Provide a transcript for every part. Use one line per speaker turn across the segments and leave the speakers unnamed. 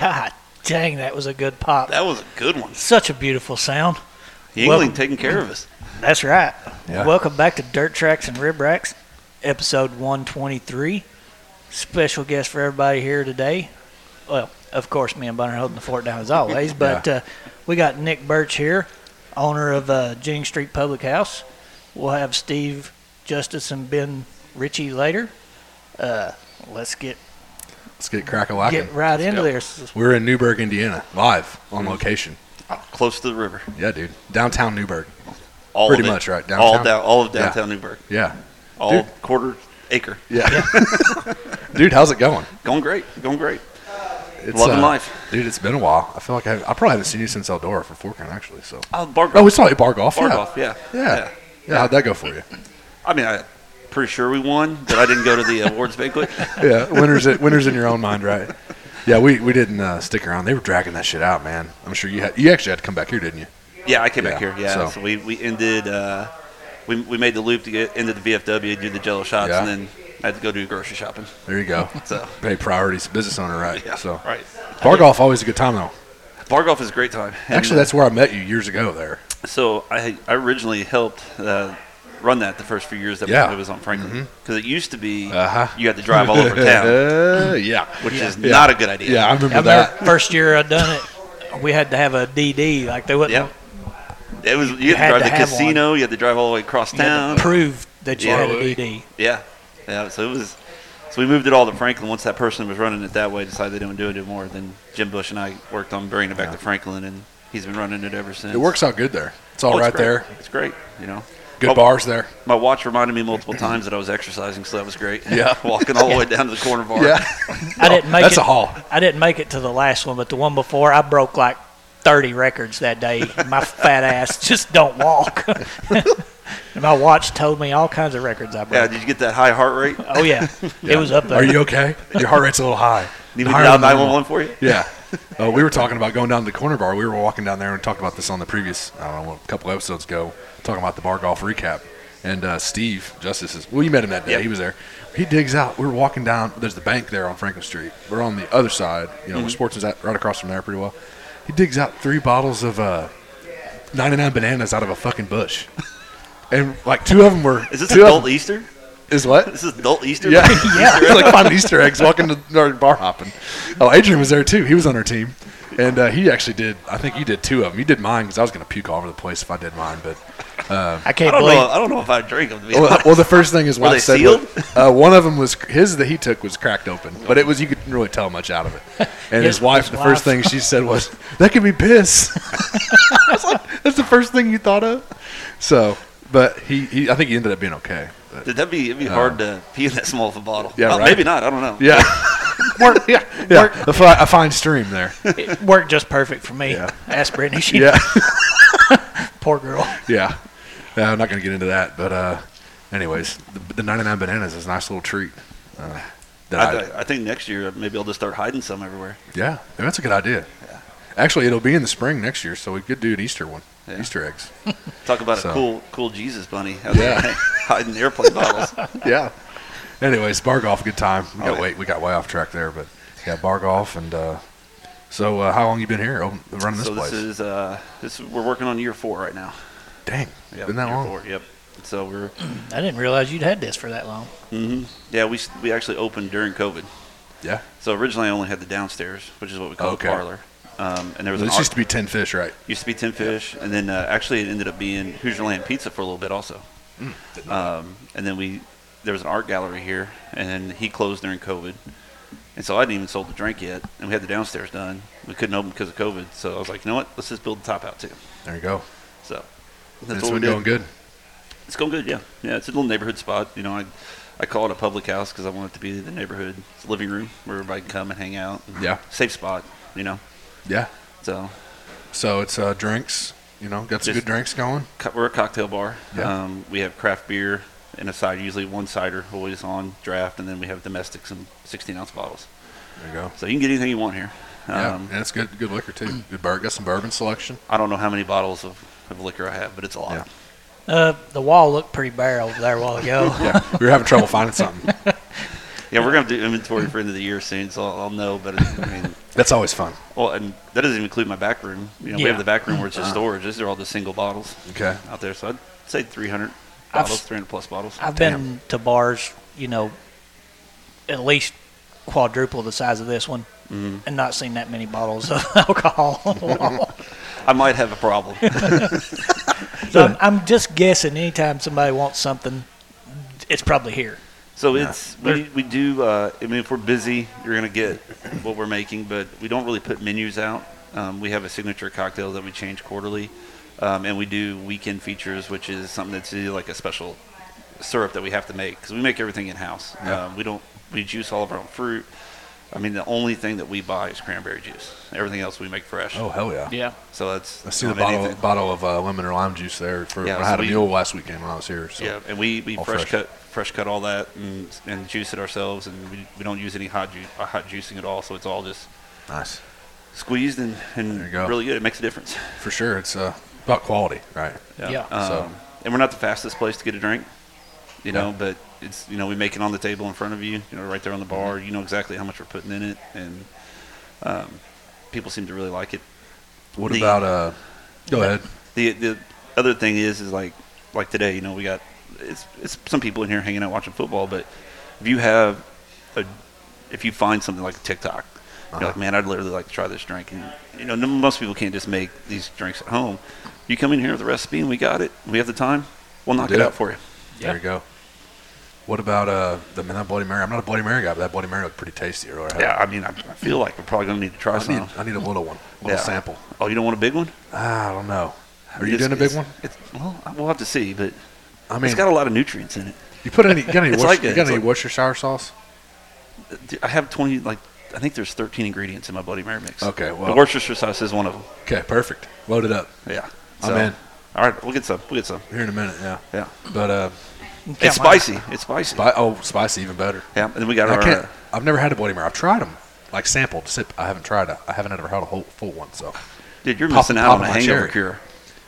God dang, that was a good pop.
That was a good one.
Such a beautiful sound.
Yingling
Welcome.
taking care of us.
That's right.
Yeah.
Welcome back to Dirt Tracks and Rib Racks, episode 123. Special guest for everybody here today. Well, of course, me and Bunner holding the fort down as always, but uh, we got Nick Birch here, owner of uh, Jennings Street Public House. We'll have Steve Justice and Ben Ritchie later. Uh, let's get
Let's get crack a lacking.
get right into
go.
this.
We're in Newburgh, Indiana, live on location.
Close to the river.
Yeah, dude. Downtown Newburgh.
All
Pretty
of it.
much, right?
All
Downtown?
down all of
Yeah.
downtown Newburgh.
Yeah.
All
Dude.
quarter acre.
Yeah. dude, how's it going?
Going great. Going great.
It's, uh,
Loving life.
Dude, it's been a while. I feel like I, I probably haven't seen you since Eldora for Forkin, actually. So.
Oh, bar
Oh, we saw you bar golf.
Bar
yeah.
golf, yeah.
Yeah. Yeah. How'd that go for you?
I mean, I'm pretty sure we won, but I didn't go to the uh, awards banquet.
yeah. Winners, in- winners in your own mind, right? Yeah, we, we didn't uh, stick around. They were dragging that shit out, man. I'm sure you had you actually had to come back here, didn't you?
Yeah, I came back
Yeah,
here. Yeah,
so-
so, we, we ended. Uh, we, we made the loop to get into the VFW, do the Jello shots,
Yeah.
and then I had to go do grocery shopping.
There you go.
So
Pay priorities, business owner, right?
yeah,
so
right.
bar golf always a good time though.
Bar golf is a great time. And,
Actually, that's where I met you years ago. There,
So I, I originally helped uh, run that the first few years that
Yeah. Mm-hmm.
it was on Franklin because it used to be
Uh-huh.
you had to drive all over town,
Uh, yeah,
which is
Yeah.
not a good idea.
yeah, I remember
I remember
that.
first year I done it, we had to have a DD. Like they wouldn't
Yeah. It was you,
You
had to
had
drive
to
the
have
casino, you had to drive all the way across
you had
town.
to prove that you
Yeah.
had a DD.
yeah, yeah. So it was. So we moved it all to Franklin. Once that person was running it that way, decided they don't do it anymore. Then Jim Bush and I worked on bringing it back to Franklin, and he's been running it ever since.
It works out good there. It's all
Oh,
right
it's great.
there.
It's great. You know.
Good
My-
bars there.
My watch reminded me multiple times that I was exercising, so that was great.
Yeah.
walking all the way down to the corner bar.
Yeah, Oh,
I didn't make
that's
it.
a haul.
I didn't make it to the last one, but the one before, I broke like 30 records that day. My fat ass just don't walk. and my watch told me all kinds of records I
Yeah,
broke.
did you get that high heart rate?
oh yeah, it was up there.
Are you okay? Your heart rate's a little high.
Need me to
Higher
dial
than normal.
911 for you?
Yeah. Uh, we were talking about going down to the corner bar. We were walking down there and talked about this on the previous, I don't know, a couple episodes ago, talking about the bar golf recap. And uh, Steve Justice is, well, you met him that day.
Yep.
He was there. He digs out. We were walking down. There's the bank there on Franklin Street. We're on the other side. You
Mm-hmm.
know, where sports is at, right across from there pretty well. He digs out three bottles of uh, 99 bananas out of a fucking bush. And like two of them were.
Is this
two of
adult
them-
Easter?
Is what?
This is adult Easter?
Yeah, yeah. It's like finding Easter eggs, walking to our bar hopping. Oh, Adrian was there too. He was on our team, and uh, he actually did. I think you did two of them. You did mine because I was going to puke all over the place if I did mine. But
I
I
can't
don't
believe.
know. I don't know if I drink them. To be
well,
honest.
well, the first thing is what
Were
I
they
said.
sealed?
uh, one of them was his that he took was cracked open, but it was you couldn't really tell much out of it. And his
His-
wife,
his
the first
wife.
thing she said was, "That could be piss." I was like, That's the first thing you thought of. So, but he, he I think he ended up being okay. But,
Did that be? It'd be hard to pee in that small of a bottle.
uh, Yeah,
Well,
right.
Maybe not. I don't know.
yeah. yeah, yeah, a fi- a fine stream there.
It worked just perfect for me.
Yeah.
Ask Brittany. She
Yeah.
poor girl.
Yeah. Yeah, I'm not going to get into that. But, uh, anyways, the, the 99 bananas is a nice little treat. Uh, that
I,
I,
th- I think next year uh, maybe I'll just start hiding some everywhere.
yeah, yeah, that's a good idea. Actually, it'll be in the spring next year, so we could do an Easter one.
Yeah.
Easter eggs.
Talk about
So.
a cool, cool Jesus bunny. out
Yeah.
there hiding airplane bottles.
yeah. Anyways, bar golf, good time. We got
Oh, yeah.
way we got way off track there, but yeah, bar golf and uh, so uh, how long you been here open, running this
so
place?
this is uh, this we're working on year four right now.
Dang,
Yep,
been that
year
long?
Four, yep. So we're
I didn't realize you'd had this for that long.
hmm yeah we s- we actually opened during COVID.
Yeah,
So originally I only had the downstairs, which is what we call
Okay.
the parlor. Um, and there was an
this
au-
used to be ten fish, right?
Used to be Tim Fish, and then uh, actually it ended up being Hoosier Land Pizza for a little bit also.
Mm.
Um, and then we there was an art gallery here, and he closed during COVID, and so I hadn't even sold the drink yet, and we had the downstairs done. We couldn't open because of COVID, so I was like, you know what? Let's just build the top out too.
There you go.
So that's
It's
what we're
been
doing.
going good.
It's going good, yeah, yeah. It's a little neighborhood spot, you know. I I call it a public house because I want it to be the neighborhood it's a living room where everybody can come and hang out.
Yeah.
safe spot, you know.
Yeah.
So
So it's uh, drinks. You know, got some
Just-
good drinks going.
co- we're a cocktail bar.
Yeah.
Um, we have craft beer and a side, usually one cider, always on draft, and then we have domestics and 16 ounce bottles.
There you go.
So you can get anything you want here.
Yeah,
Um,
and it's good, good liquor too. Good bur- got some bourbon selection.
I don't know how many bottles of, of liquor I have, but it's a lot.
Uh, the wall looked pretty bare over there a while ago.
Yeah, we were having trouble finding something.
Yeah, Yeah, we're gonna do inventory for end of the year soon, so I'll, I'll know. But I mean,
That's always fun.
well, and that doesn't even include my back room. You know, we
Yeah. Uh-huh.
have the back room where it's just storage. These are all the single bottles
Okay.
out there. So I'd say 300
I've-
bottles, 300 plus bottles.
I've
Damn.
been to bars, you know, at least quadruple the size of this one,
Mm-hmm.
and not seen that many bottles of alcohol. on the wall.
I might have a problem.
so I'm, I'm just guessing. Anytime somebody wants something, it's probably here.
So it's we, we do. Uh, I mean, if we're busy, you're gonna get what we're making, but we don't really put menus out. Um, we have a signature cocktail that we change quarterly, um, and we do weekend features, which is something that's either like a special syrup that we have to make because we make everything in house.
Yeah.
Um, we don't we juice all of our own fruit. I mean, the only thing that we buy is cranberry juice. Everything else we make fresh.
Oh hell yeah!
Yeah.
So that's
I see the
not
bottle
anything.
bottle of uh, lemon or lime juice there. For
Yeah,
when I
so
had a
we-
mule last weekend when I was here. So.
Yeah, and we, we
All
fresh,
fresh.
cut fresh cut all that and and juice it ourselves, and we, we don't use any hot ju- uh, hot juicing at all. So it's all just
nice
squeezed and, and
There you go.
really good. It makes a difference.
for sure. It's uh, about quality, right?
Yeah.
Um,
So-
And we're not the fastest place to get a drink, you know,
Yeah.
but it's you know we make it on the table in front of you, you know, right there on the bar.
Mm-hmm.
You know exactly how much we're putting in it, and um, people seem to really like it.
What
The-
about uh? Go ahead.
The the other thing is is like like today, you know, we got it's it's some people in here hanging out watching football, but if you have a if you find something like TikTok,
Uh-huh.
you're like, man, I'd literally like to try this drink, and you know, no- most people can't just make these drinks at home. You come in here with a recipe, and we got it. We have the time. We'll knock
do
it
it.
out for you.
There you go. What about uh the man that Bloody Mary? I'm not a Bloody Mary guy, but that Bloody Mary looked pretty tasty earlier. I had-
Yeah, I mean, I, I feel like we're probably gonna need to try
I
some.
need, I need a little one, a little
Yeah.
sample.
Oh, you don't want a big one?
Ah, I don't know. Are you
It's-
doing a big
it's-
one?
It's, well, we'll have to see, but
I mean,
it's got a lot of nutrients in it.
you put any? You got any?
it's
Worcester,
like a-
you got
it's
any
like-
Worcestershire sauce?
Dude, I have 20, like, I think there's 13 ingredients in my Bloody Mary mix.
Okay, well-
The Worcestershire sauce is one of them.
Okay, perfect. Load it up
Yeah.
I'm in.
All right, we'll get some. We'll get some.
here in a minute. Yeah,
Yeah.
but uh,
It's spicy. It's spicy.
spi- oh, spicy even better.
Yeah, and then we got
I
our.
can't.
uh,
I've never had a Bloody Mary. I've tried them, like sampled, sip. I haven't tried. A, I haven't ever had a whole full one. So
dude, you're
pop-
missing out
pop
on a
my
hangover
cherry.
cure.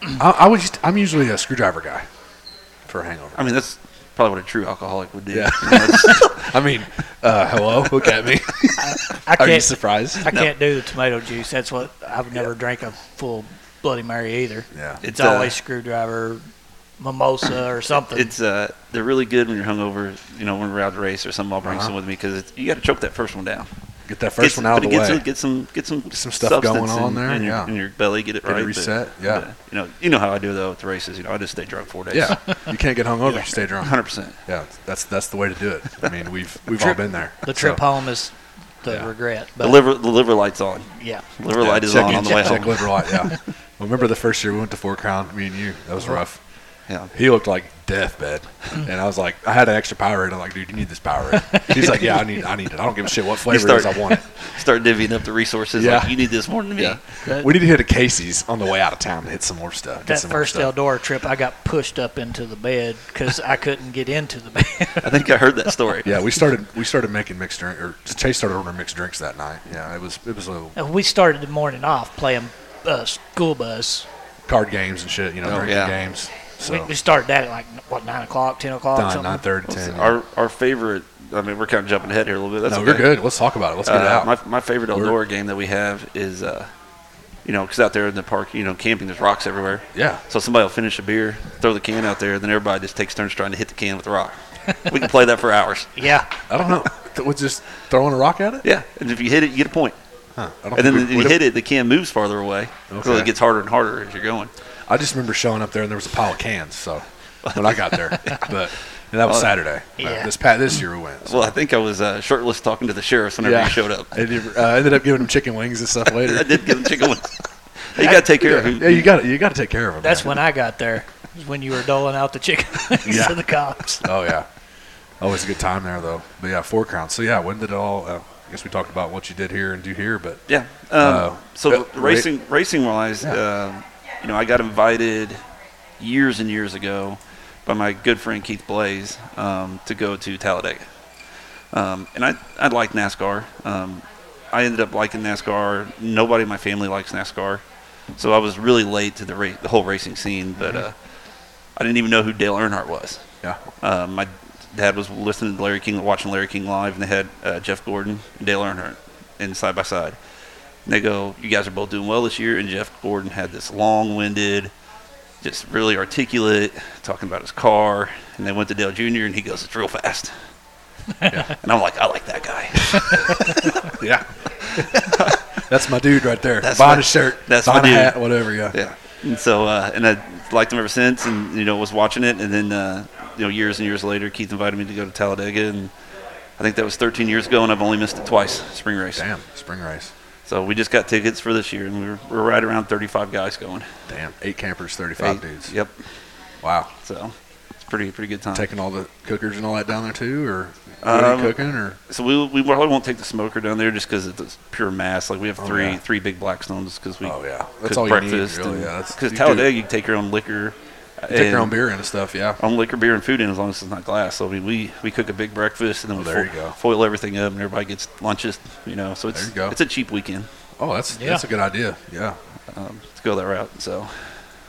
I, I was. Just, I'm usually a screwdriver guy for a hangover.
I mean, that's probably what a true alcoholic would do.
Yeah.
You know, it's-
I mean, uh, hello, look at me.
I
Are you
can't.
surprised?
I can't do the tomato juice. That's what I've never drank a full Bloody Mary either.
Yeah.
It's,
It's, uh,
always screwdriver, mimosa, or something.
it's uh, they're really good when you're hungover. You know, when we're out to race or something, I'll bring
Uh-huh.
some with me because you got to choke that first one down.
Get that first
Get-
one out of
but
the
it gets
way.
a- get some, get some,
some stuff
substance
going on
in-
there,
in your,
yeah.
in your belly, get it
Get it
right. but-
reset, yeah.
but, you know, you know how I do though at the races. You know, I just stay drunk four days.
yeah, you can't get hungover. You stay drunk.
hundred percent.
Yeah, that's that's the way to do it. I mean, we've we've all
Trip-
been there.
the trip
So,
home is the
Yeah.
regret. But
The liver, the liver light's on.
yeah,
Liver
yeah,
light is
check
on
in-
on the way
check
home.
liver light, yeah. well, remember the first year we went to Four Crown, me and you. That
Uh-huh.
was rough.
Yeah.
He looked like deathbed, and I was like, I had an extra Powerade. I'm like, dude, you need this Powerade. He's like, yeah, I need, I need it. I don't give a shit what flavor it is. I want it.
Start divvying up the resources.
Yeah.
Like, you need this more than me.
Yeah.
That-
we need to hit a Casey's on the way out of town to hit some more stuff. get
that
some more
first
stuff.
Eldora trip, I got pushed up into the bed because I couldn't get into the bed.
I think I heard that story.
Yeah, we started we started making mixed drink or Chase started ordering mixed drinks that night. Yeah, it was it was little
And we started the morning off playing uh, school bus.
card games and shit, you know,
Oh,
drinking
yeah.
games.
We,
So
we started that at like what nine o'clock, ten o'clock, something.
nine thirty, ten.
Our our favorite. I mean, we're kind of jumping ahead here a little bit. That's
no,
okay.
we're good. Let's talk about it. Let's get it
Uh,
out.
my my favorite
We're-
Eldora game that we have is, uh, you know, because out there in the park, you know, camping, there's rocks everywhere.
yeah,
So somebody will finish a beer, throw the can out there, then everybody just takes turns trying to hit the can with the rock. we can play that for hours.
Yeah,
I don't know. Th- With just throwing a rock at it.
Yeah, and if you hit it, you get a point.
Huh. I don't
And then
think
if
we-
you
we-
hit it, the can moves farther away, so
Okay.
it gets harder and harder as you're going.
I just remember showing up there and there was a pile of cans. So when I got there, but and that was
Well,
Saturday.
yeah.
But This pat this year we went. so-
Well, I think I was uh, shirtless talking to the sheriffs whenever
Yeah.
you showed up.
I did- uh, I ended up giving them chicken wings and stuff
I
later.
did give them chicken wings. you got to take care of who.
yeah, you got you got to take care of them.
that's
man.
when I got there. was When you were doling out the chicken wings
Yeah.
to the cops.
Oh yeah, always a good time there though. But yeah, four crowns. So yeah, when did it all? Uh, I guess we talked about what you did here and do here, but
Yeah. Um,
Uh,
so
uh,
racing, racing wise,
Yeah.
um, you know, I got invited years and years ago by my good friend Keith Blaze um, to go to Talladega, um, and I I like NASCAR. Um, I ended up liking NASCAR. Nobody in my family likes NASCAR, so I was really late to the
Mm-hmm.
ra- the whole racing scene. But uh, I didn't even know who Dale Earnhardt was.
yeah,
Um, my dad was listening to Larry King, watching Larry King live, and they had uh, Jeff Gordon and Dale Earnhardt in side by side. And they go, "You guys are both doing well this year." And Jeff Gordon had this long-winded, just really articulate, talking about his car. And they went to Dale Jr. and he goes, "It's real fast." And I'm like, "I like that guy."
Yeah. That's my dude right there.
That's
Buying
my-
a shirt,
that's
buying
my
a
dude.
hat, whatever. Yeah.
Yeah. And so, uh, and I liked him ever since, and you know, was watching it, and then uh, you know, years and years later, Keith invited me to go to Talladega, and I think that was 13 years ago, and I've only missed it twice, spring race.
Damn, spring race.
So we just got tickets for this year, and we were, we were right around 35 guys going.
Damn, eight campers, thirty-five
Eight.
dudes.
Yep.
Wow.
So it's pretty pretty good time.
Taking all the cookers and all that down there too, or what are
Um,
you cooking, or
so we we probably won't take the smoker down there just because it's pure mass. Like we have
Oh,
three
yeah.
three big blackstones because we
oh yeah,
cook
that's all you need.
breakfast
Really, yeah. That's-
because
you do-
Talladega you take your own liquor.
take your
and-
own beer and stuff. Yeah.
on liquor, beer, and food in as long as it's not glass. So I mean, we we cook a big breakfast and then we
Well, there you
fo-
go.
foil everything up, and everybody gets lunches. You know, so it's
There you go.
it's a cheap weekend.
Oh, that's
Yeah.
that's a good idea. Yeah.
Um, let's go that route. So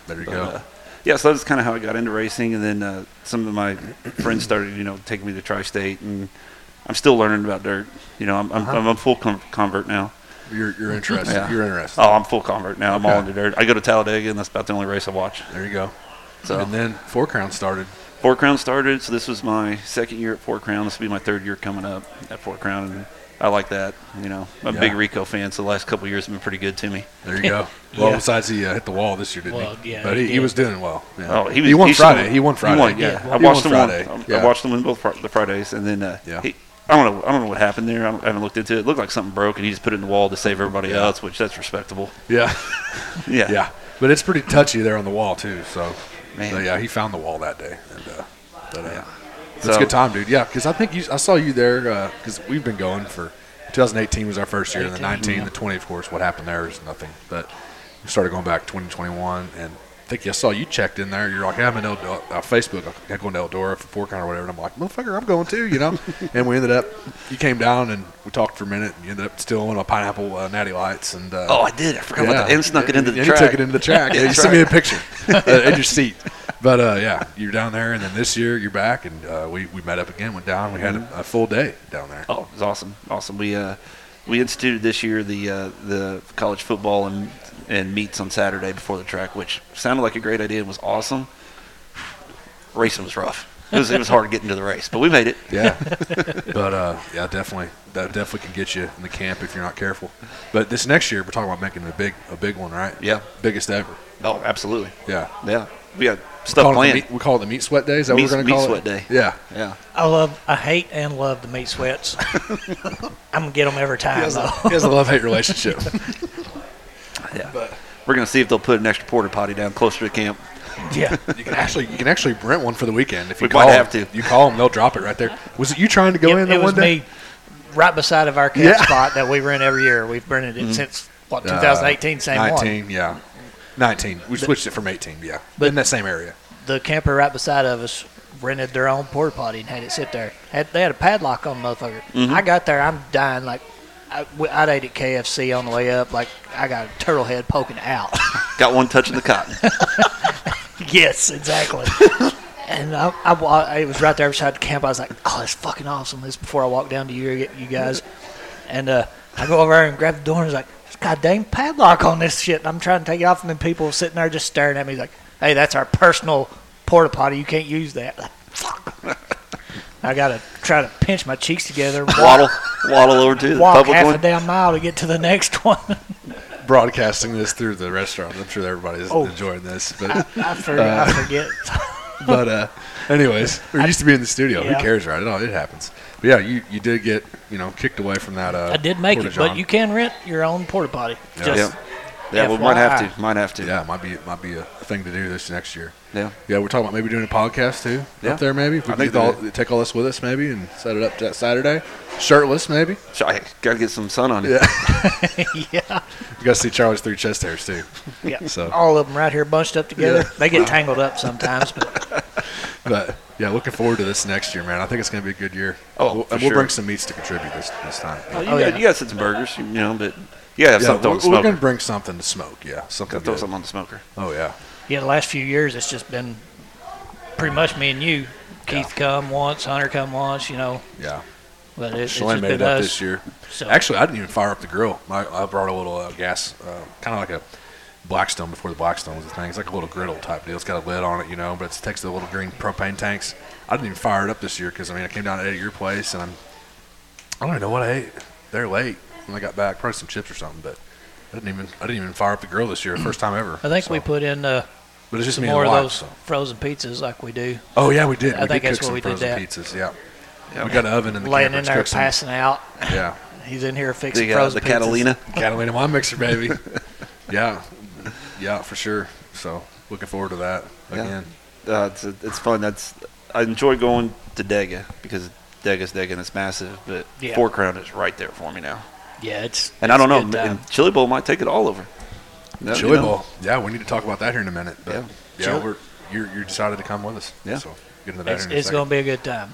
There you
but,
go.
uh, yeah, so that's kind of how I got into racing, and then uh, some of my friends started, you know, taking me to tri-state, and I'm still learning about dirt. You know, I'm I'm,
Uh-huh.
I'm a full con convert now.
you're you're interested.
Yeah.
You're interested.
Oh, I'm full convert now. I'm all
Okay.
into dirt. I go to Talladega, and that's about the only race I watch.
There you go.
So
And then Four Crown started.
Four Crown started, so this was my second year at Four Crown. This will be my third year coming up at Four Crown, and I like that. You know, I'm
Yeah.
a big Rico fan, so the last couple of years have been pretty good to me.
There you go. Well,
Yeah.
besides he uh, hit the wall this year, didn't
Well,
he?
yeah,
But
he
he, he,
did.
was doing well. Yeah.
Oh, he was.
He won
he's
Friday.
still-
He won Friday.
yeah.
Yeah.
I watched
He won
him win.
Friday.
I-
Yeah.
I watched him win both fr- the Fridays, and then uh,
Yeah.
he, I don't know. I don't know what happened there. I, don't, I haven't looked into it. It looked like something broke, and he just put it in the wall to save everybody
Yeah.
else, which that's respectable.
Yeah.
Yeah.
yeah. But it's pretty touchy there on the wall too. So,
Man.
so, yeah, he found the wall that day. And, uh, but, uh, It's a
So-
good time, dude. Yeah, because I think you, I saw you there because we've been going for 2018 was our first year, and the
18,
19,
yeah.
the 20, of course. What happened there is nothing, but we started going back 2021, and I think I saw you checked in there. You're like, hey, I'm in Eldora, uh, Facebook, I'm going to Eldora for Fork Con or whatever, and I'm like, motherfucker, I'm going too, you know. and we ended up, you came down and we talked for a minute, and you ended up stealing a pineapple uh, natty lights, and uh,
Oh, I did. I forgot about that. And snuck it into the
and
track.
He took it into the track. yeah, you
That's
sent me a
right.
picture uh, in your seat. But uh, yeah, you're down there, and then this year you're back, and uh, we, we met up again. Went down. We had a, a full day down there.
Oh, it was awesome, awesome. We uh, we instituted this year the uh, the college football and and meets on Saturday before the track, which sounded like a great idea and was awesome. Racing was rough. It was it was hard getting to the race, but we made it.
Yeah, but uh, yeah, definitely that definitely can get you in the camp if you're not careful. But this next year we're talking about making a big a big one, right?
Yeah.
biggest ever.
Oh, absolutely.
Yeah,
Yeah, we got
Call
stuff
it the
planned.
meat- we call it the meat sweat day. Is that
Meat-
what we're
meat
gonna call
sweat
it?
day.
Yeah,
Yeah,
I love, I hate and love the meat sweats. I'm gonna get them every
he
time
has a,
though.
he has a love hate relationship.
yeah.
but
We're gonna see if they'll put an extra porta potty down closer to camp.
yeah.
You can actually you can actually rent one for the weekend if you
We
call
might
'em.
have to.
You call them, they'll drop it right there. Was it you trying to go
Yep,
in there
it
one
was
day?
me right beside of our cat
Yeah.
spot that we rent every year. We've rented it since what
Uh,
2018, same one.
19, yeah. 19. We switched it from 18, yeah. But in that same area.
The camper right beside of us rented their own porta potty and had it sit there. Had, they had a padlock on the motherfucker. I got there, I'm dying like. I, we- I'd ate at KFC on the way up, like I got a turtle head poking out.
Got one touching the cotton.
yes, exactly. and I, I, wa- it was right there beside the camp. I was like, "Oh, that's fucking awesome!" This before I walk down to you, you guys, and uh, I go over there and grab the door and was like, "There's a goddamn padlock on this shit." And I'm trying to take it off, and then people sitting there just staring at me like, "Hey, that's our personal porta potty. You can't use that." Like, fuck. I gotta try to pinch my cheeks together, and walk,
waddle, waddle over to the
walk
public
half a
one.
damn mile to get to the next one.
Broadcasting this through the restaurant. I'm sure everybody's
Oh.
enjoying this. But,
I forget. I forget.
but uh, anyways, we used to be in the studio.
Yeah.
Who cares, right? It, all, it happens. But yeah, you, you did get, you know, kicked away from that. Uh,
I did make it,
Porta-John.
but you can rent your own porta potty.
Yeah.
Just
Yeah, yeah. We might
FYI.
have to. Might have to.
Yeah, it might be, it might be a thing to do this next year.
Yeah.
Yeah, we're talking about maybe doing a podcast too
Yeah.
up there. Maybe if we
I
could
think
get all,
that
take all this with us, maybe, and set it up that Saturday, shirtless, maybe.
So I gotta get some sun on it.
Yeah.
yeah,
You got to see Charlie's three chest hairs too.
yeah.
So-
all of them right here bunched up together.
Yeah.
They get tangled up sometimes, but
But yeah, looking forward to this next year, man. I think it's going to be a good year.
Oh,
we'll,
for
and we'll
sure.
bring some meats to contribute this this time.
Oh, you,
Oh,
got,
yeah.
you got some burgers, you know, but you gotta have
Yeah,
something
we're,
on the
we're
smoker.
going to bring something to smoke. Yeah, something.
Gotta throw
good.
something on the smoker.
Oh yeah,
yeah, the last few years it's just been pretty much me and you Keith come once, Hunter come once, you know.
Yeah.
But it, it's
Shalane
just
made it
been
up
us.
this year.
So-
Actually, I didn't even fire up the grill. I, I brought a little uh, gas, uh, kind of like a Blackstone before the Blackstone was a thing. It's like a little griddle type deal. It's got a lid on it, you know, but it takes the little green propane tanks. I didn't even fire it up this year because I mean I came down to edit your place and I'm I don't even know what I ate. They're late when I got back, probably some chips or something, but. I didn't even I didn't even fire up the grill this year, first time ever.
I think
so.
we put in uh,
but it's just
some
me and
more of
the wife,
those
so.
frozen pizzas like we do,
Oh yeah, we did.
I
we
think
did
that's what
cook some
we did
frozen
that.
pizzas. Yeah.
Yeah.
we got an oven in the
laying
camper.
in
It's
there
cooked some-
passing out.
Yeah,
He's in here fixing
The, uh,
frozen
the
pizzas.
Catalina.
Catalina wine mixer, baby. yeah, yeah, for sure. So looking forward to that
Yeah.
again.
Uh, it's, it's fun. That's I enjoy going to Dega because Dega's Dega and it's massive, but
Yeah.
Four Crown is right there for me now.
Yeah, it's.
And I
it's
don't know,
a good time.
and Chili Bowl might take it all over. No, you
Chili
know.
Bowl. Yeah, we need to talk about that here in a minute. But
Yeah.
yeah,
Sure.
we're you're, you're decided to come with us.
Yeah.
So get into that
It's,
here in a
it's
second.
going to be a good time.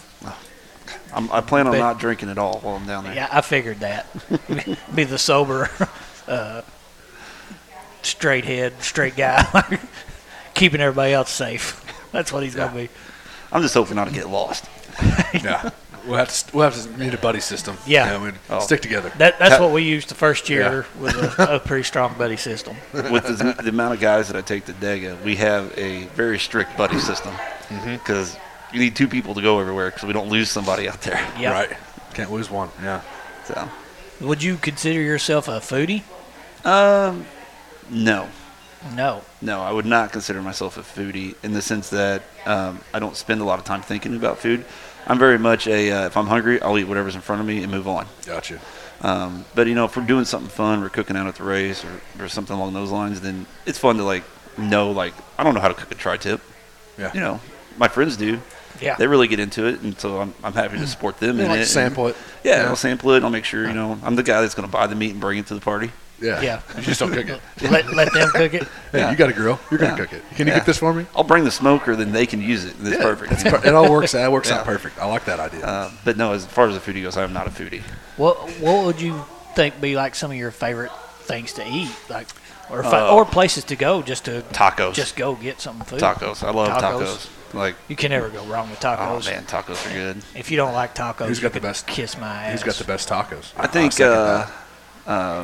I'm, I plan on
But-
not drinking at all while I'm down there.
Yeah, I figured that. be the sober, uh, straight head, straight guy, keeping everybody else safe. That's what he's going to be.
I'm just hoping not to get lost.
yeah. We'll have, to, st- we'll have to need a buddy system.
Yeah.
we
Oh.
stick together.
That, that's
Ha-
what we used the first year with a, a pretty strong buddy system.
With the, the amount of guys that I take to Dega, we have a very strict buddy system
Mm-hmm.
because you need two people to go everywhere because we don't lose somebody out there.
Yeah.
Right. Can't lose one. Yeah.
So,
Would you consider yourself a foodie?
um, no.
No.
No, I would not consider myself a foodie in the sense that um, I don't spend a lot of time thinking about food. I'm very much a uh, if I'm hungry, I'll eat whatever's in front of me and move on.
Gotcha.
Um, but you know, if we're doing something fun, we're cooking out at the race or, or something along those lines, then it's fun to like know like I don't know how to cook a tri-tip.
Yeah.
You know, my friends do.
Yeah.
They really get into it, and so I'm, I'm happy to support them
We
in it.
like to
and-
sample it.
yeah,
Yeah.
I'll sample it. I'll make sure you know I'm the guy that's going to buy the meat and bring it to the party.
Yeah.
Yeah.
You just don't cook it.
let, let them cook it.
Hey,
Yeah.
you got a grill. You're gonna
Yeah.
cook it. Can you
Yeah.
cook this for me?
I'll bring the smoker, then they can use it. and It's
Yeah,
perfect.
that's per- it all works. That works
Yeah.
out perfect. I like that idea.
Uh, but no, as far as a foodie goes, I'm not a foodie.
What What would you think be like some of your favorite things to eat, like or fi-
Uh,
or places to go just to
Tacos.
just go get some food?
tacos. I love
Tacos.
tacos. Like,
You can never go wrong with
oh
tacos.
man, tacos are good.
If you don't like tacos,
Who's
you
got the
could
best-
Kiss my ass.
Who's got the best tacos?
I think
second
uh,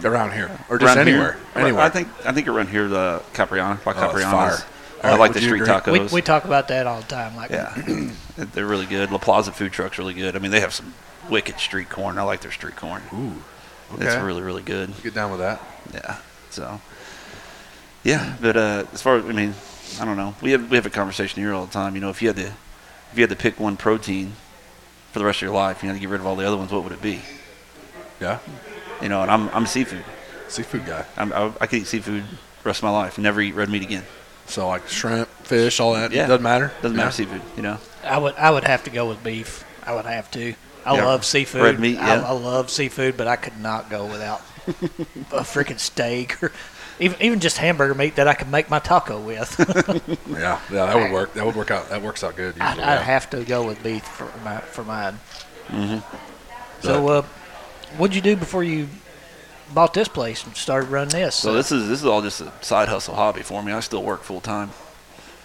that. around here or just
around
anywhere.
Here,
Anywhere.
I think I think around here the Capriana, like
Oh, it's
Capriana's.
fire.
I like
Alright, would
the
you
street
agree?
We,
tacos.
we talk about that all the time. Like,
yeah, they're really good. La Plaza food truck's really good. I mean, they have some wicked street corn. I like their street corn.
Ooh. Okay.
It's really really good.
get down with that.
Yeah. So. Yeah, but uh, as far as I mean, I don't know. We have we have a conversation here all the time. You know, if you had to, if you had to pick one protein for the rest of your life, you had to get rid of all the other ones. What would it be?
Yeah.
You know, and I'm I'm seafood.
Seafood guy.
I'm, I, I could eat seafood the rest of my life. Never eat red meat again.
So like shrimp, fish, all that.
Yeah.
Doesn't matter.
Doesn't
Yeah.
matter seafood. You know.
I would I would have to go with beef. I would have to. I
Yeah,
love seafood.
red meat,
I,
yeah.
I love seafood, but I could not go without a freaking steak or even even just hamburger meat that I could make my taco with.
Yeah. Yeah. That would work. That would work out. That works out good.
I'd,
usually,
I'd
yeah.
have to go with beef for my for mine. Mm-hmm.
So-
So, uh, what'd you do before you bought this place and started running this?
So this is this is all just a side hustle hobby for me. I still work full time.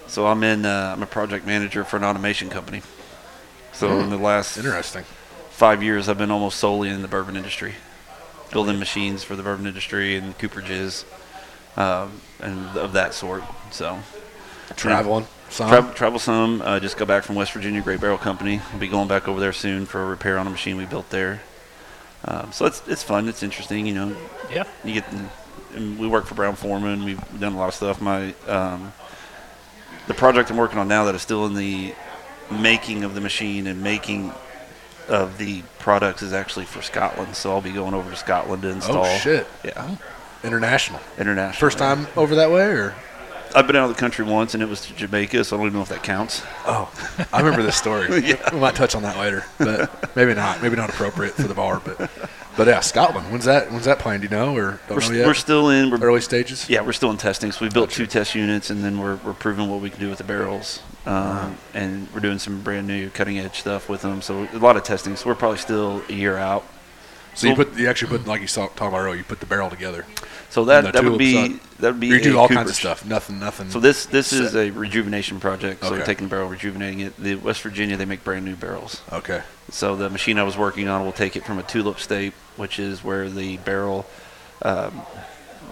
So I'm in. Uh, I'm a project manager for an automation company. So in the last
Interesting.
five years, I've been almost solely in the bourbon industry, building machines for the bourbon industry and cooperages, um, and of that sort. So
Traveling. Some.
Travel, travel some. Uh, just go back from West Virginia Great Barrel Company. I'll be going back over there soon for a repair on a machine we built there. Um, so it's it's fun. It's interesting. You know,
yeah,
you get. And we work for Brown Foreman. We've done a lot of stuff. My um, the project I'm working on now that is still in the making of the machine and making of the products is actually for Scotland. So I'll be going over to Scotland to install.
Oh, shit.
Yeah,
International.
international.
First time over that way, or
I've been out of the country once, and it was to Jamaica. So I don't even know if that counts.
oh, I remember this story. We might touch on that later, but maybe not. Maybe not appropriate for the bar, but but yeah, Scotland. When's that? When's that planned? Do you know or don't
We're,
know
st-
yet?
we're still in. We're
Early stages.
Yeah, we're still in testing. So we built two test units, and then we're, we're proving what we can do with the barrels, um, and we're doing some brand new cutting edge stuff with them. So a lot of testing. So we're probably still a year out.
So you put you actually put like you saw talking about earlier, you put the barrel together.
So that,
the
that would
tulip
be
side.
that would be
You do
a
all kinds of
Cooper's.
stuff. Nothing, nothing.
So this this is a rejuvenation project. So
Okay.
taking the barrel, rejuvenating it. The West Virginia they make brand new barrels.
okay.
So the machine I was working on will take it from a tulip state, which is where the barrel um,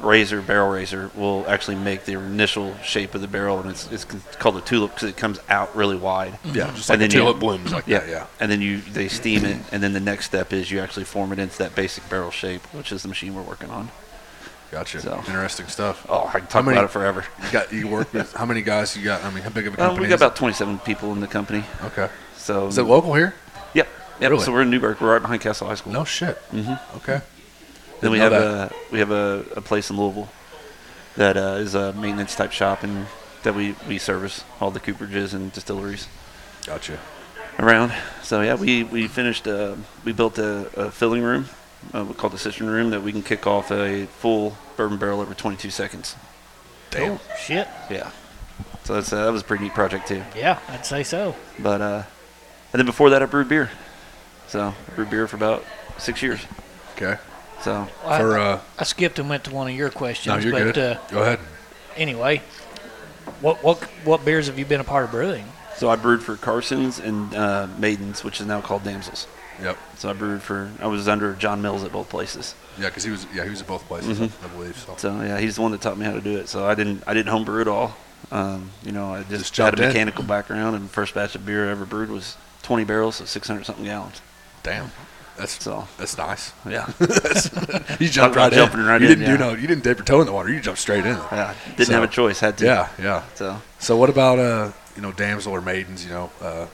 razor, barrel razor, will actually make the initial shape of the barrel, and it's, it's called a tulip because it comes out really wide.
Yeah, just like
Mm-hmm. And
the
then you-
tulip blooms like
Yeah,
that. Yeah.
And then you they steam it, and then the next step is you actually form it into that basic barrel shape, which is the machine we're working on.
Gotcha.
So.
Interesting stuff.
Oh, I can
How
talk
many-
about it forever.
You got you work with how many guys you got? I mean, how big of a
Um,
company?
we got
is
about 27 people in the company.
it? okay.
So
Is it local here?
Yep. Yep.
Really?
So we're in Newburgh. We're right behind Castle High School.
No shit. Mm-hmm. Okay.
Then we
Didn't
have
know
a we have a, a place in Louisville that uh, is a maintenance type shop and that we, we service all the cooperages and distilleries
Gotcha.
around. So yeah, we we finished uh, we built a, a filling room, uh, we call it the cistern room that we can kick off a full bourbon barrel over 22 seconds.
Damn.
Shit.
Yeah. So that's uh, that was a pretty neat project too.
Yeah, I'd say so.
But uh, and then before that I brewed beer, so I brewed beer for about six years.
Okay.
So
Well, I-
For uh,
I skipped and went to one of your questions,
no, you're
but
good.
Uh,
Go ahead.
anyway, what what what beers have you been a part of brewing?
So I brewed for Carson's and uh, Maidens, which is now called Damsels.
Yep.
So I brewed for I was under John Mills at both places.
Yeah, because he was yeah he was at both places I believe. So.
Mm-hmm. So yeah, he's the one that taught me how to do it. So I didn't I didn't home brew at all. Um, you know, I just,
Just
had a
jumped in.
mechanical background, and the first batch of beer I ever brewed was 20 barrels, so 600 something gallons.
Damn. That's
So
that's nice.
yeah,
You jumped
about
right
jumping
in.
right
you
in,
didn't
yeah.
do no. You didn't dip your toe in the water. You jumped straight in.
yeah, didn't
So-
have a choice, had to.
Yeah. Yeah.
So
So what about uh you know damsel or maidens? You know uh,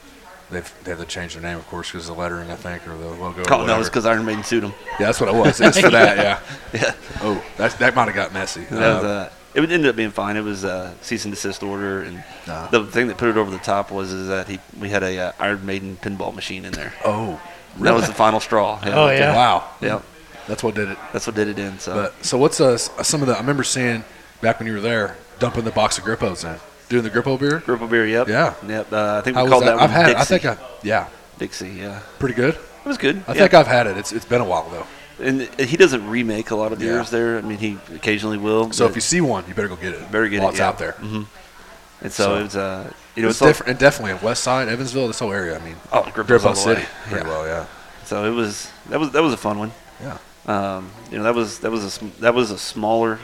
they've they had to change their name of course because the lettering I think or the
oh, no,
logo. or
it's
whatever.
because Iron Maiden sued him.
yeah, that's what it was. It's for that. Yeah.
Yeah,
Oh, that that might have got messy.
That was,
Uh,
uh, it would- ended up being fine. It was a cease and desist order, and
Ah.
the thing that put it over the top was is that he we had a uh, Iron Maiden pinball machine in there.
oh,
That was the final straw.
Oh,
okay.
yeah.
wow.
yeah.
That's what did it.
That's what did it in. So
But so what's uh, s- some of the? I remember seeing back when you were there dumping the box of Grippos in, doing the Grippo beer.
Grippo beer, yep.
Yeah.
Yep. Uh, I think
How
we
was
called that,
that?
one
I've had. it.
Dixie.
I think I. Yeah,
Dixie, yeah.
pretty good.
It was good.
I
yeah.
think I've had it. It's it's been a while though.
and he doesn't remake a lot of
Yeah.
beers there. I mean, he occasionally will.
So
but-
if you see one, you better go get it.
Better get
while
it,
It's
yeah. Mm-hmm.
out there.
and so,
so-
it was, uh, you know,
It's
it's, all-
different, and definitely in West Side, Evansville, this whole area. I mean,
Oh, Grippo's all
Grippo
the way.
City, pretty
Yeah.
well, yeah,
So it was that was that was a fun one.
yeah.
Um, you know, that was that was a sm- that was a smaller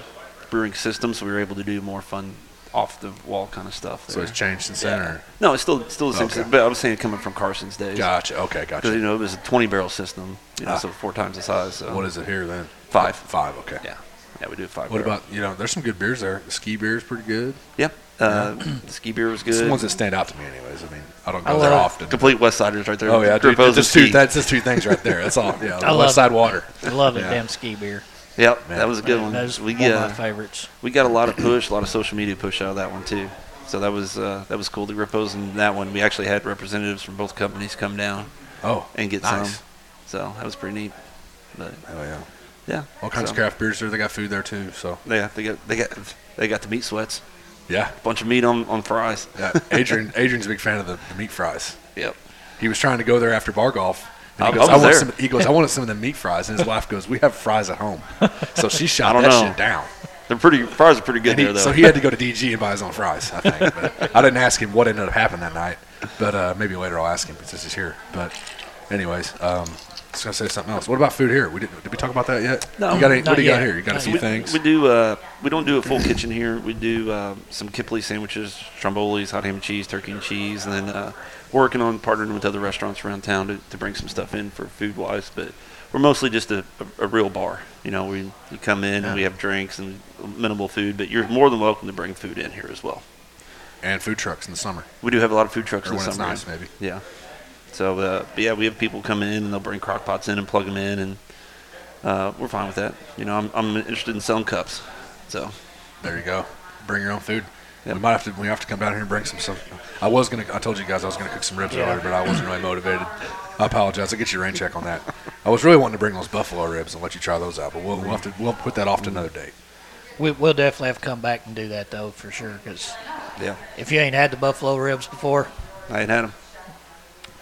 brewing system, so we were able to do more fun off the wall kind of stuff.
So
There.
it's changed since then, or
no, it's still still the same,
Okay.
system, but I was saying coming from Carson's days.
gotcha, okay,
Because you
gotcha.
know it was a twenty barrel system, you know,
Ah.
so four times the size. So.
What is it here then?
Five.
five, okay.
Yeah, yeah, we do five.
What
barrel.
about you know? There's some good beers there. The ski beer's pretty good.
Yeah. Uh, the ski beer was
It's
good.
the ones that stand out to me, anyways. I mean, I don't go
I
there
love-
often.
Complete West Siders right there.
Oh yeah, dude,
Grippo's and
just two.
ski.
That's just two things right there. That's all. Yeah,
I love-
West Side Water.
I love it,
Yeah.
damn ski beer.
Yep,
Man.
that was a good
Man,
one.
That's
we uh,
one
get
of my favorites.
we got a lot of push, a lot of social media push out of that one too. So that was uh, that was cool. The Grippo's and that one, we actually had representatives from both companies come down
Oh,
and get
nice.
some. So that was pretty neat. But
Oh yeah,
yeah,
all kinds
so-
of craft beers there. They got food there too. So
Yeah, they got they got they got the meat sweats,
yeah,
bunch of meat on on fries.
yeah. Adrian, Adrian's a big fan of the, the meat fries.
Yep.
He was trying to go there after bar golf. And
I-
he goes,
I
I,
was
want
there."
some. He goes, I wanted some of the meat fries, and his wife goes, "We have fries at home." So she
I
shot
don't
that
know.
shit down.
They're pretty fries are pretty good
And he-
there though.
so he had to go to DG and buy his own fries. I think. But I didn't ask him what ended up happening that night, but uh, maybe later I'll ask him since he's here. But, anyways, um, I was gonna say something else. What about food here? We didn't. Did we talk about that yet?
No,
You got any,
not
what do you got
yet.
here? You got a
Not
few
we,
things.
we do. Uh, we don't do a full kitchen here. We do uh, some Kipley sandwiches, Trombolis, hot ham and cheese, turkey and cheese, and then uh, working on partnering with other restaurants around town to, to bring some stuff in for food wise. But we're mostly just a, a, a real bar. You know, we you come in and we have drinks and minimal food, but you're more than welcome to bring food in here as well.
and food trucks in the summer,
We do have a lot of food trucks
or
in
when
the
it's
summer.
nice, maybe.
Yeah. So, uh, but yeah, we have people come in and they'll bring crock pots in and plug them in, and uh, we're fine with that. You know, I'm, I'm interested in selling cups. So,
There you go. Bring your own food.
Yep.
We might have to. We have to come down here and bring some. Some. I was gonna. I told you guys I was gonna cook some ribs
Yeah.
earlier, but I wasn't really motivated. I apologize. I'll get you a rain check on that. I was really wanting to bring those buffalo ribs and let you try those out, but we'll, we'll have to. We'll put that off to another date.
We, we'll definitely have to come back and do that though for sure. Because
yeah,
if you ain't had the buffalo ribs before,
I ain't had them.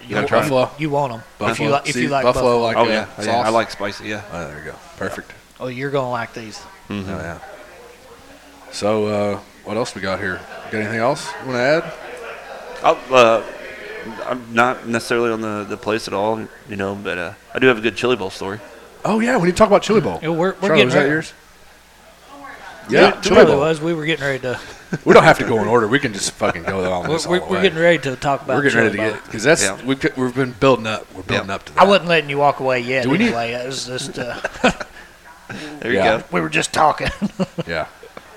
You
you,
gotta try 'em.
Buffalo.
You want them if you
Buffalo.
li- if
See,
you like
buffalo,
buffalo.
like
Oh
uh,
yeah, yeah,
sauce.
I like spicy. Yeah,
Oh, there you go. Perfect.
Oh, you're gonna like these.
Oh,
Mm-hmm.
yeah. So uh, what else we got here? Got anything else you want to add?
I'll, uh, I'm not necessarily on the, the place at all, you know, but uh, I do have a good chili bowl story.
Oh yeah, we need to talk about chili bowl.
Yeah, we're- we're
Charlie,
getting
was that
ready.
yours? Yeah,
it
chili
really
bowl.
was. We were getting ready to.
We don't have to go in order. We can just fucking go on
We're,
this all
we're,
the
we're
way.
getting ready to talk about.
We're getting ready to
Chili
get
Bowl.
because that's
Yeah.
we've c- we've been building up. We're building
Yeah.
up to that.
I wasn't letting you walk away yet.
Do we need-
anyway, it was just uh,
There you
Yeah.
go.
we were just talking.
Yeah.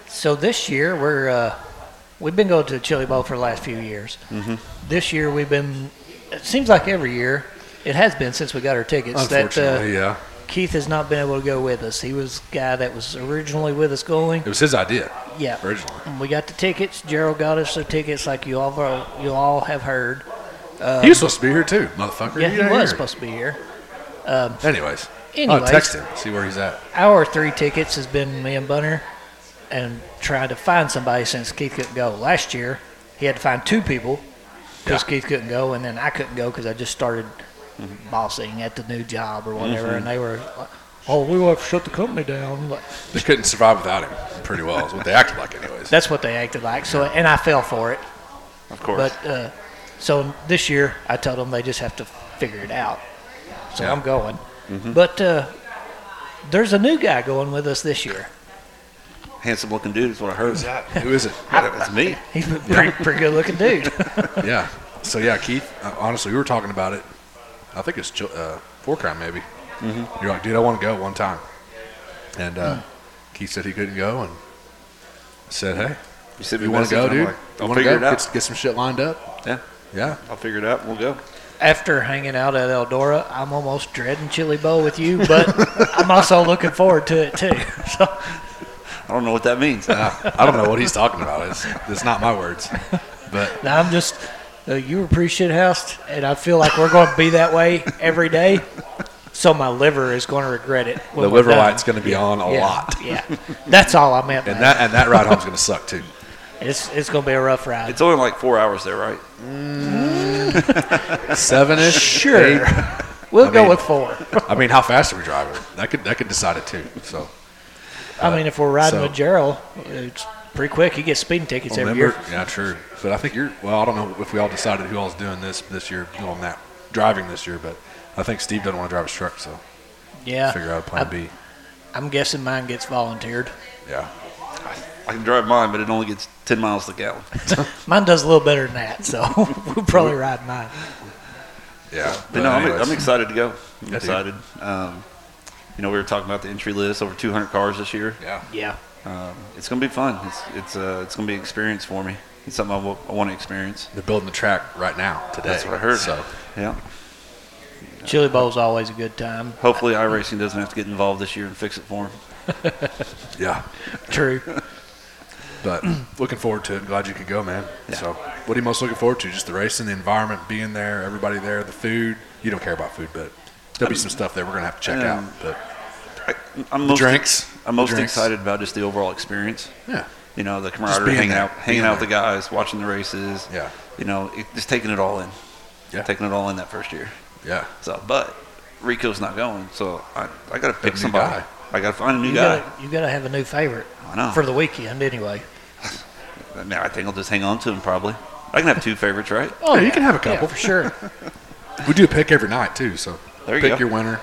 So this year we're uh, we've been going to the Chili Bowl for the last few years. This year we've been. It seems like every year it has been since we got our tickets that
Unfortunately,
uh,
yeah.
Keith has not been able to go with us. He was the guy that was originally with us going.
It was his idea
Yeah.
originally.
And We got the tickets. Gerald got us the tickets, like you all you all have heard.
he was supposed to be here too, motherfucker.
Uh, Yeah, he was
here.
supposed to be here.
Anyways, I'll
Anyways.
text him, see where he's at.
Our three tickets has been me and Bunner, and trying to find somebody since Keith couldn't go last year. He had to find two people because
Yeah.
Keith couldn't go, and then I couldn't go because I just started bossing at the new job or whatever, and they were. like, Oh, we will have to shut the company down. Like,
They couldn't survive without him. Pretty well is what they acted like, anyways.
That's what they acted like. So, and I fell for it.
Of course.
But uh, so this year, I told them they just have to figure it out. So
Yeah.
I'm going. But uh, there's a new guy going with us this year.
Handsome looking dude is what I heard.
that? Who is it?
That's me.
He's a pretty, pretty good looking dude.
yeah. So yeah, Keith. uh, Honestly, we were talking about it. I think it's Ju- uh, four crown maybe.
Mm-hmm.
You're like, dude, I want to go one time. And uh, Keith said he couldn't go, and I said, hey,
You sent me
you want to
message,
go,
I'm
dude?
like,
you
I'll
want to
figure
go?
it out.
Get, get some shit lined up.
yeah,
Yeah.
I'll figure it out. We'll go.
After hanging out at Eldora, I'm almost dreading Chili Bowl with you, but I'm also looking forward to it too. So
I don't know what that means.
Uh, I don't know what he's talking about. It's, it's not my words, but
now I'm just, uh, you were pretty shit housed, and I feel like we're going to be that way every day. So my liver is going to regret it. when
the
we're
liver
done.
light's going to be on a
yeah,
lot,
Yeah, that's all I meant. by
and that and that ride home's going to suck too.
It's it's gonna be a rough ride.
It's only like four hours there, right?
Seven ish.
sure. We'll
I
go
mean-
with four.
I mean, how fast are we driving? That could that could decide it too. So
I mean, if we're riding
so-
with Gerald, it's pretty quick. He gets speeding tickets
Well,
every year.
remember- yeah, true. But I think you're. Well, I don't know if we all decided who all's doing this this year, doing that driving this year. But I think Steve doesn't want to drive his truck, so
Yeah,
figure out a plan B.
I'm guessing mine gets volunteered.
Yeah,
I can drive mine, but it only gets 10 miles to the gallon.
Mine does a little better than that, so we'll probably ride mine.
yeah.
But no, I'm,
anyways.
I'm excited to go. I'm
Yeah, dude.
excited. Um, you know, we were talking about the entry list over 200 cars this year.
Yeah,
Yeah,
Um, it's gonna be fun. It's it's uh, it's gonna be an experience for me. It's something I want to experience.
they're building the track right now today.
That's what I heard.
So
Yeah.
Chili Bowl's always a good time.
Hopefully, iRacing doesn't have to get involved this year and fix it for him.
yeah,
True.
but looking forward to it. Glad you could go, man. So what are you most looking forward to? Just the racing, the environment, being there, everybody there, the food. You don't care about food, but there'll
Um,
be some stuff there we're gonna have to check
Yeah.
out. But
I, I'm most
drinks.
I'm most
The drinks.
excited about just the overall experience.
yeah.
You know, the camaraderie,
being
hanging
there.
out, hanging
Being
out with the
there.
guys, watching the races.
Yeah.
You know, it, just taking it all in.
Yeah.
Taking it all in that first year.
Yeah.
So, but Rico's not going, so I I gotta
new
pick somebody.
guy.
I gotta find a new
You
guy.
gotta you gotta have a new favorite
I know.
for the weekend anyway.
I mean, I think I'll just hang on to him probably. I can have two favorites, right?
Oh,
you can have a
yeah,
couple.
for sure.
We do a pick every night too, so
There you
pick
go.
your winner.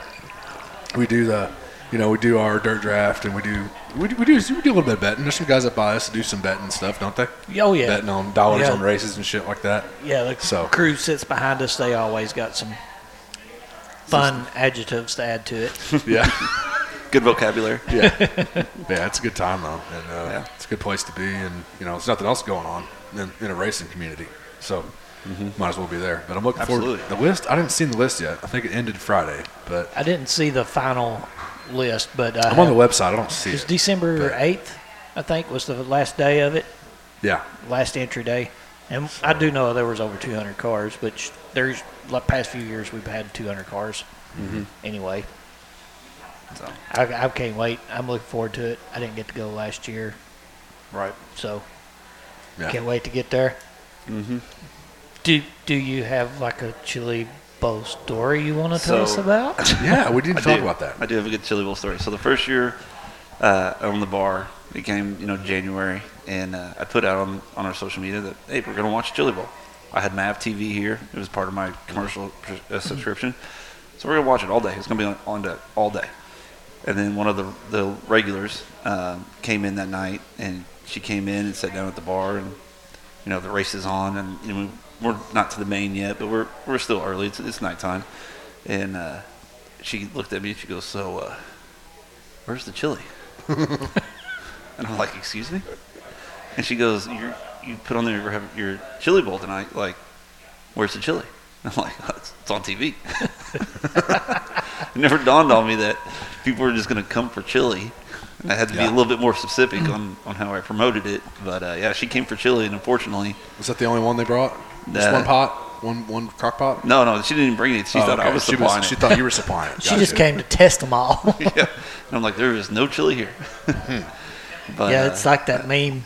We do the, you know, we do our dirt draft, and we do we do, we do we do a little bit of betting. There's some guys that buy us to do some betting stuff, don't they?
Oh yeah,
Betting on dollars
Yeah.
on races and shit like that.
Yeah, the
So-
crew sits behind us. They always got some fun adjectives to add to it.
Yeah,
Good vocabulary.
yeah, it's a good time though, and uh,
Yeah.
it's a good place to be, and you know, there's nothing else going on in, in a racing community, so might as well be there. But I'm looking forward to
Mm-hmm. Absolutely.
the list. I didn't see the list yet. I think it ended Friday, but
I didn't see the final list, but I
I'm on the
have-
website. I don't see
It was
it.
December
but-
eighth, I think, was the last day of it,
Yeah,
last entry day. And I do know there was over 200 cars, which there's like past few years we've had 200 cars. Anyway,
So,
I, I can't wait. I'm looking forward to it. I didn't get to go last year,
right.
so
yeah.
Can't wait to get there. Mm-hmm. Do Do you have like a chili bowl story you want to tell us
So-
about?
Yeah, we didn't
I
talk
do.
about that.
I do have a good chili bowl story. So the first year uh, I owned the bar, it came you know January, and uh, I put out on on our social media that hey, we're gonna watch chili bowl. I had Mav TV here. It was part of my commercial pr- uh, subscription, so we're gonna watch it all day. It's gonna be on, on deck all day. And then one of the the regulars um, came in that night, and she came in and sat down at the bar, and you know the race is on, and you know, we're not to the main yet, but we're we're still early. It's, it's nighttime, and uh, she looked at me and she goes, "So, uh, where's the chili?" and I'm like, "Excuse me." And she goes, "You you put on your your chili bowl tonight. Like, where's the chili?" And I'm like, "Oh, it's, "It's on TV." it never dawned on me that people were just going to come for chili. And I had to be
Yeah.
a little bit more specific on, on how I promoted it. But uh, yeah, she came for chili, and unfortunately,
Was that the only one they brought? Just
Nah.
one pot, one one crock pot.
no, no, she didn't even bring it. She
Oh,
thought I
okay.
was
she
supplying
was, she
it.
thought you were supplying. it.
She just
Gotcha.
came to test them all.
yeah. And I'm like, there is no chili here.
Hmm.
but,
yeah,
uh,
it's like that meme.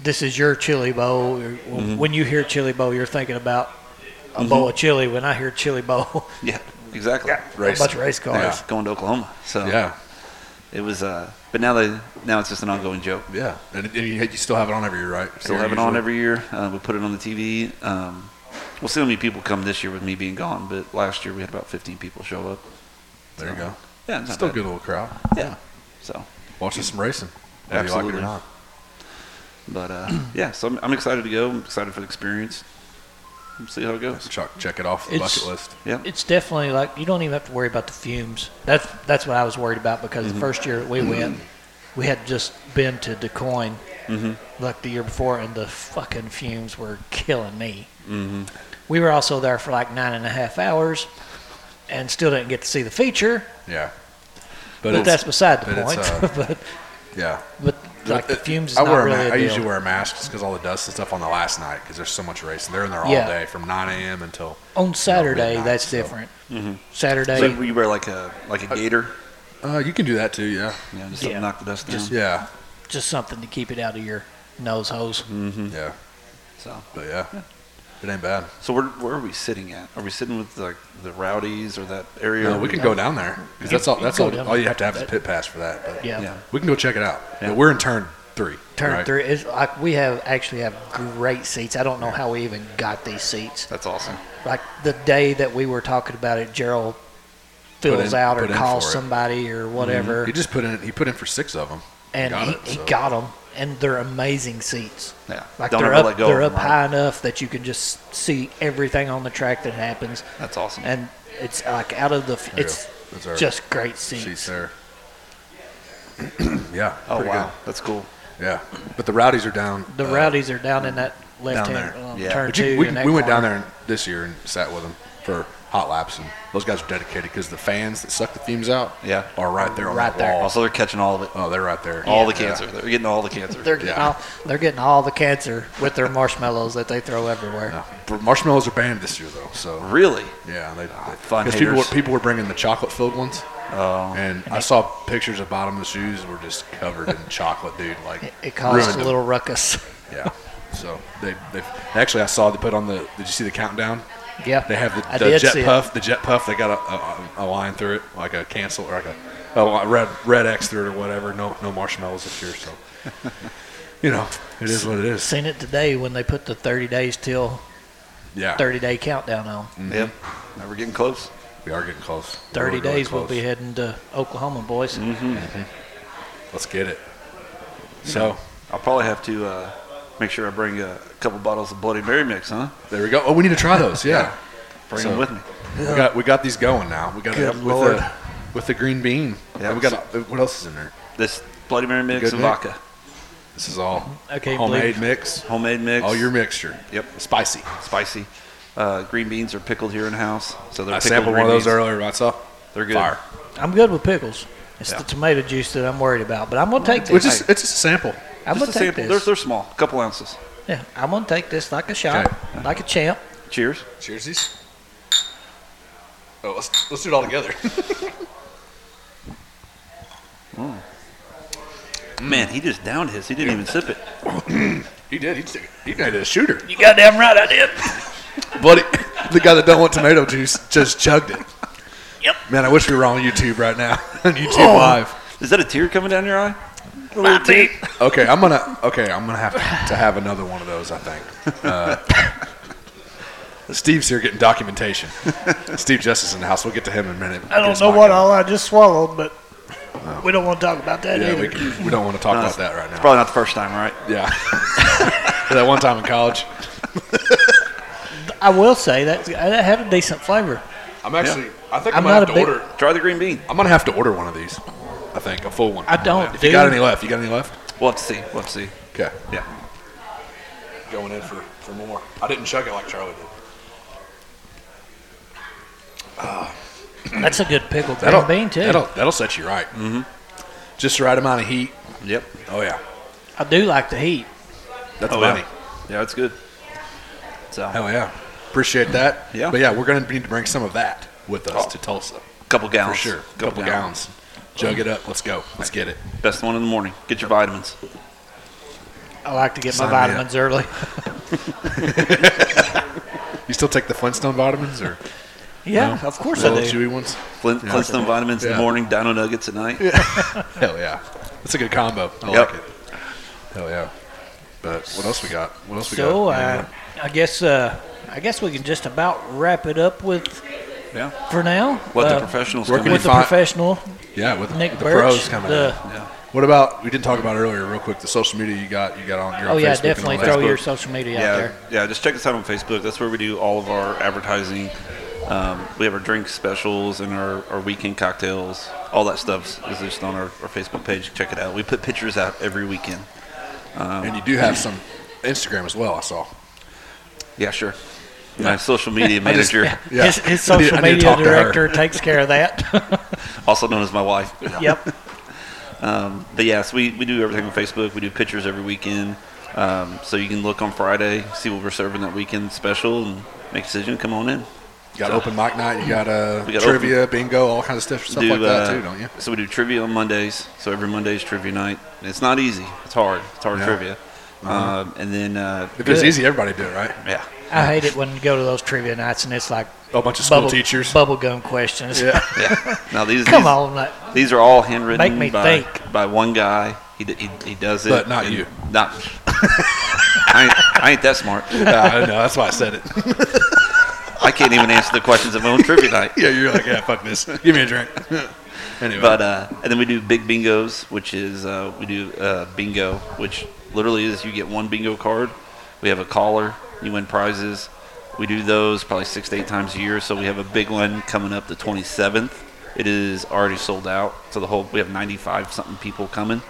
This is your chili bowl. or- When you hear chili bowl, you're thinking about a bowl of chili. When I hear chili bowl,
Yeah, exactly.
a bunch of race cars.
Yeah, going to Oklahoma. So
Oh, Yeah,
it was. Uh, but now they now it's just an ongoing joke.
yeah, and, and you, you still have it on every year, right?
Still
Your
have it on
usual-
every year. Uh, we put it on the TV. Um, we'll see how many people come this year with me being gone. But last year we had about 15 people show up.
There you go.
Yeah, it's not
Still
bad.
good little crowd.
Yeah. So,
Watching some racing. Whether You like
Absolutely.
it or not.
but uh, yeah, so I'm, I'm excited to go. I'm excited for the experience. We'll see how it goes.
Chuck, check it off the
It's-
bucket list.
Yeah.
It's definitely like you don't even have to worry about the fumes. That's that's what I was worried about because
Mm-hmm.
the first year that we went, we had just been to DeCoin
mm-hmm.
like the year before, and the fucking fumes were killing me.
Mm-hmm.
We were also there for like nine and a half hours, and still didn't get to see the feature.
Yeah.
But,
it's-
that's beside the
but it's,
point.
uh,
but
yeah.
but like the
It-
fumes is
I
not
wear a
really
ma-
a
I
deal.
usually wear a mask just because all the dust and stuff on the last night because there's so much racing. They're in there all
Yeah.
day from 9 a.m. until.
on Saturday.
midnight,
that's
so. Mm-hmm.
different. Saturday,
So you wear like a like a gator,
Uh, you can do that too, yeah.
you know, just to
Yeah.
knock the dust down.
Just-
Yeah.
just something to keep it out of your nose hose.
Mm-hmm.
Mm-hmm.
Yeah.
so.
But yeah, it ain't bad.
So where, where are we sitting at? Are we sitting with like the rowdies or that area?
Yeah, we could go down there 'cause that's all.
you
That's
go
all.
down
All you
there.
have to have is a pit pass for that. But
Yeah.
Yeah.
we can go check it out.
Yeah.
But we're in turn three.
Turn
right?
three. It's like we have actually have great seats. I don't know how we even got these seats.
That's awesome.
Like the day that we were talking about it, Gerald
Put
fills
in-
out or
put in for
calls
it. Mm-hmm.
somebody or whatever,
He just put in. He put in for six of them.
and he,
it,
he
so.
got them, and they're amazing seats.
Yeah.
Like
Don't
they're
ever
up,
let go
they're
of
up
'em, right?
high enough that you can just see everything on the track that happens,
That's awesome.
and it's like out of the. f-
you
It's
go. That's our
just great
She's
seats.
there. yeah.
oh
pretty
wow, that's cool.
good. Yeah, but the rowdies are down.
The
uh,
rowdies are down in that left hand
there.
um,
Yeah.
turn
But
two.
you, we,
in that
we went down
corner.
there and, this year and sat with them for hot laps, and those guys are dedicated because the fans that suck the themes out,
Yeah.
are right there on
Right
that
there.
wall.
Also, they're catching all of it,
Oh, they're right there.
all the
Yeah.
cancer. They're getting all the cancer.
They're getting
Yeah.
all they're getting all the cancer with their marshmallows that they throw everywhere.
Yeah. But Marshmallows are banned this year though, so
really?
yeah, they,
Ah, fun
because people were,
haters.
people were bringing the chocolate filled ones,
Oh,
and I saw pictures of bottom of the shoes were just covered in chocolate, dude. Like
It, it caused
ruined
a
them.
little ruckus.
Yeah. So they they actually I saw they put on the did you see the countdown?
Yeah,
They have
I
the, the
did
jet
see it.
puff. The jet puff. They got a, a, a line through it, like a cancel or like a, a li- red red X through it or whatever. No no marshmallows this year, so you know it is what it is.
Seen it today when they put the 30 days till
Yeah,
30 day countdown on.
yep. Now we're getting close.
we are getting close.
30
We're really
days we'll
close. Mm-hmm.
be heading to Oklahoma, boys.
Let's get it.
Mm-hmm.
So
I'll probably have to uh, make sure I bring a couple bottles of Bloody Mary mix, huh?
there we go. Oh, we need to try those. Yeah,
Bring
So-
them with me.
we got we got these going now. We got
Good
it with
Lord.
the with the green bean.
Yeah.
Yeah, we got a- what else is in there?
This Bloody Mary mix
Good
and
mix.
vodka,
This is all
I can't
homemade
believe-
mix.
homemade mix.
All your mixture.
Yep.
Spicy.
spicy. Uh, green beans are pickled here in the house, so they're
I
pickled
sampled
green
one of those
beans.
earlier. I saw.
They're good.
Fire.
I'm good with pickles. It's
Yeah.
the tomato juice that I'm worried about, but I'm gonna take this.
Which is it's just a sample.
I'm gonna
Just a
take
sample. They're,
this.
they're small, a couple ounces.
Yeah, I'm gonna take this like a shot, like a champ.
Cheers.
Cheers, these. Oh, let's let's do it all together.
Man, he just downed his. He didn't even sip it.
he did. He took, he made it a shooter.
You goddamn right, I did.
Bloody the guy that don't want tomato juice just chugged it.
Yep.
Man, I wish we were on YouTube right now on YouTube Live.
Is that a tear coming down your eye?
Okay, I'm gonna. Okay, I'm gonna have to have another one of those. I think. Uh, Steve's here getting documentation. Steve Justice in the house. We'll get to him in a minute.
I don't know what all I just swallowed, but we don't want to talk about that
Oh. Yeah,
either.
we, can- we don't want to talk about that right now.
It's probably not the first time, right?
yeah. that one time in college.
I will say that uh, that had a decent flavor.
I'm actually. I think
I'm
I'm,
not
gonna have
a
to
big-
order.
Try the green bean.
I'm gonna have to order one of these. I think a full one.
I don't,
If you got
dude.
any left, you got any left?
We'll have to see. We'll have to see.
Okay.
Yeah.
Going in for, for more. I didn't chug it like Charlie did.
That's a good pickled
That'll
green bean too.
That'll that'll set you right. Mm-hmm. Just the right amount of heat.
Yep.
Oh yeah.
I do like the heat.
That's
Oh,
money.
yeah. Yeah, it's good. So, a
Hell yeah. Appreciate that.
Yeah.
But yeah, we're gonna need to bring some of that with us
Oh.
to Tulsa
couple
for
gallons.
sure.
Couple,
Couple gallons. Jug it up. Let's go. Let's get it.
Best one in the morning. Get your vitamins.
I like to get
Sign
my
me up.
vitamins early.
You still take the Flintstone vitamins or
Yeah, of course
the
I
little
do.
chewy ones?
Flint, Flintstone vitamins in
Yeah.
the morning, dino nuggets at night.
Hell yeah. That's a good combo. I
Yep.
like it. Hell yeah. But what else we got? What else we got?
So uh, I guess uh, I guess we can just about wrap it up with
Yeah.
for now.
Let
uh,
the professionals
where
come
can
in.
with the
Fi-
professional
yeah, with
Nick
the
Birch.
pros coming
the-
in.
Yeah.
What about we didn't talk about it earlier, real quick? The social media you got, you got on. You're
Oh
on
yeah,
Facebook
definitely
And all
throw
that.
your
Facebook.
social media out
Yeah,
there.
yeah. Just check us out on Facebook. That's where we do all of our advertising. Um, we have our drink specials and our, our weekend cocktails. All that stuff is just on our, our Facebook page. Check it out. We put pictures out every weekend.
and you do have some Instagram as well. I saw.
Yeah, sure. My social media manager,
Yeah.
His, his
I need- I
social
need to
media
talk to her.
director takes care of that.
also known as my wife.
yep.
But yes, we, we do everything on Facebook. We do pictures every weekend. Um, so you can look on Friday, see what we're serving that weekend special, and make a decision. Come on in.
You got open mic night. You got, uh,
We got
trivia, bingo, all kinds of stuff, stuff like that
uh,
too, don't you?
So we do trivia on Mondays. So every Monday is trivia night. It's not easy. It's hard. It's hard
Yeah.
trivia. Um, and then uh,
If it's
good.
easy, everybody do it, right?
yeah,
I hate it when you go to those trivia nights and it's like
A bunch of school
bubble
teachers.
bubblegum questions.
Yeah.
yeah. Now these
Come
these,
on, like,
these are all handwritten
Make me
by
think.
by one guy. He, d- he, he does it,
But not
and
you.
Not I, ain't, I ain't that smart.
Yeah, I know. That's why I said it.
I can't even answer the questions of my own trivia night.
yeah, you're like, yeah, fuck this. Give me a drink. anyway,
But uh, and then we do big bingos, which is uh, we do uh, bingo, which literally is you get one bingo card. We have a caller, you win prizes. We do those probably six to eight times a year. So we have a big one coming up the 27th. It is already sold out. So the whole we have 95 something people coming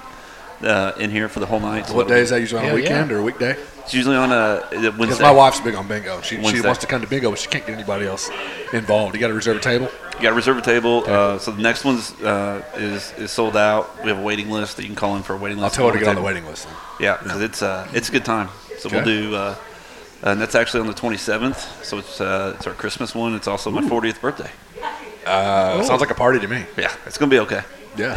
uh, in here for the whole night. So
what day is that usually on a
Hell, yeah.
weekend or a weekday?
It's usually on a Wednesday.
Because my wife's big on bingo. She, she
Wednesday.
wants to come to bingo, but she can't get anybody else involved. You got to reserve a table.
You got to reserve a table. Uh, so the next one's uh, is is sold out. We have a waiting list that you can call in for a waiting list.
I'll tell her to
Call
get on the
table.
waiting list. then.
Yeah, 'cause it's uh, it's a good time. So we'll
Okay.
do, uh, and that's actually on the 27th. So it's uh, it's our Christmas one. It's also my 40th birthday.
Uh,
Oh.
sounds like a party to me.
Yeah, it's gonna be okay.
Yeah.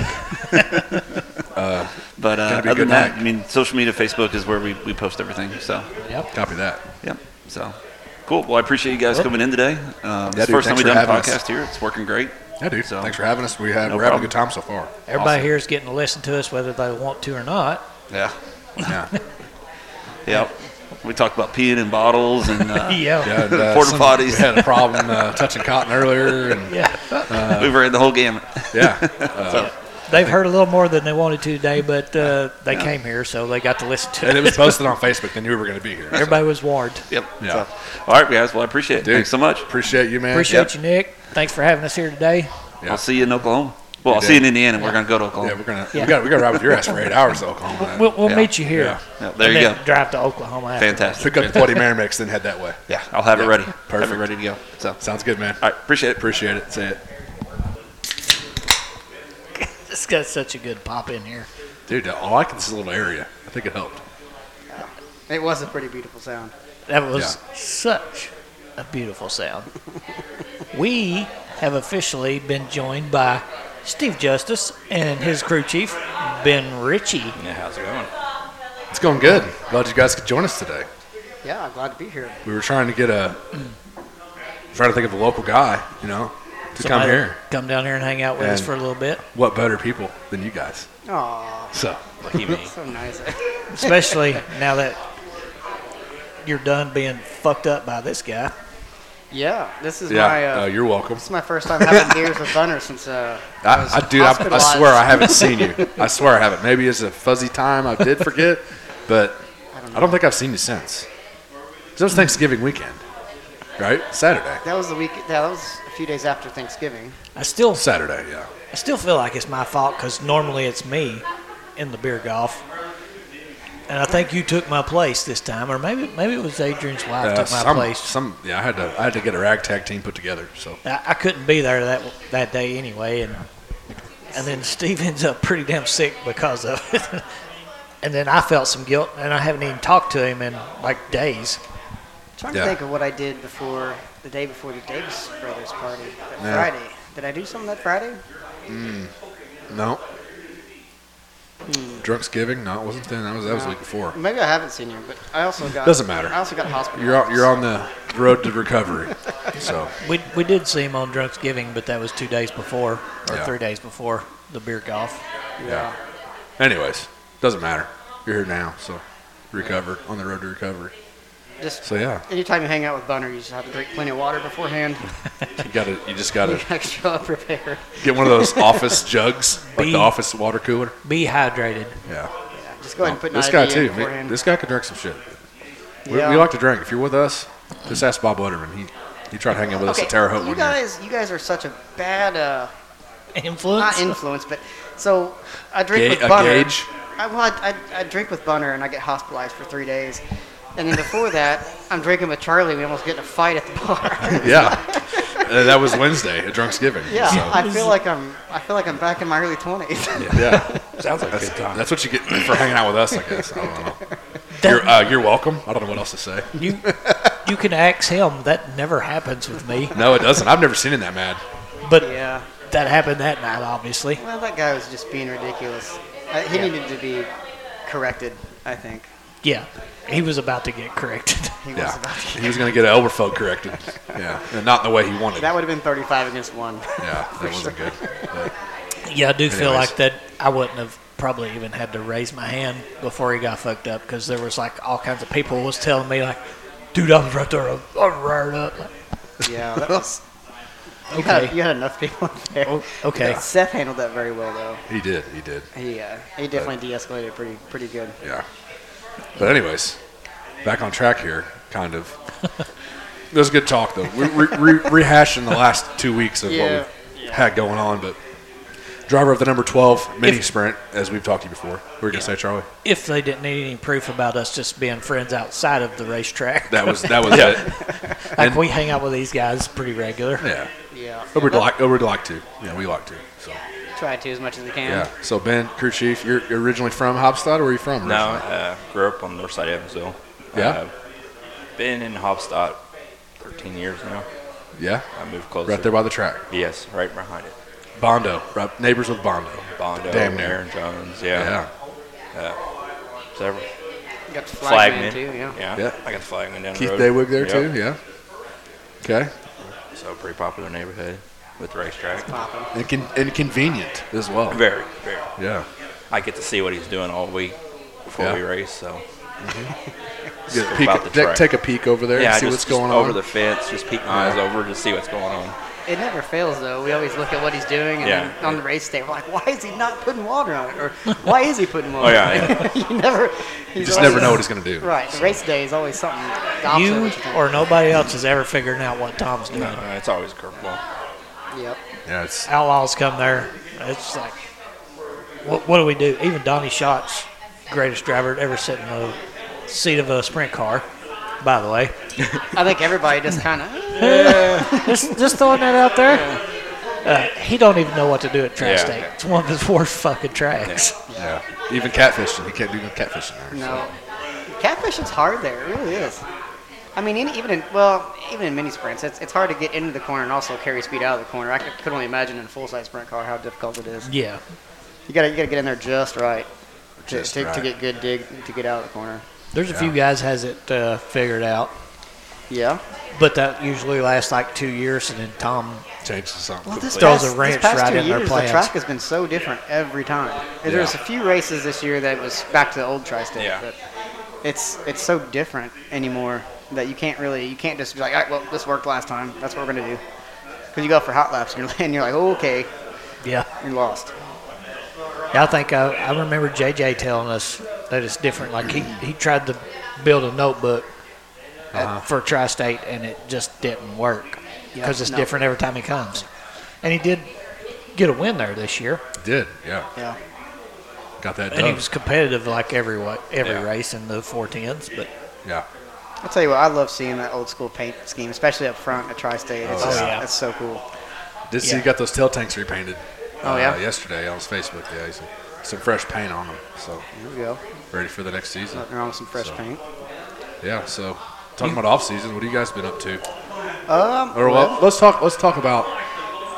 But uh,
Gonna be a
other than
good
that,
night.
I mean, social media, Facebook is where we, we post everything. So
Yep.
Copy that.
yeah, so cool. Well, I appreciate you guys
Well-
coming in today. Um,
Yeah,
it's
dude,
the first time we've
thanks for
done a
having us.
podcast here. It's working great.
Yeah, dude.
So-
Thanks for having us. We have
No
we're having
problem.
a good time so far.
Everybody
Awesome.
here is getting to listen to us whether they want to or not.
Yeah,
Yeah.
yeah. We talked about peeing in bottles and uh,
Yeah.
yeah and, uh,
Porta
some-
potties.
We had a problem uh, touching cotton earlier, and
Yeah.
we ran the whole gamut.
yeah, uh,
They've heard a little more than they wanted to today, but uh, they came here, so they got to listen to
and
it.
it was posted on Facebook. They knew we were going to be here. So,
Everybody was warned.
Yep.
Yeah.
So, all right, guys. Well, I appreciate it.
dude,
Thanks so much.
Appreciate you, man.
Appreciate you, Nick. Thanks for having us here today.
Yeah.
I'll see you in Oklahoma. Well,
You
I'll see you in
did.
Indiana. We're gonna go to
Yeah,
Oklahoma.
we're gonna
Yeah.
we got we got to ride with your ass for eight hours to Oklahoma.
We'll, we'll
Yeah.
meet you here.
Yeah, there
and
you
then
go.
Drive to Oklahoma. after.
Fantastic.
Pick up the Bloody Mary mix, then head that way.
Yeah, I'll have it
Yeah,
ready. Have
perfect.
it ready to go. So, all
Sounds good, man.
right, appreciate it.
Appreciate it. Say it,
This got such a good pop in here.
dude. I like this little area. I think it helped.
It was a pretty beautiful sound.
That was such a beautiful sound. we have officially been joined by Steve Justice and his crew chief, Ben Ritchie.
Yeah, how's it going?
It's going good. Glad you guys could join us today.
Yeah, I'm glad to be here.
We were trying to get a trying to think of a local guy, you know, to come
Somebody
here.
Come down here and hang out with us
And-
for a little bit.
What better people than you guys?
Aw,
So
Lucky me.
so nice.
Especially now that you're done being fucked up by this guy.
yeah, this is my.
yeah,
Uh,
uh, you're welcome.
this is my first time having beers with Thunder since uh,
I, I dude, I, I
hospitalized.
swear I haven't seen you. I swear I haven't. Maybe it's a fuzzy time. I did forget, but I don't, think I've seen you since. 'Cause it was Thanksgiving weekend, right? Saturday.
that was the week. That was a few days after Thanksgiving.
I still,
Saturday, yeah.
I still feel like it's my fault because normally it's me in the beer golf. And I think you took my place this time, or maybe maybe it was Adrian's wife
Uh,
took my
some,
place.
some, yeah. I had to, I had to get a ragtag team put together. So
I, I couldn't be there that that day anyway, and and then Steve ends up pretty damn sick because of it. and then I felt some guilt, and I haven't even talked to him in like days.
trying
Yeah.
to think of what I did before the day before the Davis Brothers party that
Yeah.
Friday. Did I do something that Friday?
no. Drunksgiving? No, it wasn't then. That was that was the week before.
Maybe I haven't seen you, but I also got
Doesn't matter.
I also got hospital.
You're on, you're on the road to recovery. So
We we did see him on Drunksgiving, but that was two days before or
Yeah.
three days before the beer golf.
yeah. Anyways, doesn't matter. You're here now, so recovered on the road to recovery.
Just
So yeah,
anytime you hang out with Bunner, you just have to drink plenty of water beforehand.
you gotta you just gotta
Extra prepared.
get one of those office jugs, like
Be-
the office water cooler.
Be hydrated.
Yeah.
Yeah, just go ahead and put an
this
IV
guy
in
too. man.
beforehand.
This guy could drink some shit. We,
Yeah.
we like to drink. If you're with us, just ask Bob Letterman. He he tried hanging with us
okay,
at Terre Haute
you
one year.
guys, you guys are such a bad uh,
Influence.
not influence, but so I drink
Ga-
with
a
Bunner.
gauge?
I, well, I, I, I drink with Bunner and I get hospitalized for three days, and then before that, I'm drinking with Charlie. We almost get in a fight at the bar.
Yeah. Uh, that was Wednesday at Drunksgiving.
yeah,
so-
I feel like I'm I feel like I'm back in my early twenties.
yeah.
Sounds like a good time.
That's what you get for hanging out with us, I guess. I don't know. You're, uh, you're welcome. I don't know what else to say.
you you can ask him. That never happens with me,
No, it doesn't. I've never seen him that mad.
but
yeah.
that happened that night, obviously.
Well, that guy was just being ridiculous. I, he needed to be corrected. I think
Yeah, he was about to get corrected.
he was
Yeah.
about to.
He was going to get Elberfeld corrected. Yeah. And not in the way he wanted.
That would have been 35 against one.
yeah, that wasn't good. But-
Yeah, I do feel
Anyways.
like that. I wouldn't have probably even had to raise my hand before he got fucked up because there was like all kinds of people was telling me like, "Dude, I was right there, I'm right up." Like,
yeah, that was. You,
Okay.
had, you had enough people there.
Oh, okay.
Seth handled that very well, though.
He did. He did.
He uh, he definitely de-escalated pretty pretty good.
Yeah. But anyways, back on track here, kind of. it was good talk though. We're re- re- rehashing the last two weeks of
Yeah.
what we've had going on, but driver of the number twelve mini sprint, as we've talked to you before. We were gonna say Charlie.
If they didn't need any proof about us just being friends outside of the racetrack,
That was that was it.
like we hang out with these guys pretty regular.
Yeah.
Yeah.
But we'd like, oh, we'd like to. Yeah, we like to. So
Try to as much as we can.
yeah. So Ben, crew chief, you're you're originally from Hopstad, or are you from?
No,
originally?
uh, grew up on the north side of Evansville.
Yeah?
Uh, been in Hopstock 13 years now.
Yeah.
I moved closer.
Right there by the track.
Yes, right behind it.
Bondo. Right, neighbors with Bondo.
Bondo,
Damn near.
Aaron Jones, yeah.
Yeah.
Several.
You got the flagman,
Flagman.
too. Yeah.
yeah.
Yeah.
I got the flagman down
Keith
the road.
Daywig there
Yep.
too. Yeah. Okay.
So pretty popular neighborhood with the racetrack.
Popping.
and, con- and convenient as well.
Very, very.
Yeah,
I get to see what he's doing all week before
Yeah.
we race, so.
Get a
About
peek-
the
take-
track.
take a peek over there
yeah,
and see
just,
what's
just
going
over
on.
the fence, just peek my eyes over to see what's going on.
It never fails though. We always look at what he's doing, and
Yeah.
then on the race day, we're like, "Why is he not putting water on it?" Or "Why is he putting water?"
Oh, yeah,
on it? you never.
you just never know what he's going to do.
Right. The race day is always something. the opposite of
You
what you think.
or nobody else is ever figuring out what Tom's doing.
Uh, it's always a curveball.
Yep.
Yeah, it's
Outlaws come there. It's like, what, what do we do? Even Donnie Schott's greatest driver to ever sit in the seat of a sprint car. By the way,
I think everybody just kind of.
just just throwing that out there. Uh, he don't even know what to do at track
Yeah.
state. It's one of his worst fucking tracks.
yeah. Even catfishing, he can't do no catfishing there.
No, catfishing's hard there. It really is. I mean, in, even in well, even in mini sprints, it's, it's hard to get into the corner and also carry speed out of the corner. I could, could only imagine in a full size sprint car how difficult it is.
Yeah,
You gotta you gotta get in there just right to,
Just
to, to
right.
get good dig to get out of the corner.
there's a few guys has it uh, figured out.
Yeah.
But that usually lasts like two years, and then Tom
Changes something.
Well, this
Throws
past,
a
this
wrench
past
right
two
in their
years,
plans.
The track has been so different every time. And There's a few races this year that was back to the old tri-state,
Yeah.
but it's it's so different anymore that you can't really you can't just be like, All right, well, this worked last time. That's what we're gonna do. Because you go for hot laps and you're, and you're like, oh, okay,
Yeah,
you lost.
yeah I think I, I remember JJ telling us that it's different. Like he, he tried to build a notebook at- for Tri-State, and it just didn't work because it's
no.
different every time he comes. And he did get a win there this year,
Did yeah,
Yeah.
got that
and he
done.
was competitive like every wa- every
Oh. Yeah.
race in the four tens. But
Yeah,
I'll tell you what, I love seeing that old school paint scheme, especially up front at Tri-State. It's
Oh,
just,
yeah.
it's so cool.
did see
Yeah.
you got those tail tanks repainted?
Oh,
uh,
yeah?
yesterday on his Facebook. Yeah, he's some fresh paint on them. So
Here we go.
ready for the next season.
Nothing wrong with some fresh
So-
paint.
Yeah. So talking about off season, what have you guys been up to?
Um,
Or well, let's talk. Let's talk about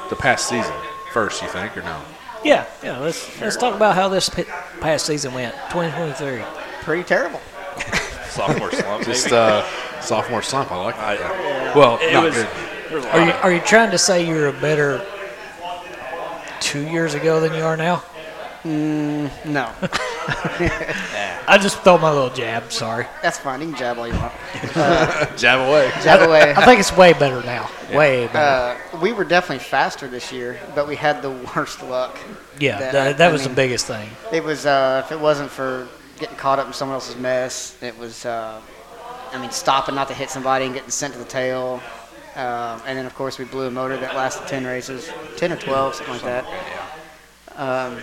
the past season first. You think or no?
yeah, yeah, let's let's talk about how this p- past season went, 2023.
pretty terrible.
sophomore slump.
Just
maybe.
uh, sophomore slump. I like that.
I-
Well,
it
not
was.
good.
There was a lot
Are you
of-
are you trying to say you're a better two years ago than you are now?
No,
I just throw my little jab. Sorry.
that's fine. You can jab all you want.
Jab away.
Jab away.
I think it's way better now. Way better.
Uh, we were definitely faster this year, but we had the worst luck.
yeah, that,
I-
that,
I
was
mean,
the biggest thing.
It was uh, if it wasn't for getting caught up in someone else's mess, it was. Uh, I mean, stopping not to hit somebody and getting sent to the tail, Um and then of course we blew a motor that lasted ten races, ten or twelve, something like that. Um,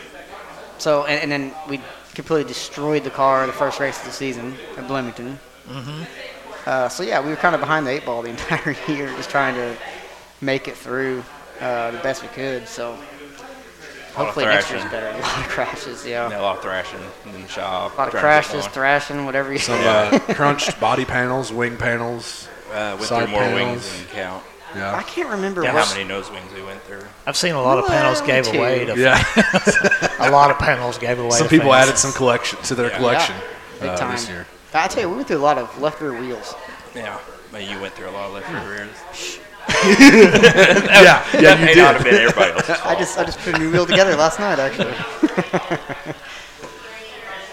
so and, and then we completely destroyed the car the first race of the season at Bloomington. Uh, so yeah, we were kind of behind the eight ball the entire year, just trying to make it through uh, the best we could. So hopefully next year's
thrashing.
better. A lot of crashes, yeah.
Yeah, a lot of thrashing in the shop.
A lot of
trying to
crashes,
get going.
thrashing, whatever you
Some uh, crunched body panels, wing panels.
Uh, went
side
through more wings
panels.
than you count.
I
Yeah.
can't remember
Yeah,
what.
how many nose wings we went through.
I've seen a lot of panels
Well,
gave
two.
away. To,
Yeah.
A lot of panels gave away.
some
to
people
fans.
added some collection to their
Yeah.
collection
Big
uh,
time.
this year.
I tell you, we went through a lot of left rear wheels.
Yeah, Hmm. but you went through a lot of left and rears.
yeah, yeah,
May not have been everybody else's
I
fault.
just I just put a new wheel together last night, actually.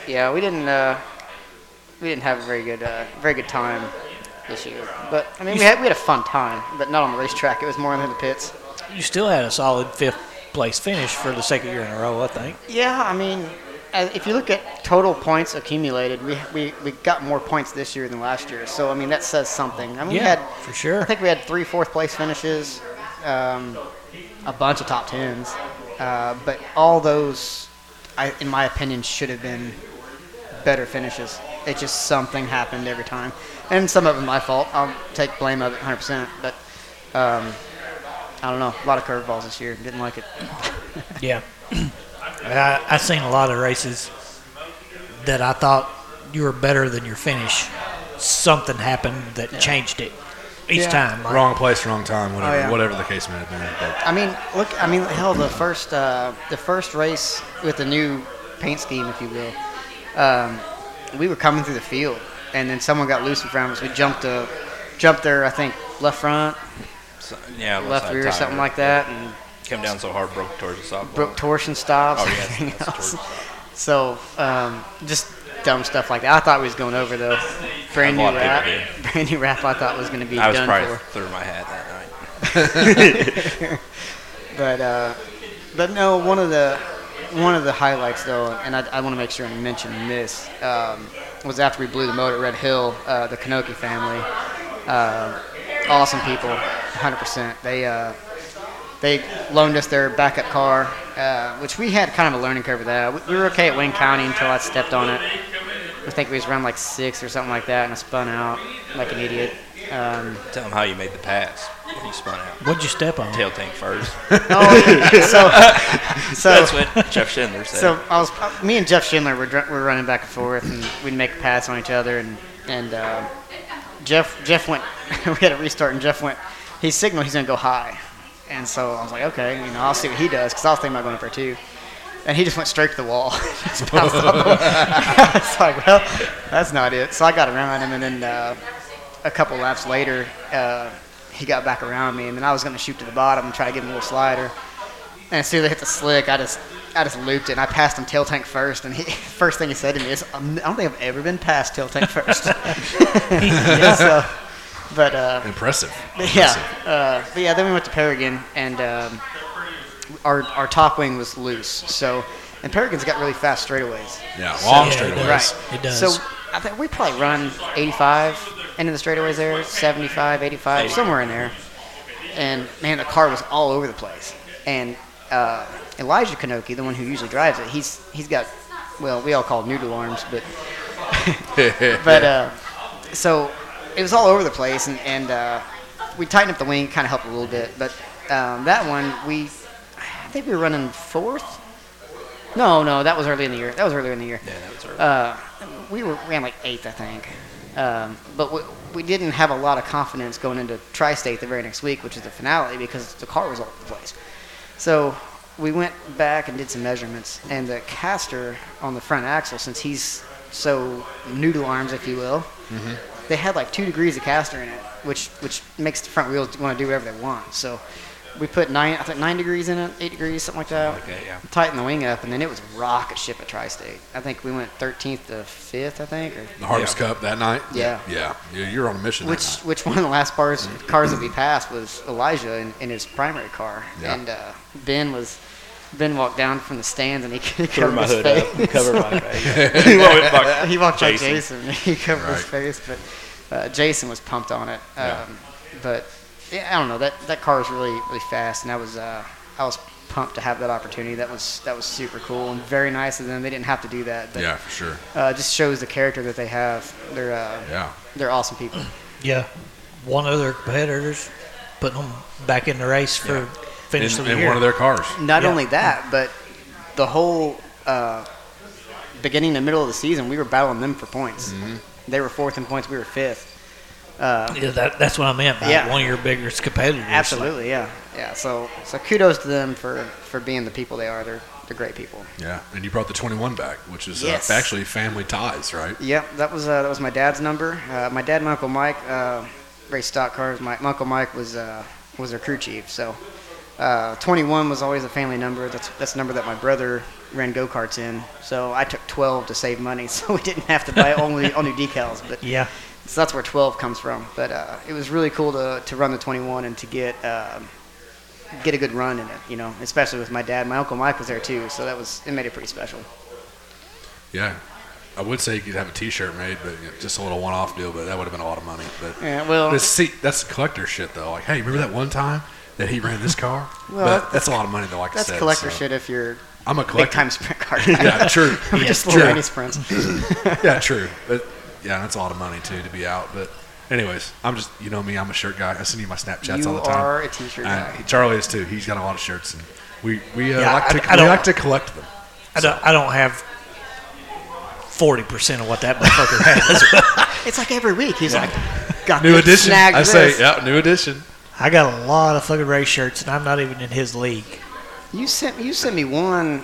yeah, we didn't uh, we didn't have a very good uh, very good time this year. But I mean, we had we had a fun time, but not on the racetrack. It was more in the pits.
You still had a solid fifth place finish for the second year in a row, I think.
Yeah, I mean, uh, if you look at total points accumulated, we, we, we got more points this year than last year. So, I mean, that says something. I mean, we
Yeah,
had,
for sure.
I think we had three fourth place finishes, um, a bunch of top tens. Uh, but all those, I, in my opinion, should have been better finishes. It just something happened every time. And some of it my fault. I'll take blame of it 100%. But um, I don't know. A lot of curveballs this year. Didn't like it.
Yeah. I, I seen a lot of races that I thought you were better than your finish. Something happened that changed it each
Yeah.
time. Like,
Wrong place, wrong time, whatever,
Oh, yeah.
whatever the case may have been. But
I mean, look. I mean, hell, the first uh, the first race with the new paint scheme, if you will, um, we were coming through the field, and then someone got loose in front of us. We jumped a, jumped their, I think, left front,
So- yeah,
left rear, something like that, and
Came down so hard, broke towards the softball.
broke torsion stops.
Oh,
and
yeah,
everything
that's
else.
torsion.
So um, just dumb stuff like that. I thought we was going over though. Brand
A
new
lot of people
wrap, brand new wrap. I thought was going to be
I was
done
probably
for.
through my hat that night.
But uh, but no, one of the one of the highlights though, and I, I want to make sure I mention this, um, was after we blew the moat at Red Hill, uh, the Kanoki family, uh, awesome people, 100%. They uh, they loaned us their backup car, uh, which we had kind of a learning curve with that. We, we were okay at Wayne County until I stepped on it. I think we was around like six or something like that, and I spun out like an idiot. Um,
Tell them how you made the pass when you spun out.
What'd you step on?
Tail tank first.
oh, so so
That's what Jeff Schindler said.
So I was, me and Jeff Schindler were, dr- were running back and forth, and we'd make a pass on each other, and and uh, Jeff Jeff went. we had a restart, and Jeff went. He signaled he's gonna go high, and so I was like, okay, you know, I'll see what he does, because I was thinking about going for two, and he just went straight to the wall. just bounced off the wall. I was like, well, that's not it. So I got around him, and then. Uh, a couple laps later, uh, he got back around me, and then I was going to shoot to the bottom and try to give him a little slider. And as soon as I hit the slick, I just I just looped it, and I passed him tail tank first. And he first thing he said to me is, "I'm- "I don't think I've ever been passed tail tank first. so, but uh,
Impressive.
but yeah, uh, but yeah. Then we went to Paragon, and um, our our top wing was loose. So, and Paragon's got really fast straightaways.
Yeah, long
Yeah, it
straightaways.
does.
Right.
It does.
So I think we probably run 85 into the straightaways there, 75, 85, somewhere in there. And man, the car was all over the place. And uh, Elijah Kanoki, the one who usually drives it, he's he's got, well, we all call it noodle arms, but but uh, so it was all over the place, and, and uh, we tightened up the wing, kind of helped a little bit. But um, that one, we I think we were running fourth. No, no, that was early in the year. That was earlier in the year. Yeah, that was early. Uh, we were ran like eighth, I think. Um, but we, we didn't have a lot of confidence going into tri-state the very next week, which is the finale, because the car was all over the place. So we went back and did some measurements, and the caster on the front axle, since he's so noodle arms, if you will, they had like two degrees of caster in it, which which makes the front wheels want to do whatever they want. So we put nine, I think nine degrees in it, eight degrees, something like that.
that, yeah.
Tighten the wing up, and then it was rocket ship at Tri-State. I think we went 13th to fifth, I think, or
The Harvest Cup that night.
Yeah.
Yeah. yeah you're on a mission.
which
that
which one of the last bars, cars that we passed was Elijah in, in his primary car,
Yeah.
and uh, Ben was Ben walked down from the stands and he, he
Cover
covered
my
his
hood
face. Uh,
up. Cover my face. he walked by
he walked by
Jason.
Jason. and He covered his
Right.
face, but uh, Jason was pumped on it. Um,
Yeah.
But yeah, I don't know. That that car is really really fast, and I was uh, I was pumped to have that opportunity. That was that was super cool and very nice of them. They didn't have to do that, but
night. Yeah, for sure.
uh, it just shows the character that they have. They're uh,
Yeah.
they're awesome people.
Yeah, one of their competitors putting them back in the race for finish
In,
of the
in
year.
one of their cars.
Not
Yeah.
only that, but the whole uh, beginning to middle of the season, we were battling them for points. They were fourth in points, we were fifth. Uh,
yeah, that, that's what I meant by
Yeah.
one of your biggest competitors.
absolutely, yeah, yeah. So, so kudos to them for for being the people they are. They're they're great people.
Yeah. And you brought the 21 back, which is
Yes.
uh, actually family ties, right?
Yep, that was uh, that was my dad's number. Uh, my dad and Uncle Mike uh, raced stock cars. My, my Uncle Mike was uh, was their crew chief. So uh, 21 was always a family number. That's that's the number that my brother ran go karts in. So I took 12 to save money, so we didn't have to buy only only decals. But
Yeah,
so that's where 12 comes from. But uh, it was really cool to, to run the 21 and to get um, get a good run in it. You know, especially with my dad. My Uncle Mike was there too, so that was it made it pretty special.
Yeah. I would say you could have a T-shirt made, but you know, just a little one-off deal. But that would have been a lot of money. But
Yeah, well-
But see, that's collector shit though. Like, hey, remember that one time that he ran this car?
Well,
but that's a lot of money though. Like
That's
I said,
collector
so.
shit if you're
I'm a
big
collector.
time sprint car.
Yeah, true.
We just
Yeah,
lower
true.
any sprints.
yeah, true. But yeah, that's a lot of money too to be out. But anyways, I'm just you know me. I'm a shirt guy. I send you my Snapchats
you
all the time.
are a t-shirt guy.
Uh, Charlie is too. He's got a lot of shirts, and we we uh,
Yeah,
like
I-
to
I
we
don't-
like to collect them.
I don't, I don't have forty percent of what that motherfucker has.
It's like every week he's like, got
New
this,
edition.
snagged
I say,
this.
yeah, new edition.
I got a lot of fucking race shirts, and I'm not even in his league.
You sent you sent me one.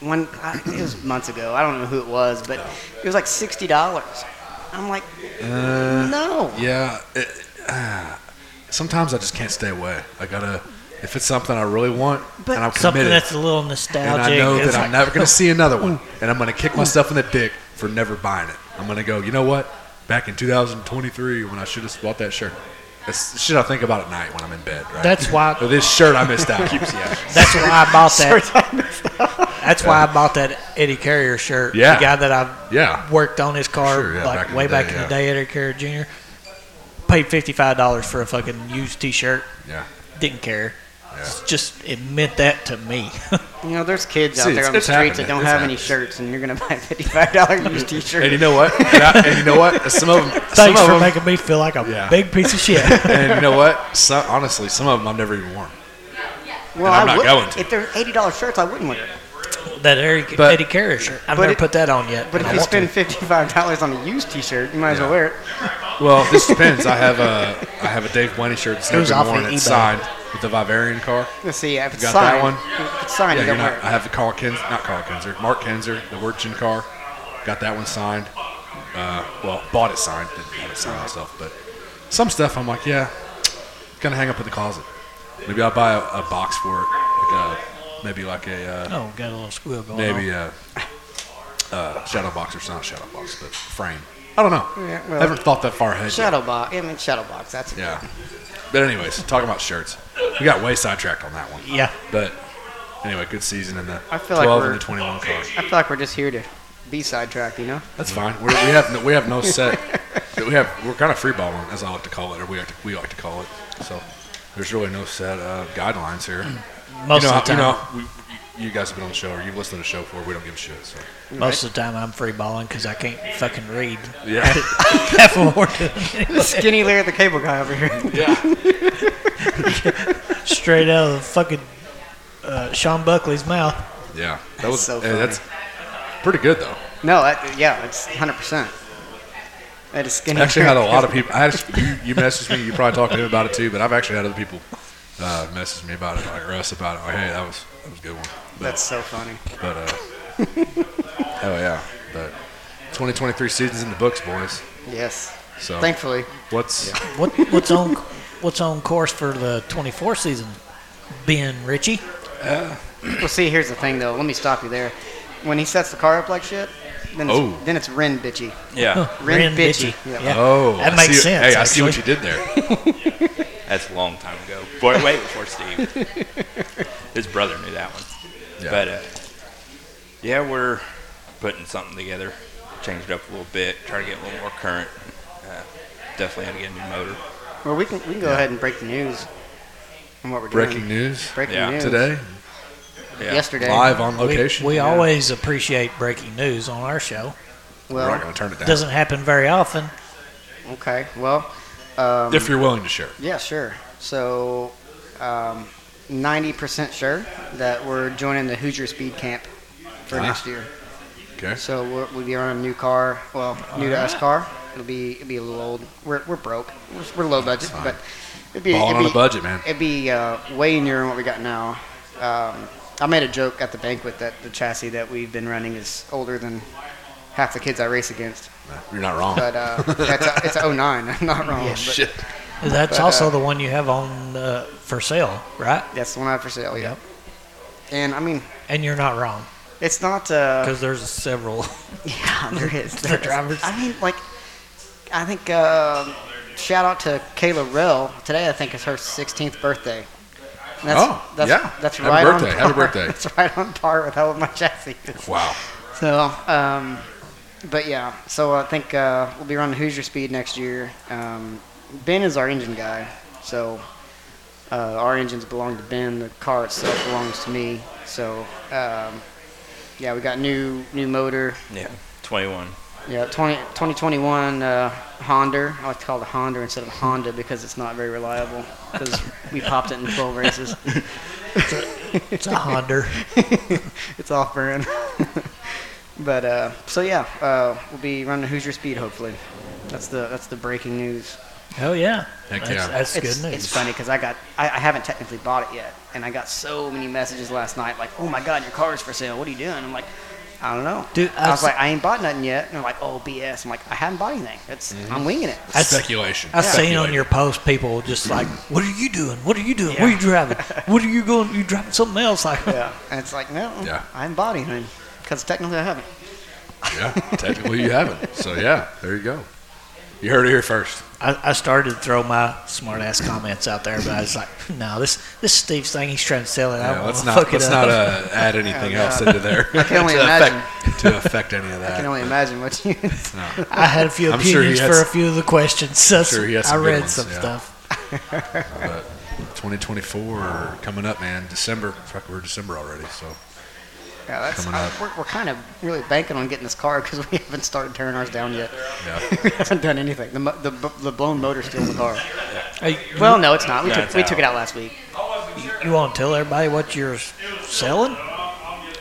One I, it was months ago. I don't know who it was, but it was like sixty dollars. I'm like,
Uh,
no.
Yeah. It, uh, sometimes I just can't stay away. I gotta if it's something I really want
But
and I'm
Something
committed,
that's a little nostalgic.
and I know that
It's
I'm
like,
never gonna see another one, and I'm gonna kick myself in the dick for never buying it. I'm gonna go. You know what? Back in 2023, when I should have bought that shirt. That's the shit I think about at night when I'm in bed. Right.
That's why-
But this shirt I missed out. Keeps
That's why I bought that. That's why I bought that Eddie Carrier shirt.
Yeah.
The guy that I
Yeah.
worked on his car
Sure, yeah,
like
back in
way
the
back
day,
in
yeah.
the day, Eddie Carrier Jr. Paid fifty five dollars for a fucking used t shirt.
Yeah.
Didn't care. It's just it meant that to me.
You know, there's
See,
kids out there
it's-
on the
it's
streets
happening.
that don't
It's
have
happening.
any shirts, and you're gonna buy a fifty-five dollar used t-shirt.
And you know what? And, I- and you know what? Some of them.
Thanks
some
for
of 'em-
making me feel like a
Yeah.
big piece of shit.
And you know what? Some, honestly, some of them I've never even worn.
well,
I'm not
would,
going to.
If they're eighty-dollar shirts, I wouldn't wear it.
that Eddie,
But-
Eddie Carrier shirt. I've
but
never
it-
put that on yet.
But
and
if
I
you
want to.
spend fifty-five dollars on a used t-shirt, you might as well
Yeah.
wear it.
Well, this depends. I have a I have a Dave Blaney shirt that's
It
never
was
been
off
worn.
of
It's
eBay.
signed with the Vivarian car.
Let's see. If it's
got that
signed,
one?
if it's signed,
yeah,
you
you're
don't
not,
wear it.
I have the Carl Kins, not Carl Kinzer, Mark Kinzer, the Wirtgen car. Got that one signed. Uh, well, bought it signed. Didn't have it signed myself, but Some stuff I'm like, yeah, gonna hang up in the closet. Maybe I'll buy a, a box for it, like a, maybe like a uh,
Oh, got a little squeal going
maybe a, a shadow box or it's not a shadow box, but frame. I don't know.
Yeah, well-
I haven't thought that far ahead.
Shadow box. I mean, shadow box. That's a
Yet. Yeah. But anyways, talking about shirts, we got way sidetracked on that one.
Yeah.
But anyway, good season in the
I feel like
12
we're-
and the 21 class.
I feel like we're just here to be sidetracked, you know?
That's fine. We're, we have no, we have no set. that we have we're kind of freeballing, as I like to call it, or we like to, we like to call it. So there's really no set uh, guidelines here.
Most
you know,
of the time,
how- you know, we, you guys have been on the show, or you've listened to the show before. We don't give a shit. So
most of the time, I'm free balling because I can't fucking read.
yeah,
That's what we're doing.
Skinny Larry the Cable Guy over here.
yeah.
Straight out of the fucking uh, Sean Buckley's mouth.
Yeah, that was
so
hey, that's pretty good though.
No, that, yeah, it's 100%. That is skinny.
I actually had
Larry
a
the
lot
Cable
of people. I just, you, you messaged me. You probably talked to him about it too, but I've actually had other people uh, message me about it, like Russ about it. Like, hey, that was that was a good one.
Guy. That's so funny.
But uh, oh yeah, but 2023 season's in the books, boys.
Yes.
So
Thankfully.
what's
What what's on what's on course for the 24 season? Ben Ritchie.
Well, see, here's the thing, though. Let me stop you there. When he sets the car up like shit, then it's,
Oh.
then it's Ren bitchy.
Yeah,
Ren bitchy. Yeah.
Yeah.
oh
that
I
makes
see-
sense.
Hey, I see what you
actually.
did there.
that's a long time ago. Boy, way before Steve. His brother knew that one.
Yeah.
But uh, yeah, we're putting something together, change it up a little bit, try to get a little more current. Uh, definitely had to get a new motor.
Well, we can, we can go ahead and break the news on what we're
Breaking
doing.
news
Breaking
Yeah.
news.
today,
Yeah.
Yesterday.
live on
We-
location.
We, always appreciate breaking news on our show.
We're not
Well,
going to turn it down
Doesn't happen very often.
okay. Well, um,
if you're willing to share.
Yeah, sure. So, um, 90% sure that we're joining the Hoosier Speed Camp for
Ah.
next year.
Okay.
So we're, we'll be on a new car. Well, new to us car. It'll be it'll be a little old. We're, we're broke. We're, we're low budget,
fine.
but it'd be
Balling
it'd
on
be,
a budget, man.
It'd be uh, way near what we got now. Um, I made a joke at the banquet that the chassis that we've been running is older than half the kids I race against.
You're not wrong.
But uh, that's a, it's a 09. I'm not wrong. but
Shit.
That's also the one you have on uh, for sale, right?
That's the one I have for sale. Yeah.
Yep.
And I mean,
And you're not wrong
It's not. Uh,
because there's several.
yeah, there is.
the
there is.
drivers.
I mean, like, I think. Um, shout out to Kayla Rell. Today, I think is her 16th birthday. And That's,
Oh,
that's,
yeah.
That's
Happy
right
birthday,
on.
happy
Par.
birthday.
That's right on par with how old my chassis is.
Wow.
So, um, but yeah. So I think uh, we'll be running Hoosier Speed next year. Um, ben is our engine guy, so uh, our engines belong to Ben. The car itself belongs to me. So um, yeah, we got new new motor.
Yeah, 21.
Yeah, 20, 2021 uh, Honda. I like to call it a Honda instead of Honda because it's not very reliable. Because we popped it in 12 races.
It's a Honda.
it's off brand. but uh, so yeah, uh, we'll be running Hoosier Speed hopefully. That's the that's the breaking news.
Oh yeah,
Heck
that's,
yeah.
that's
it's,
good news.
It's funny because I got I, I haven't technically bought it yet, and I got so many messages last night like, "Oh my God, your car is for sale. What are you doing?" I'm like, "I don't know."
Dude,
I,
I
was
s-
like, "I ain't bought nothing yet," and they're like, "Oh BS." I'm like, "I haven't bought anything. It's I'm winging it."
I s-
Speculation.
I seen on
Speculation.
your post people just like, "What are you doing? What are you doing? What are you driving? what are you going? You driving something else?" Like,
Yeah, and it's like, no,
Yeah.
I haven't bought anything because technically I haven't.
Yeah. Technically, you haven't. So yeah, there you go. You heard it here first.
I, I started to throw my smart ass comments out there, but I was like, "No, this this is Steve's thing. He's trying to sell it. I
Yeah,
don't
let's
want
not
fuck
let's
it
not
up."
uh, add anything else into there. I
can only
to
imagine.
Affect, to affect any of that.
I can only imagine what you.
I had a few
I'm sure he
opinions
had
for a
s-
few of the questions. So
sure he had
I
some good
read
ones,
some
yeah.
stuff.
2024 coming up, man. December. Fuck, we're December already. So
Yeah, that's,
Coming up.
we're, we're kind of really banking on getting this car because we haven't started tearing ours down yet.
yeah,
we haven't done anything. The, mo- the, b- the blown motor's still in the car.
Hey,
Well, no, it's not. We,
No,
took,
it's
we
out.
took it out last week
you, you want to tell everybody what you're s- selling?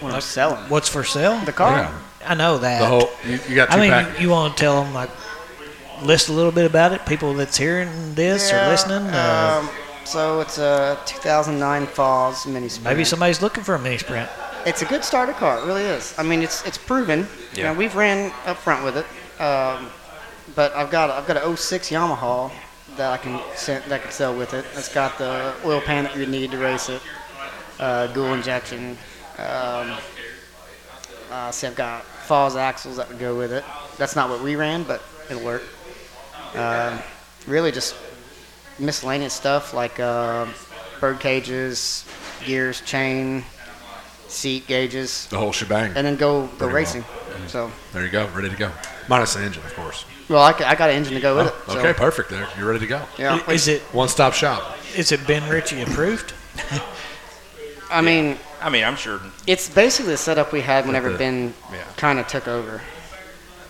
when I was selling
What's for sale?
the car.
Yeah.
I know that.
the whole you, you got two
I mean,
pack.
you want to tell them like list a little bit about it. People that's hearing this
Yeah,
or listening, uh,
Um, so it's a 2009 Falls Mini Sprint.
maybe somebody's looking for a mini sprint.
It's a good starter car. It really is. I mean, it's it's proven. You know,
Yeah.
we've ran up front with it, um, but I've got I've got a 06 Yamaha that I can send, that I can sell with it. It's got the oil pan that you need to race it, uh, dual injection. Um, uh, see, I've got falls axles that would go with it. That's not what we ran, but it'll work. Um, really, just miscellaneous stuff like uh, bird cages, gears, chain, seat gauges,
The whole shebang.
and then go go
Pretty well.
racing. So,
There you go, ready to go. Minus the engine, of course.
well, I, ca- I got an engine to go with it. So,
okay, perfect. There, you're ready to go.
Yeah.
Is it
One stop shop.
is it Ben Ritchie approved?
I mean,
I mean, I'm sure.
it's basically the setup we had whenever
the-
Ben
Yeah.
kind of took over.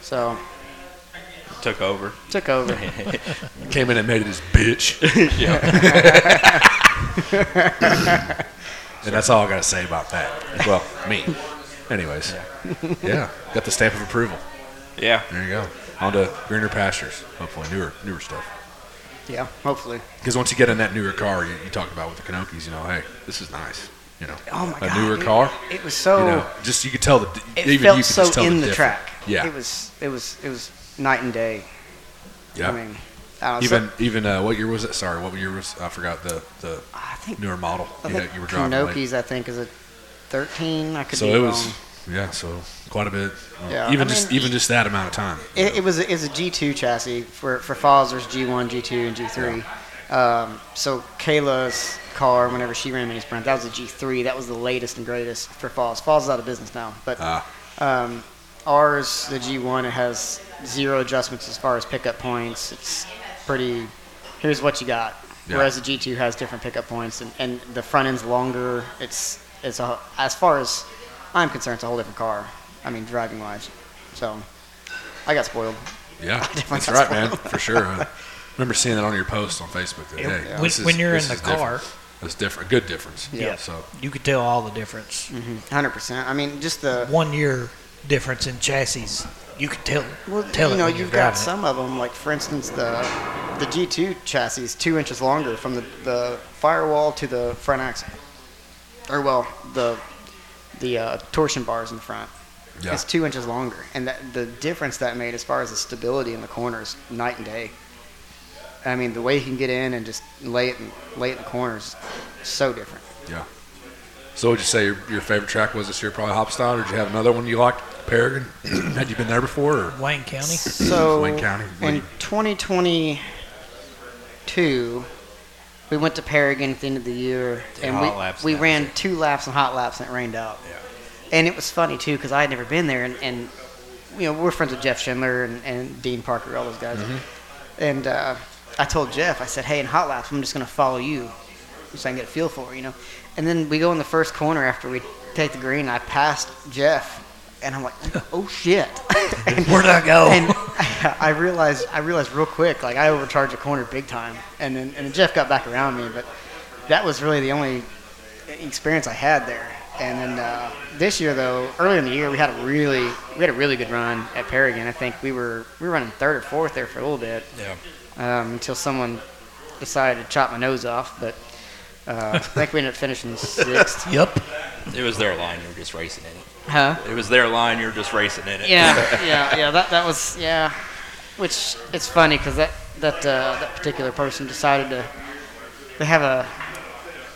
So
Took over.
took over.
Came in and made it his bitch.
yeah.
and that's all I gotta say about that. Well, me. Anyways. Yeah. Got the stamp of approval.
Yeah.
There you go. On to greener pastures. Hopefully, newer newer stuff.
yeah, hopefully.
Because once you get in that newer car, you, you talked about with the Kanokis, you know, hey, this is nice. You know,
Oh my
a
god.
newer
it-
car.
It was so.
you know, just you could tell the.
it
even
felt
you could
so
just tell
in the,
difference.
track.
Yeah.
It was. It was. It was night and day.
yeah.
I mean, I don't know,
even
so-
even uh, what year was it? Sorry, what year was I forgot the the
"Oh, I think.
newer model
I
you,
think
had- you were driving. late.
Pinocchio's, I think, is a 13. I could
So
be
it
wrong.
was yeah, so quite a bit. Uh,
Yeah, I
even just
mean-
even just that amount of time. you
It,
know.
it was a, it's a G2 chassis for for Falls. There's G1, G2, and G3. Um, so Kayla's car, whenever she ran mini sprint, that was a G3. That was the latest and greatest for Falls. Falls is out of business now, but
Ah.
um, ours, the G1, it has zero adjustments as far as pickup points. It's pretty. Here's what you got.
Yeah.
Whereas the G2 has different pickup points, and, and the front end's longer. It's it's a, as far as I'm concerned, it's a whole different car. I mean, driving wise. So I got spoiled.
yeah,
definitely
that's
got
right, man, for sure. I remember seeing that on your post on Facebook the other day.
when-
This is-
when you're
this
in the
is different.
car.
that's different. Good difference.
Yeah.
So
You could tell all the difference.
Mm-hmm. Hundred percent. I mean, just the
One year difference in chassis. You could tell.
well,
tell
you
it
know,
when you're
you've got
driving it.
some of them. Like for instance, the the G2 chassis is two inches longer from the, the firewall to the front axle, or well, the the uh, torsion bars in the front.
yeah,
It's two inches longer, and that, the difference that made as far as the stability in the corners, night and day. I mean, the way you can get in and just lay it in, lay it in the corners, is so different.
yeah. So would you say your, your favorite track was this year? Probably Hopstyle. Or did you have another one you liked? Paragon. Had you been there before? Or?
Wayne County.
So
Wayne County,
in
Wayne.
2022, we went to Paragon at the end of the year, and
hot
we
laps
we
and
ran two laps and hot laps, and it rained out.
Yeah.
And it was funny too because I had never been there, and, and you know we're friends with Jeff Schindler and, and Dean Parker, all those guys. And uh, I told Jeff, I said, "Hey, in hot laps, I'm just gonna follow you, so I can get a feel for it, you know." And then we go in the first corner after we take the green. I passed Jeff, and I'm like, "Oh shit!"
Where'd I go?
and I realized I realized real quick like I overcharged a corner big time, and then and then Jeff got back around me, but that was really the only experience I had there. And then uh, this year though, earlier in the year we had a really we had a really good run at Paragon. I think we were we were running third or fourth there for a little bit
Yeah.
um, until someone decided to chop my nose off, but. Uh, I think we ended up finishing sixth.
yep.
It was their line. You were just racing in it.
Huh?
It was their line. You were just racing in it.
Yeah, yeah, yeah. That that was yeah. Which it's funny because that that uh, that particular person decided to they have a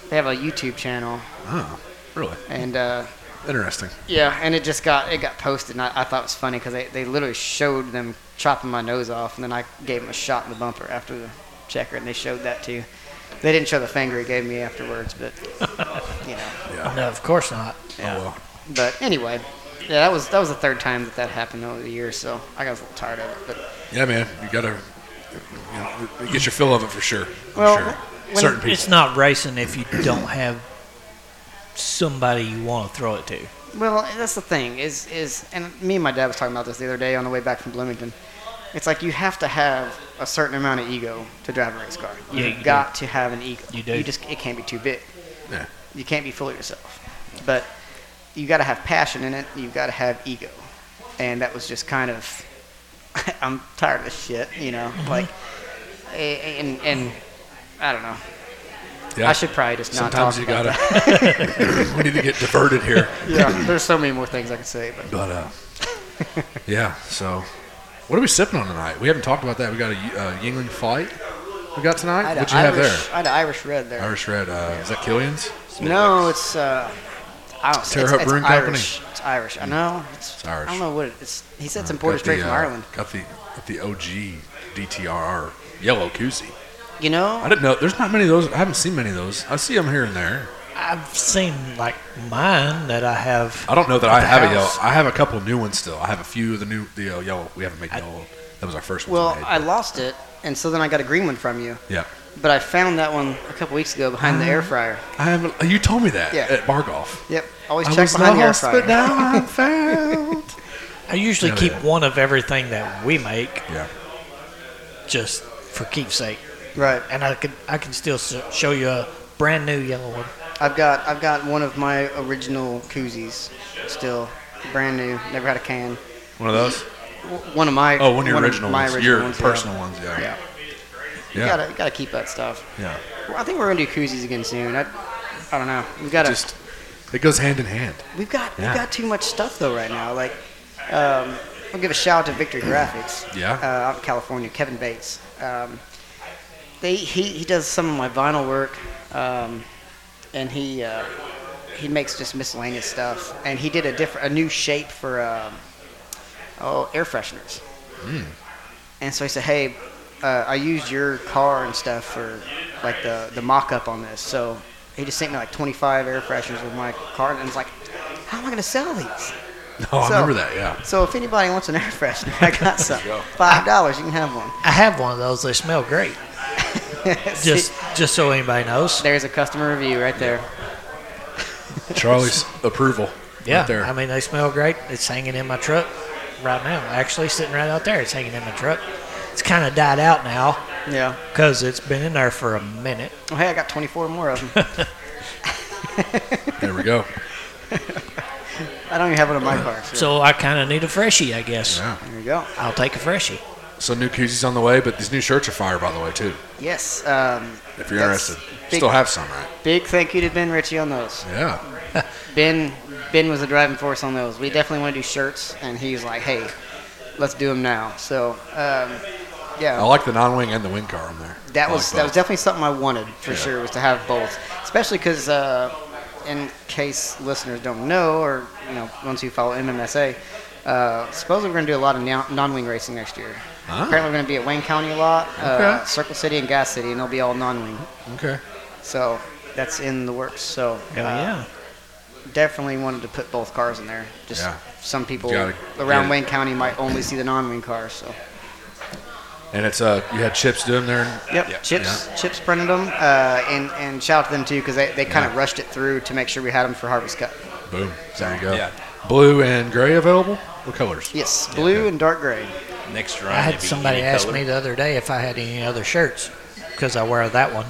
they have a YouTube channel
Oh, really
and uh,
interesting. Oh,
yeah, and it just got it got posted and I, I thought it was funny because they, they literally showed them chopping my nose off and then I gave them a shot in the bumper after the checker and they showed that too. They didn't show the finger he gave me afterwards, but you know.
Yeah.
No, of course not.
Oh well.
But anyway, yeah, that was that was the third time that that happened over the year, so I got a little tired of it. But
Yeah, man. You gotta you know, get your fill of it for sure. I'm
Well,
sure.
when-
certain people.
It's not racing if you don't have somebody you want to throw it to.
Well, that's the thing is is and me and my dad was talking about this the other day on the way back from Bloomington. It's like you have to have a certain amount of ego to drive a race car.
Yeah,
You've
you
got to have an ego.
You do.
You just it can't be too big.
Yeah.
You can't be full of yourself. But you got to have passion in it. You've got to have ego. And that was just kind of I'm tired of this shit, you know,
Mm-hmm.
like a- and and I don't know.
Yeah.
I should probably just not
Sometimes
talk
you
about
gotta. we need to get diverted here,
that. Yeah, there's so many more things I could say, but
but uh, yeah. So, what are we sipping on tonight? We haven't talked about that. We got a uh, Yingling fight. we got tonight?
I had a
What'd you have
Irish,
there?
I had an Irish red there.
Irish Red. Uh, is that Killian's?
No, it's uh, I don't.
Terre
it's,
Haute
it's
Brewing Company.
Irish. It's Irish. I know. It's,
It's Irish.
I don't know what it, it's. He said it's
Got
imported straight
the,
from
uh,
Ireland.
Got the got the OG DTRR yellow koozie.
You know,
I didn't know. There's not many of those. I haven't seen many of those. I see them here and there.
I've seen like mine that I have.
I don't know that
At
I
the
have a yellow.
house.
I have a couple new ones still. I have a few of the new the uh, yellow. We haven't made yellow. That was our first one.
well,
we made.
I lost it, and so then I got a green one from you.
yeah.
But I found that one a couple weeks ago behind
Ah.
the air fryer.
I haven't. uh, You told me that
Yeah.
at bar golf.
Yep. Always
I
check
was
behind the air
lost,
fryer.
but now I'm found.
I usually
Yeah,
keep
Oh, yeah.
one of everything that we make
yeah.
just for keepsake,
Right.
and I can I can still s- show you a brand new yellow one.
I've got I've got one of my original koozies, still brand new. Never had a can.
One of those.
W- One of my
Oh, one of your original
my
ones.
original
Your
ones, yeah.
personal ones. Yeah.
Yeah.
Yeah.
You gotta you gotta keep that stuff.
yeah.
Well, I think we're gonna do koozies again soon. I, I don't know. We've got
Just it goes hand in hand.
we've got
yeah.
we've got too much stuff though right now. Like, um, I'll give a shout out to Victory Graphics.
Yeah.
Uh, out in California, Kevin Bates. Um, they he, he does some of my vinyl work, um, and he uh, he makes just miscellaneous stuff. And he did a different a new shape for um, oh air fresheners. And so he said, hey. Uh, I used your car and stuff for like the, the mock up on this. So he just sent me like 25 air fresheners with my car, and I was like, how am I going to sell these?
Oh, I
So-
remember that. Yeah.
So if anybody wants an air freshener, I got some. Five dollars, you can have one.
I have one of those. They smell great. Just just so anybody knows.
There's a customer review right there.
Charlie's approval.
Yeah,
Right there.
I mean they smell great. It's hanging in my truck right now. Actually, sitting right out there. It's hanging in my truck. It's kind of died out now
Yeah.
because it's been in there for a minute.
Oh, hey, I got 24 more of them.
there we go.
I don't even have one in my car. So,
So I kind of need a freshie, I guess.
Yeah.
there you go.
I'll take a freshie.
So new koozies on the way, but these new shirts are fire, by the way, too.
Yes. Um,
If you're
That's
interested,
big-
still have some, right?
big thank you to Ben Ritchie on those.
Yeah.
Ben Ben was the driving force on those. We definitely want to do shirts, and he's like, hey, let's do them now. So um, yeah.
I like the non-wing and the wing car on there.
That
I
was
like
that was definitely something I wanted for
Yeah.
sure was to have both, especially because uh, in case listeners don't know or you know ones who follow MMSA, uh, supposedly we're going to do a lot of non- non-wing racing next year.
Ah.
Apparently we're going to be at Wayne County a lot, uh,
Okay.
Circle City and Gas City, and they'll be all non-wing.
Okay.
So that's in the works. So
Hell
uh,
yeah.
definitely wanted to put both cars in there. Just
Yeah.
some people
Gotta get
around
it.
Wayne County might only see the non-wing cars. So.
And it's uh, you had Chips doing there.
Yep,
Yeah.
Chips Chips printed them, uh, and and shout out to them too because they, they kind of rushed it through to make sure we had them for Harvest Cup.
Boom. There you go.
Yeah.
Blue and gray available. What colors?
Yes, blue
okay.
and dark gray.
Next round.
I had somebody ask me the other day if I had any other shirts because I wear that one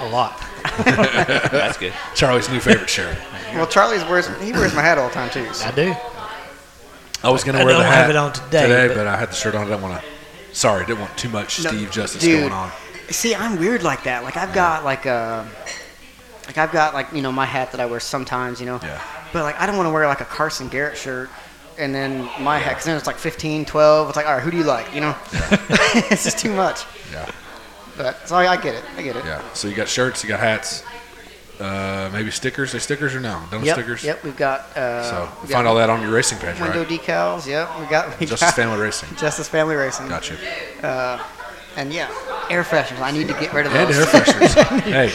a lot.
That's good.
Charlie's new favorite shirt.
Well, Charlie's wears he wears my hat all the time too. so-
I do.
I was gonna
I
wear the
don't
hat
have it on today,
but,
but-
I had the shirt on. I didn't want to. Sorry, I didn't want too much
No,
Steve Justice
dude,
going on.
See, I'm weird like that. Like I've got like a like I've got like you know my hat that I wear sometimes. You know,
Yeah.
but like I don't want to wear like a Carson Garrett shirt. And then my hat, because then it's like 15, 12. It's like, all right, who do you like? You know, it's just too much.
Yeah.
But so I, I get it. I get it.
Yeah. So you got shirts. You got hats. Uh, maybe stickers. Are stickers or no? Done with
Yep.
stickers.
Yep. We've got. Uh,
So
we've got
find all that on your racing page,
window
right?
decals. Yep, we got we
Justice
got
Family Racing.
Justice Family Racing.
Gotcha.
And yeah, air fresheners. I need to get rid of
And
those.
air fresheners. hey,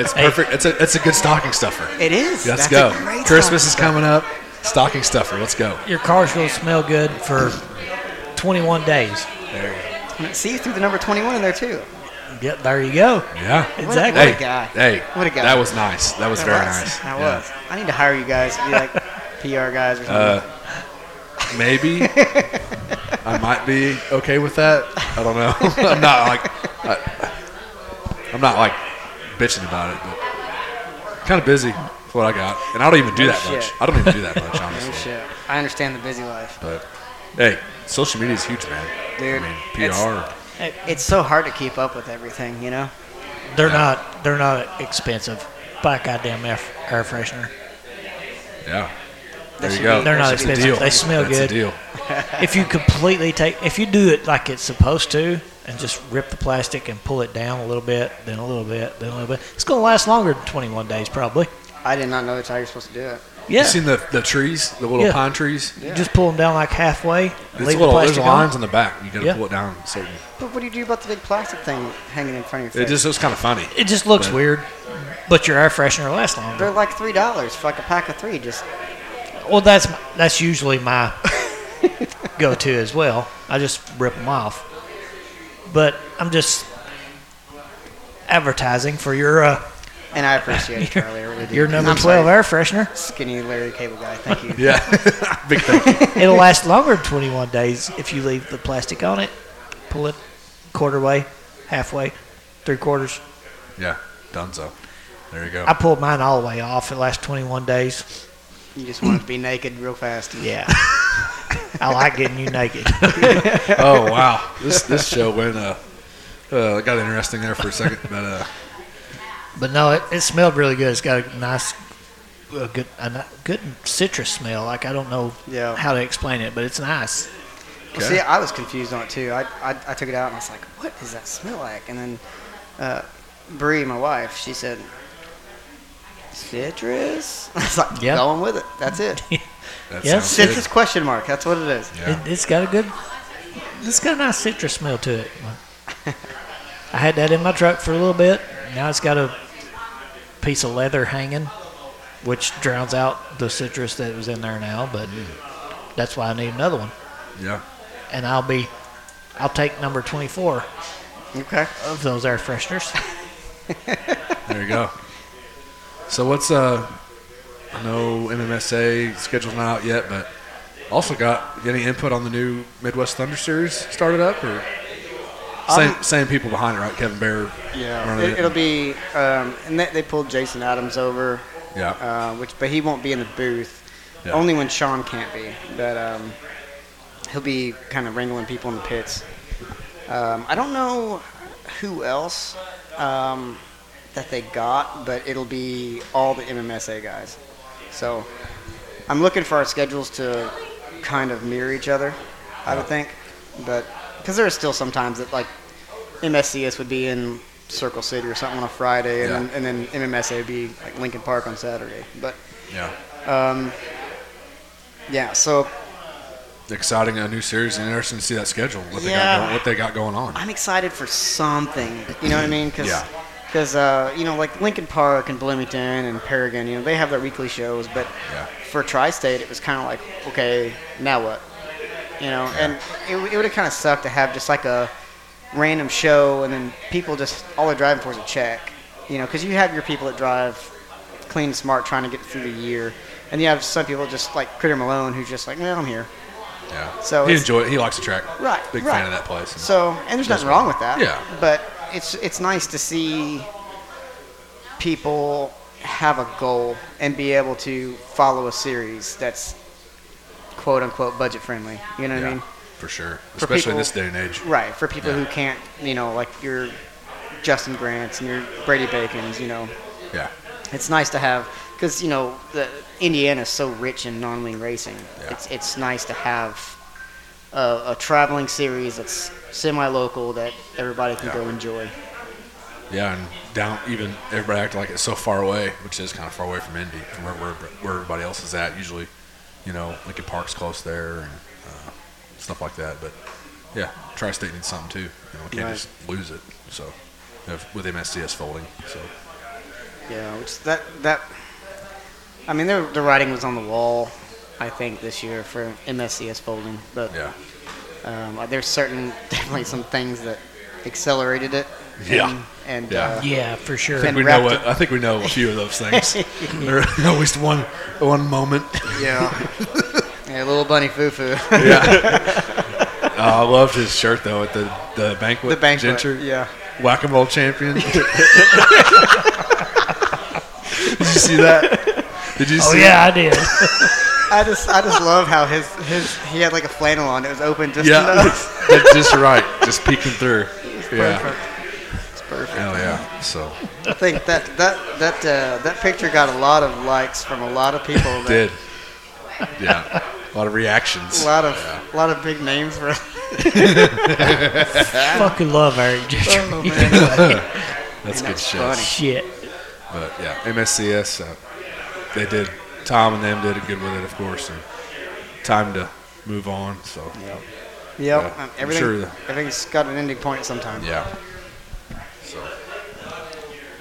it's perfect. It's a it's a good stocking stuffer.
it is.
Let's
That's
go.
A great
Christmas
song.
is coming up. Stocking stuffer. Let's go.
Your cars will smell good for 21 days.
See you through the number twenty-one in there too.
Yep, there you go.
Yeah.
Exactly.
Hey,
What a guy.
hey,
What a guy.
That was nice. That was
That
very
was.
nice.
That
Yeah.
was. I need to hire you guys to be like PR guys or something.
Uh, Maybe I might be okay with that. I don't know. I'm not like I, I'm not like bitching about it, but kind of busy. with what I got, and I don't even do
No
that much.
shit.
I don't even do that much,
Oh,
honestly.
shit. I understand the busy life,
But hey, social media is huge, man.
dude.
I mean,
It's,
PR.
it's so hard to keep up with everything, you know.
They're not they're not expensive. Buy a goddamn air, air freshener.
Yeah. There
should
you go.
be-
They're not
That's a
expensive. They smell
That's
good.
a deal.
If you completely take if you do it like it's supposed to, and just rip the plastic and pull it down a little bit, then a little bit, then a little bit. It's going to last longer than 21 days probably.
I did not know that's how you're supposed to do it.
Yeah.
You seen the, the trees, the little
Yeah.
pine trees?
You Just pull them down like halfway.
It's
leave
little,
the
there's
plastic
lines on the back. You got to
Yeah.
pull it down. So
But what do you do about the big plastic thing hanging in front of your
it
face?
just looks kind of funny.
on. It just looks weird, but your air freshener lasts longer.
They're like three dollars for like a pack of three. Just
Well, that's that's usually my go-to as well. I just rip them off. But I'm just advertising for your uh,
and I appreciate it, Charlie. I really do.
your number
I'm
12
sorry,
air freshener.
skinny Larry Cable guy. Thank you.
Yeah. Big thank you.
It'll last longer than 21 days if you leave the plastic on it. Pull it quarter way, halfway, three quarters.
Yeah. Dunzo. There you go.
I pulled mine all the way off. It lasts 21 days.
You just want to be naked real fast.
Yeah. I like getting you naked.
oh wow. This this show went uh, uh got interesting there for a second, but uh
But no, it, it smelled really good. It's got a nice, a good, a ni- good citrus smell. Like I don't know
Yeah.
how to explain it, but it's nice.
Well,
Okay.
See, I was confused on it too. I, I, I took it out and I was like, "What does that smell like?" And then uh, Bree, my wife, she said, "Citrus." I was like,
Yeah.
"Going with it. That's it.
that
Yeah,
sounds good.
Citrus question mark. That's what it is."
Yeah.
It, it's got a good, it's got a nice citrus smell to it. I had that in my truck for a little bit. Now it's got a piece of leather hanging, which drowns out the citrus that was in there now. But that's why I need another one.
Yeah.
And I'll be, I'll take number twenty-four
Okay.
of those air fresheners.
There you go. So what's uh I know MMSA schedule's not out yet, but also got any input on the new Midwest Thunder series started up or same same people behind it, right? Kevin Bear.
Yeah.
running
It, it'll be, um, and they, they pulled Jason Adams over,
Yeah.
uh, which but he won't be in the booth.
Yeah.
Only when Sean can't be. But um, he'll be kind of wrangling people in the pits. Um, I don't know who else um, that they got, but it'll be all the MMSA guys. So I'm looking for our schedules to kind of mirror each other, I would think. But because there are still some times that like MSCS would be in Circle City or something on a Friday, and,
Yeah.
then, and then MMSA would be like Lincoln Park on Saturday. But
yeah.
yeah, so
Exciting a new series and interesting to see that schedule. What they
Yeah.
got going, what they got going on.
I'm excited for something. You know what I mean? Cause,
Yeah.
'cause, uh, you know, like Lincoln Park and Bloomington and Paragon, you know, they have their weekly shows, but
Yeah.
for Tri-State, it was kind of like, okay, now what? You know, and it, it would have kind of sucked to have just like a random show and then people just all they're driving for is a check. You know, because you have your people that drive clean and smart trying to get through the year, and you have some people just like Critter Malone who's just like, well, I'm here.
Yeah.
So
he
it's-
enjoyed it. He likes the track.
Right.
Big
right.
fan of that place. And
So, and there's nothing wrong with that.
Yeah.
But it's it's nice to see people have a goal and be able to follow a series that's quote unquote budget friendly. You know what
yeah,
I mean?
for sure. Especially in
people-
this day and age.
Right. For people
Yeah.
who can't, you know, like your Justin Grants and your Brady Bacon's, you know,
Yeah.
it's nice to have because you know the Indiana's so rich in non-wing racing.
Yeah.
It's it's nice to have a, a traveling series that's semi-local that everybody can
Yeah.
go enjoy.
Yeah, and down even everybody acted like it's so far away, which is kind of far away from Indy, from where, where, where everybody else is at. Usually, you know, Lincoln Park's close there and uh, stuff like that. But yeah, Tri-State needs something too. You know, we can't
Right.
just lose it. So if- with MSCS folding, so
Yeah, which that that I mean, the the writing was on the wall. I think this year for MSCS folding, but
yeah,
um, there's certain definitely some things that accelerated it.
Yeah.
and, and
Yeah.
Uh,
yeah, for sure.
I think we know. What, I think we know a few of those things. There are at least one one moment.
yeah, yeah, little bunny foo foo.
Uh, I loved his shirt though at the the banquet.
the banquet.
Gentry.
Yeah.
Whack a mole champion. Did you see that? Did you
Oh
see
yeah, I did.
I just I just love how his his he had like a flannel on. It was open just
Yeah.
enough.
That's just right. Just peeking through. Yeah.
Perfect. It's perfect.
Hell yeah. So
I think that that that uh, that picture got a lot of likes from a lot of people. that-
did. Yeah. A lot of reactions.
A lot of a lot of big names were
Fucking love Eric Gentry.
That's good shit.
Shit.
But yeah, MSCS, uh, they did. Tom and them did good with it, of course. And time to move on. So
Yep.
Yeah,
um,
I'm
everything,
sure the-
everything's got an ending point sometime.
yeah. So,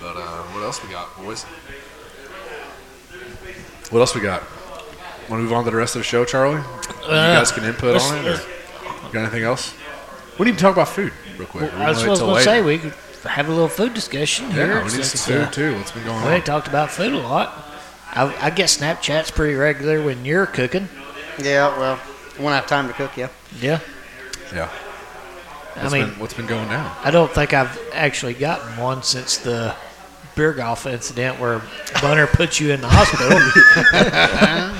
but uh, what else we got, boys? What else we got? Want to move on to the rest of the show, Charlie? you
Uh,
guys can input on it. Or got anything else? We need to talk about food real quick.
I was supposed to say we could have a little food discussion here.
Yeah, we need
since,
some food
uh,
too. What's been going
we
on?
ain't talked about food a lot. I, I get Snapchats pretty regular when you're cooking.
Yeah, well, when I have time to cook, yeah.
Yeah.
Yeah.
I
What's
mean,
been, what's been going down?
I don't think I've actually gotten one since the beer golf incident where Bunner put you in the hospital.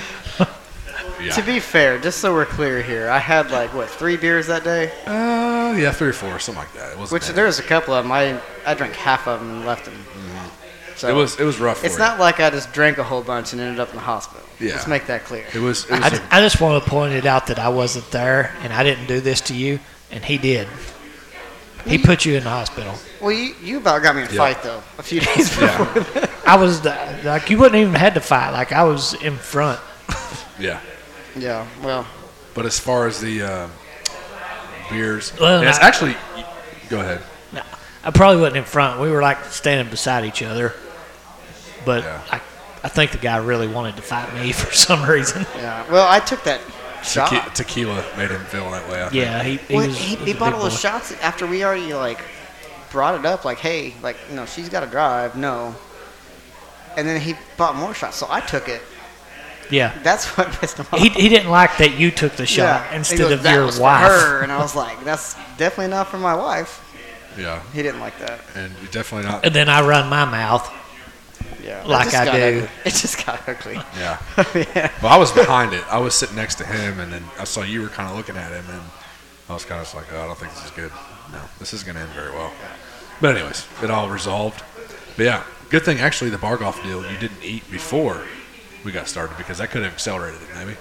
To be fair, just so we're clear here, I had like what three beers that day,
Uh, yeah, three or four, something like that. It wasn't
which
bad.
there was a couple of them. I I drank half of them and left them. So
Mm-hmm. It was it was rough.
It's
for you.
not like I just drank a whole bunch and ended up in the hospital.
Yeah.
Let's make that clear.
It was. It was
I, I just want to point it out that I wasn't there and I didn't do this to you, and he did. He put you in the hospital.
Well, you, you about got me in a fight though a few days before.
I was the, like, you wouldn't even had to fight. Like I was in front.
yeah.
Yeah. Well,
But as far as the um, beers,
Well,
and it's
I-
actually. Go ahead.
I probably wasn't in front. We were like standing beside each other, but
Yeah.
I, I think the guy really wanted to fight me for some reason.
yeah. Well, I took that shot.
Tequi- tequila made him feel that way. I think.
Yeah, he he,
Well,
was,
he,
was
he
a
bought
big
all those
boy.
shots after we already like brought it up, like, hey, like, you know, she's got to drive, no. And then he bought more shots, so I took it.
Yeah,
That's what pissed him off.
he, he didn't like that you took the
Yeah.
shot
He
instead
goes,
of
"That
your
was for
wife.
her, and I was like, that's definitely not for my wife.
Yeah.
He didn't like that.
And you definitely not.
And then I run my mouth.
Yeah, It
Like
just
I
got
do.
ugly. It just got ugly.
Yeah.
yeah.
Well, I was behind it. I was sitting next to him, and then I saw you were kind of looking at him, and I was kind of like, oh, I don't think this is good. No, this isn't going to end very well. But anyways, it all resolved. But yeah, good thing actually the bar golf deal you didn't eat before we got started because that could have accelerated it maybe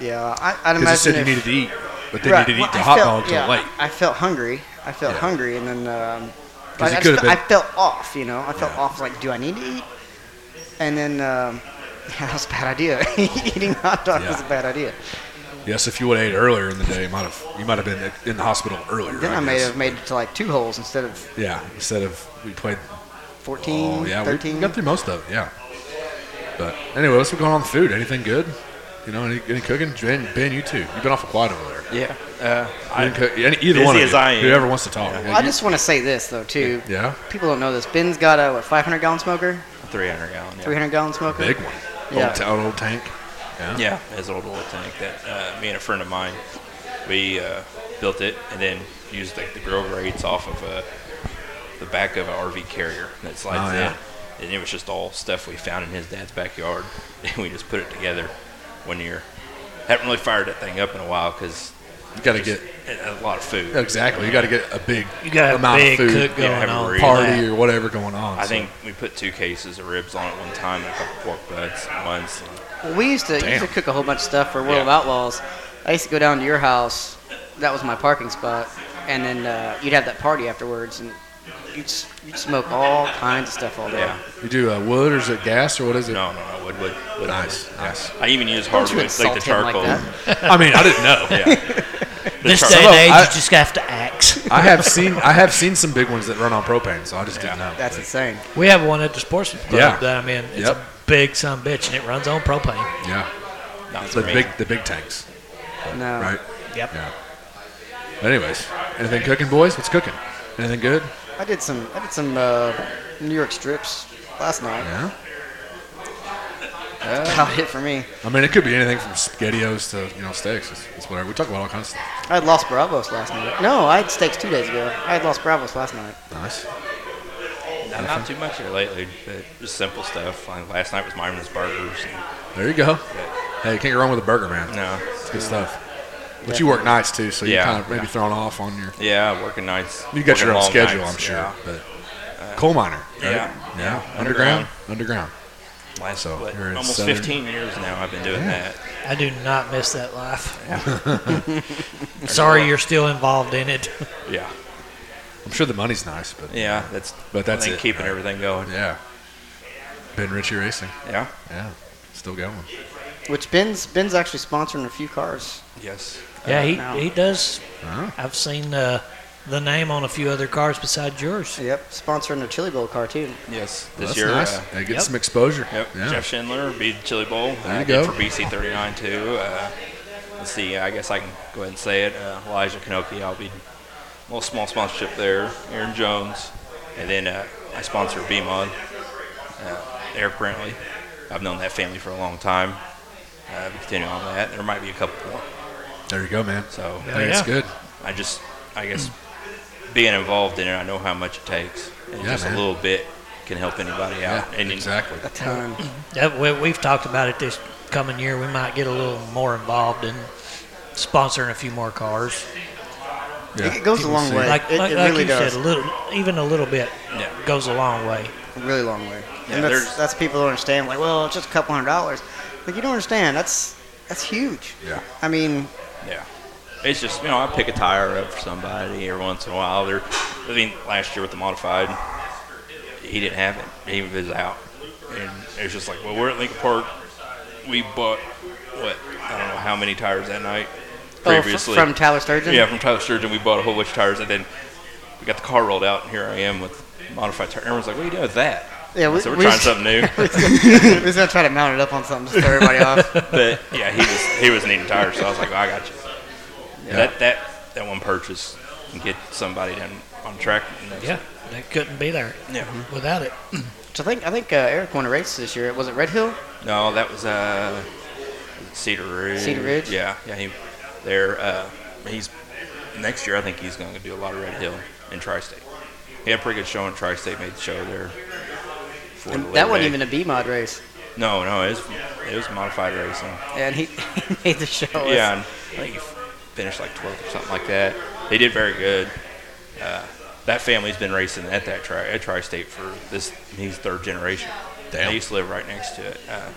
Yeah, I,
because
I'd
it
imagine
said you
if-
needed to eat, but then
Right,
you didn't
well,
eat the
I
hot
felt-
dog till
yeah,
late.
I felt hungry. I felt
Yeah.
hungry, and then um,
'Cause
I,
it
I,
could've
just, I
been-
felt off. You know, I felt
Yeah.
off. Like, do I need to eat? And then um, yeah, that was a bad idea. Eating hot dogs was
Yeah.
a bad idea.
Yes, if you would have ate earlier in the day, you might have you might have been in the hospital earlier.
Then I, may
guess.
have made it to like two holes instead of
Yeah, instead of we played.
14,
Oh yeah, we-
13.
we got through most of it. Yeah. But anyway, what's been going on with food? Anything good? You know, any, any cooking? Ben, ben, you too. You've been awful quiet over there.
Yeah. Uh,
I didn't cook, any, either one of
Busy
you,
as I am.
whoever wants to talk. Yeah,
I
you-
just want to say this though too.
yeah,
People don't know this. Ben's got a what 500 gallon smoker,
300 gallon. Yeah.
300 gallon smoker.
big one.
Yeah.
Old, ta- old tank.
Yeah, as old oil tank that uh, me and a friend of mine, we uh, built it and then used like the grill grates off of uh, the back of an RV carrier that slides
Oh, yeah.
in, and it was just all stuff we found in his dad's backyard, and we just put it together one year. Haven't really fired that thing up in a while because
You got to get
a lot of food.
exactly. You got to get a big
You got a
amount
big
of food
cook going
Yeah, have a
on.
real-
party or whatever going on.
I
so-
think we put two cases of ribs on at one time and a couple pork butts once.
Well, we used to used to
Damn.
cook a whole bunch of stuff for World of
Yeah.
Outlaws. I used to go down to your house. That was my parking spot, and then uh, you'd have that party afterwards, and you'd, s- you'd smoke all kinds of stuff all day.
Yeah.
You do uh, wood or is it gas or what is it?
No, no, no, wood, wood, wood.
Nice, nice.
I even use
Don't you
hardwood, like the
insult him like
charcoal.
that.
I mean, I didn't know.
yeah. The
This
char-
day and
Although
age,
I-
you just have to axe.
I have seen I have seen some big ones that run on propane, so I just didn't know.
That's insane.
We have one at the sportsman club
Yeah.
that I'm in. It's
Yep.
a big son of a bitch, and it runs on propane.
yeah,
Not
the
for me.
big the big tanks,
No.
Uh-huh.
right?
Yep.
Yeah. Anyways, anything cooking, boys? What's cooking? Anything good?
I did some I did some uh, New York strips last night.
Yeah.
That's about it for me.
I mean, it could be anything from spaghettios to you know steaks. It's, it's whatever. We talk about all kinds of stuff.
I had Los Bravos last night. No, I had steaks two days ago. I had Los Bravos last night.
Nice.
Not, not too much here lately, but just simple stuff. Like last night was Myron's Burgers. And,
There you go.
but
Hey, you can't go wrong with a burger, man.
no,
It's good stuff. But you work nights too, so you're
Yeah.
kind of maybe thrown off on your.
yeah, working nights.
You got
working
your own
long
schedule,
nights,
I'm sure.
yeah.
But coal miner. right?
Yeah.
Yeah.
Yeah.
Underground. Underground.
Last
So,
what,
you're in
almost
Southern-
15 years now I've been doing that.
I do not miss that life. Sorry, you're still involved in it.
Yeah.
I'm sure the money's nice, but
Yeah, that's
But that's
I think
it,
keeping
right?
everything going.
yeah. Ben Ritchie Racing,
Yeah.
yeah, still going.
Which Ben's Ben's actually sponsoring a few cars.
Yes.
Yeah, he,
No.
he does.
Huh?
I've seen uh, the name on a few other cars besides yours.
Yep, sponsoring a Chili Bowl car too.
Yes.
Well,
This
that's
year.
nice.
Uh,
They get
yep.
some exposure.
yep.
Yeah.
Jeff Schindler beat Chili Bowl.
There you
uh,
go.
Did for BC 39 too. Uh, let's see. I guess I can go ahead and say it. Uh, Elijah Kanoki. I'll be a little small sponsorship there. Aaron Jones, and then uh, I sponsor BMOD. Uh, Eric Brantley. I've known that family for a long time. Uh, we continue on that. There might be a couple more.
There you go, man.
So
I think it's
yeah.
good.
I just, I guess, being involved in it, I know how much it takes, and
Yeah,
just
man.
a little bit can help anybody
Yeah,
out. and you-
exactly.
Ton.
That, we, we've talked about it this coming year. We might get a little more involved in sponsoring a few more cars.
Yeah.
It goes a
We'll
long
see.
way.
Like,
it-
like,
it
like
really
you
does.
said, a little, even a little bit
Yeah.
goes a long way.
A really long way.
Yeah,
and that's,
there's-
that's people don't understand. Like, well, it's just a couple hundred dollars. Like, you don't understand. That's that's huge.
Yeah.
I mean,
Yeah, it's just you know I pick a tire up for somebody every once in a while. They're, I mean, last year with the modified, he didn't have it. He was out, and it's just like, well, we're at Lincoln Park. We bought what I don't know how many tires that night.
oh, f-
Previously,
from Tyler Sturgeon.
Yeah, from Tyler Sturgeon, we bought a whole bunch of tires, and then we got the car rolled out, and here I am with modified tire. Everyone's like, "What are you doing with that?"
Yeah, we-
so we're
we-
trying something new.
We're just gonna try to mount it up on something to throw everybody off.
but yeah, he was he was needing tires, so I was like, well, "I got you." That that that one purchase can get somebody down on track. And that's-
Yeah, they couldn't be there
yeah.
without it.
Which I think I think uh, Eric won a race this year. Was it Red Hill?
No, that was uh Cedar Ridge.
Cedar Ridge?
Yeah, yeah. He there. Uh, he's next year. I think he's going to do a lot of Red Hill and Tri-State. He had a pretty good show in Tri-State. Made the show there. for the
And
late
that wasn't
day.
even a B mod race.
No, no, it was it was modified racing.
And he, he made the show. as-
yeah, and I think he finished like 12th or something like that. They did very good. Uh, that family's been racing at that tri at tri-state for this. He's third generation.
Damn.
They used to live right next to it. Uh,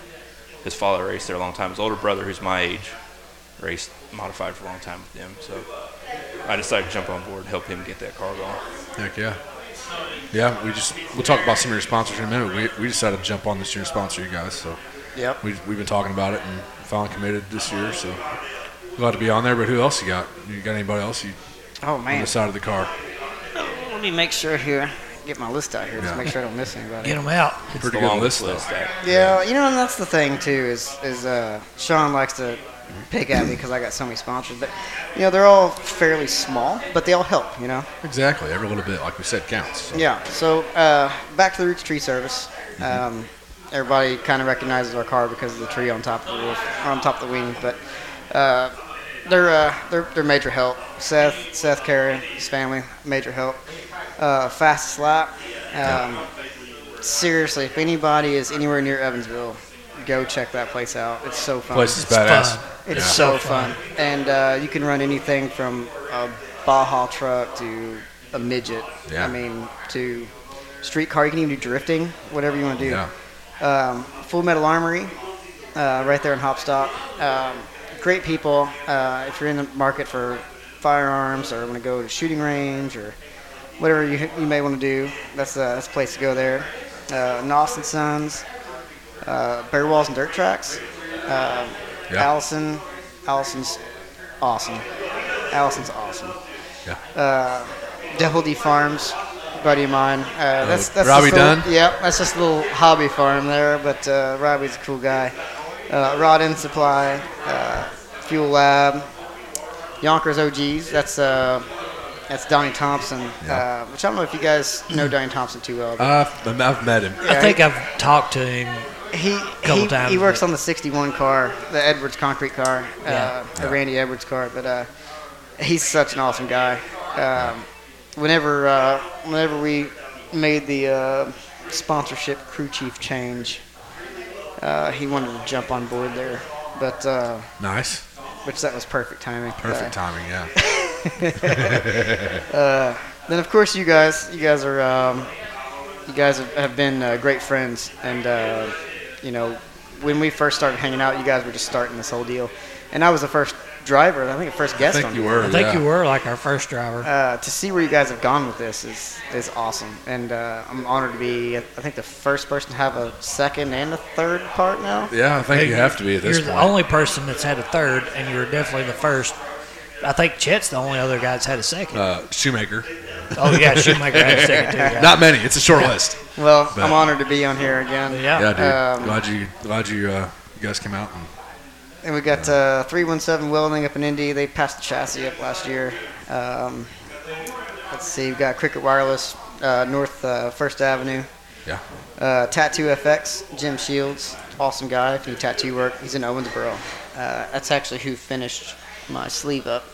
his father raced there a long time. His older brother, who's my age, raced modified for a long time with them. So I decided to jump on board and help him get that car going.
Heck yeah. Yeah, we just we'll talk about some of your sponsors in a minute. We, we decided to jump on this year and sponsor you guys, so
Yep.
we we've been talking about it and finally committed this year. So glad to be on there. But who else you got? You got anybody else you
Oh
on
man.
the side of the car?
Let me make sure here. Get my list out here. Just
Yeah.
make sure I don't miss anybody.
Get them out.
Pretty
The
good
longest
list though.
that-
Yeah, you know, and that's the thing too is is uh, Sean likes to pick at me because I got so many sponsors, but you know they're all fairly small, but they all help. You know.
Exactly, every little bit, like we said, counts. So.
Yeah. So uh, back to the Roots Tree Service. Um, everybody kind of recognizes our car because of the tree on top of the roof, on top of the wing, but. Uh, they're, uh, they're, they're major help. Seth, Seth Carey, his family, major help. Uh, fast slap. Um, seriously, if anybody is anywhere near Evansville, go check that place out. It's so fun.
place is
It's
badass.
fun.
It's
Yeah.
so fun. And uh, you can run anything from a Baja truck to a midget.
Yeah.
I mean, to street car. You can even do drifting, whatever you want to do.
Yeah.
Um, Full Metal Armory, uh, right there in Hopstock. Um, great people. Uh, if you're in the market for firearms or want to go to shooting range or whatever you, you may want to do, that's, uh, that's a place to go there. Uh, Noss and Sons, uh, Bear Walls and Dirt Tracks.
Yeah.
Allison, Allison's awesome. Allison's awesome.
Yeah.
Uh, Devil D Farms, buddy of mine. Uh, that's that's
Oh, Robbie
just a little-
Dunn?
Yep, that's just a little hobby farm there, but uh, Robbie's a cool guy. Uh, Rod End Supply, uh, Fuel Lab, Yonkers OGs. That's uh, that's Donnie Thompson.
Yeah.
Uh, which I don't know if you guys know Donnie Thompson too well. but
Uh, I've, I've met him.
I think I've talked to him.
he
couple
he,
times,
he works
but-
on the 61 car, the Edwards concrete car,
Yeah.
uh, the
Yeah.
Randy Edwards car. But uh, he's such an awesome guy. Um, whenever uh, whenever we made the uh, sponsorship crew chief change, uh, he wanted to jump on board there, but uh,
Nice,
which that was perfect timing.
perfect
Uh,
timing. Yeah,
then of course you guys you guys are um, you guys have, have been uh, great friends and. Uh, you know, when we first started hanging out, you guys were just starting this whole deal, and I was the first driver. I think the first
I
guest
think
on
you were.
I think
yeah.
you were like our first driver.
uh, to see where you guys have gone with this is is awesome, and uh, I'm honored to be. I think the first person to have a second and a third part now.
Yeah, I think you have to be at this
You're the
point.
only person that's had a third, and you were definitely the first. I think Chet's the only other guy that's had a second.
uh, Shoemaker.
oh yeah, Shoemaker had a second too. Yeah,
Not many. It's a short list.
Well,
But-
I'm honored to be on here again.
yeah.
Yeah, dude.
Um,
glad you, glad you, uh, you guys came out. And,
And we got uh, 317 Welding up in Indy. They passed the chassis up last year. Um, let's see, we've got Cricket Wireless, uh, North uh, First Avenue.
yeah.
Uh, Tattoo FX, Jim Shields, awesome guy. If you do tattoo work, he's in Owensboro. Uh, that's actually who finished my sleeve up.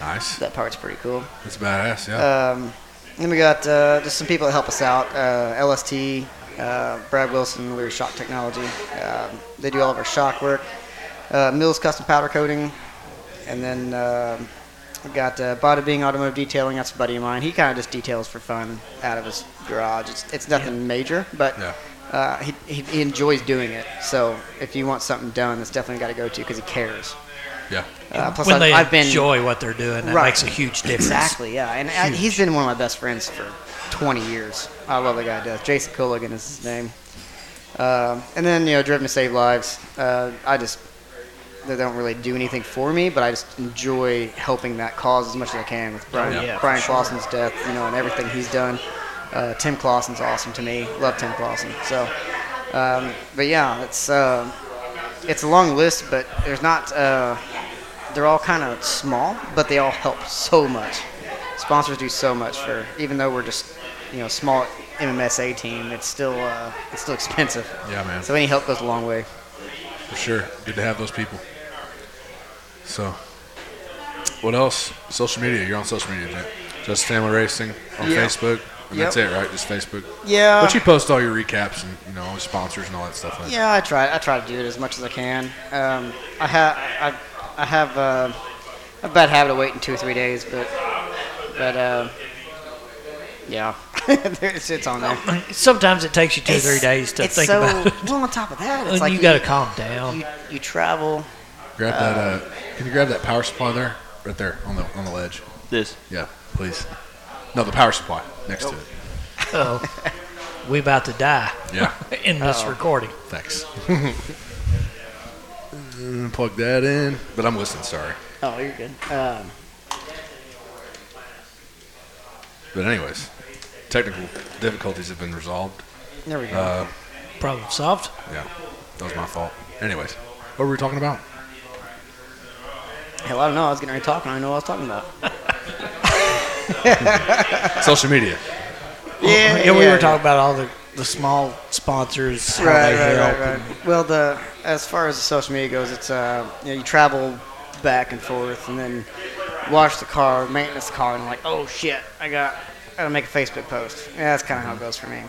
Nice.
That part's pretty cool.
That's badass. Yeah.
Um, then we got uh, just some people that help us out. Uh, LST, uh, Brad Wilson, Leary Shock Technology. Um, they do all of our shock work. Uh, Mills Custom Powder Coating, and then um we got uh, Bada Bing Automotive Detailing. That's a buddy of mine. He kind of just details for fun out of his garage. It's, it's nothing major, but.
Yeah.
Uh, he, he, he enjoys doing it, so if you want something done, that's definitely got to go to because he cares.
yeah.
Uh, plus,
when
I've,
they
I've been
enjoy what they're doing, that
Right.
makes a huge difference.
Exactly, yeah. And I, he's been one of my best friends for 20 years. I love the guy to death. Jason Culligan is his name. Um, and then, you know, Driven to Save Lives. Uh, I just, they don't really do anything for me, but I just enjoy helping that cause as much as I can with Brian,
Oh, yeah,
Brian
for sure.
Clausen's death, you know, and everything he's done. Uh, Tim Clausen's awesome to me. Love Tim Clausen. So, um, but yeah, it's, uh, it's a long list, but there's not, uh, they're all kind of small, but they all help so much. Sponsors do so much for, even though we're just, you know, small MMSA team. It's still, uh, it's still expensive.
Yeah, man.
So any help goes a long way.
For sure. Good to have those people. So, what else? Social media. You're on social media, Jack. Just Family Racing on
Yeah.
Facebook. And
Yep. Uh,
that's it, right? Just Facebook.
Yeah.
but you post all your recaps and, you know, all your sponsors and all that stuff. Like
Yeah, I try. I try to do it as much as I can. Um, I have I, I have uh, a bad habit of waiting two or three days, but but uh, yeah, it's, it's on there.
Sometimes it takes you two or
It's-
three days to
it's
think
so,
about it.
Well, on top of that, it's
And
like
you got to calm down.
you, you travel.
Grab that. Uh, can you grab that power supply there? Right there on the on the ledge.
This.
Yeah, please. No, the power supply next to it.
oh, we about to die
Yeah,
in this recording.
thanks. Mm, Plug that in. But I'm listening. Sorry.
Oh, you're good. Um,
But anyways, technical difficulties have been resolved.
there we go.
Problem solved.
Yeah, that was my fault. Anyways, what were we talking about?
Hell, I don't know. I was getting ready to talk, and I didn't know what I was talking about.
Social media.
Yeah,
Yeah, we were talking about all the, the small sponsors. how
Right,
they
right,
help.
right, right. Well, the as far as the social media goes, it's uh, you, know, you travel back and forth, and then wash the car, maintenance the car, and like, oh shit, I got, I gotta make a Facebook post. Yeah, that's kind of how it goes for me.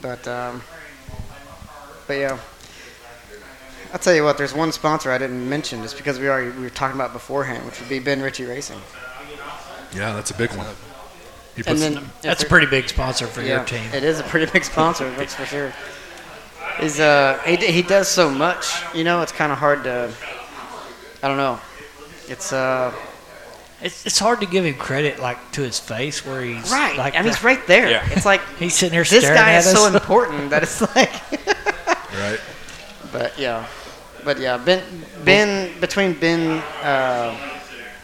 But um, but yeah, I'll tell you what. There's one sponsor I didn't mention, just because we already we were talking about beforehand, which would be Ben Ritchie Racing.
Yeah, that's a big one. He
And
puts
then if
That's a
there-
pretty big sponsor for your
yeah,
team.
It is a pretty big sponsor, that's for sure. He's uh, he, d- he does so much, you know. It's kind of hard to, I don't know. It's uh,
It's, it's hard to give him credit like to his face where he's
right.
Like
I mean,
the-
he's right there.
Yeah.
It's like
he's sitting here
this
staring
guy
at
is
us.
so important that it's like.
right.
but yeah, but yeah, Ben Ben between Ben uh,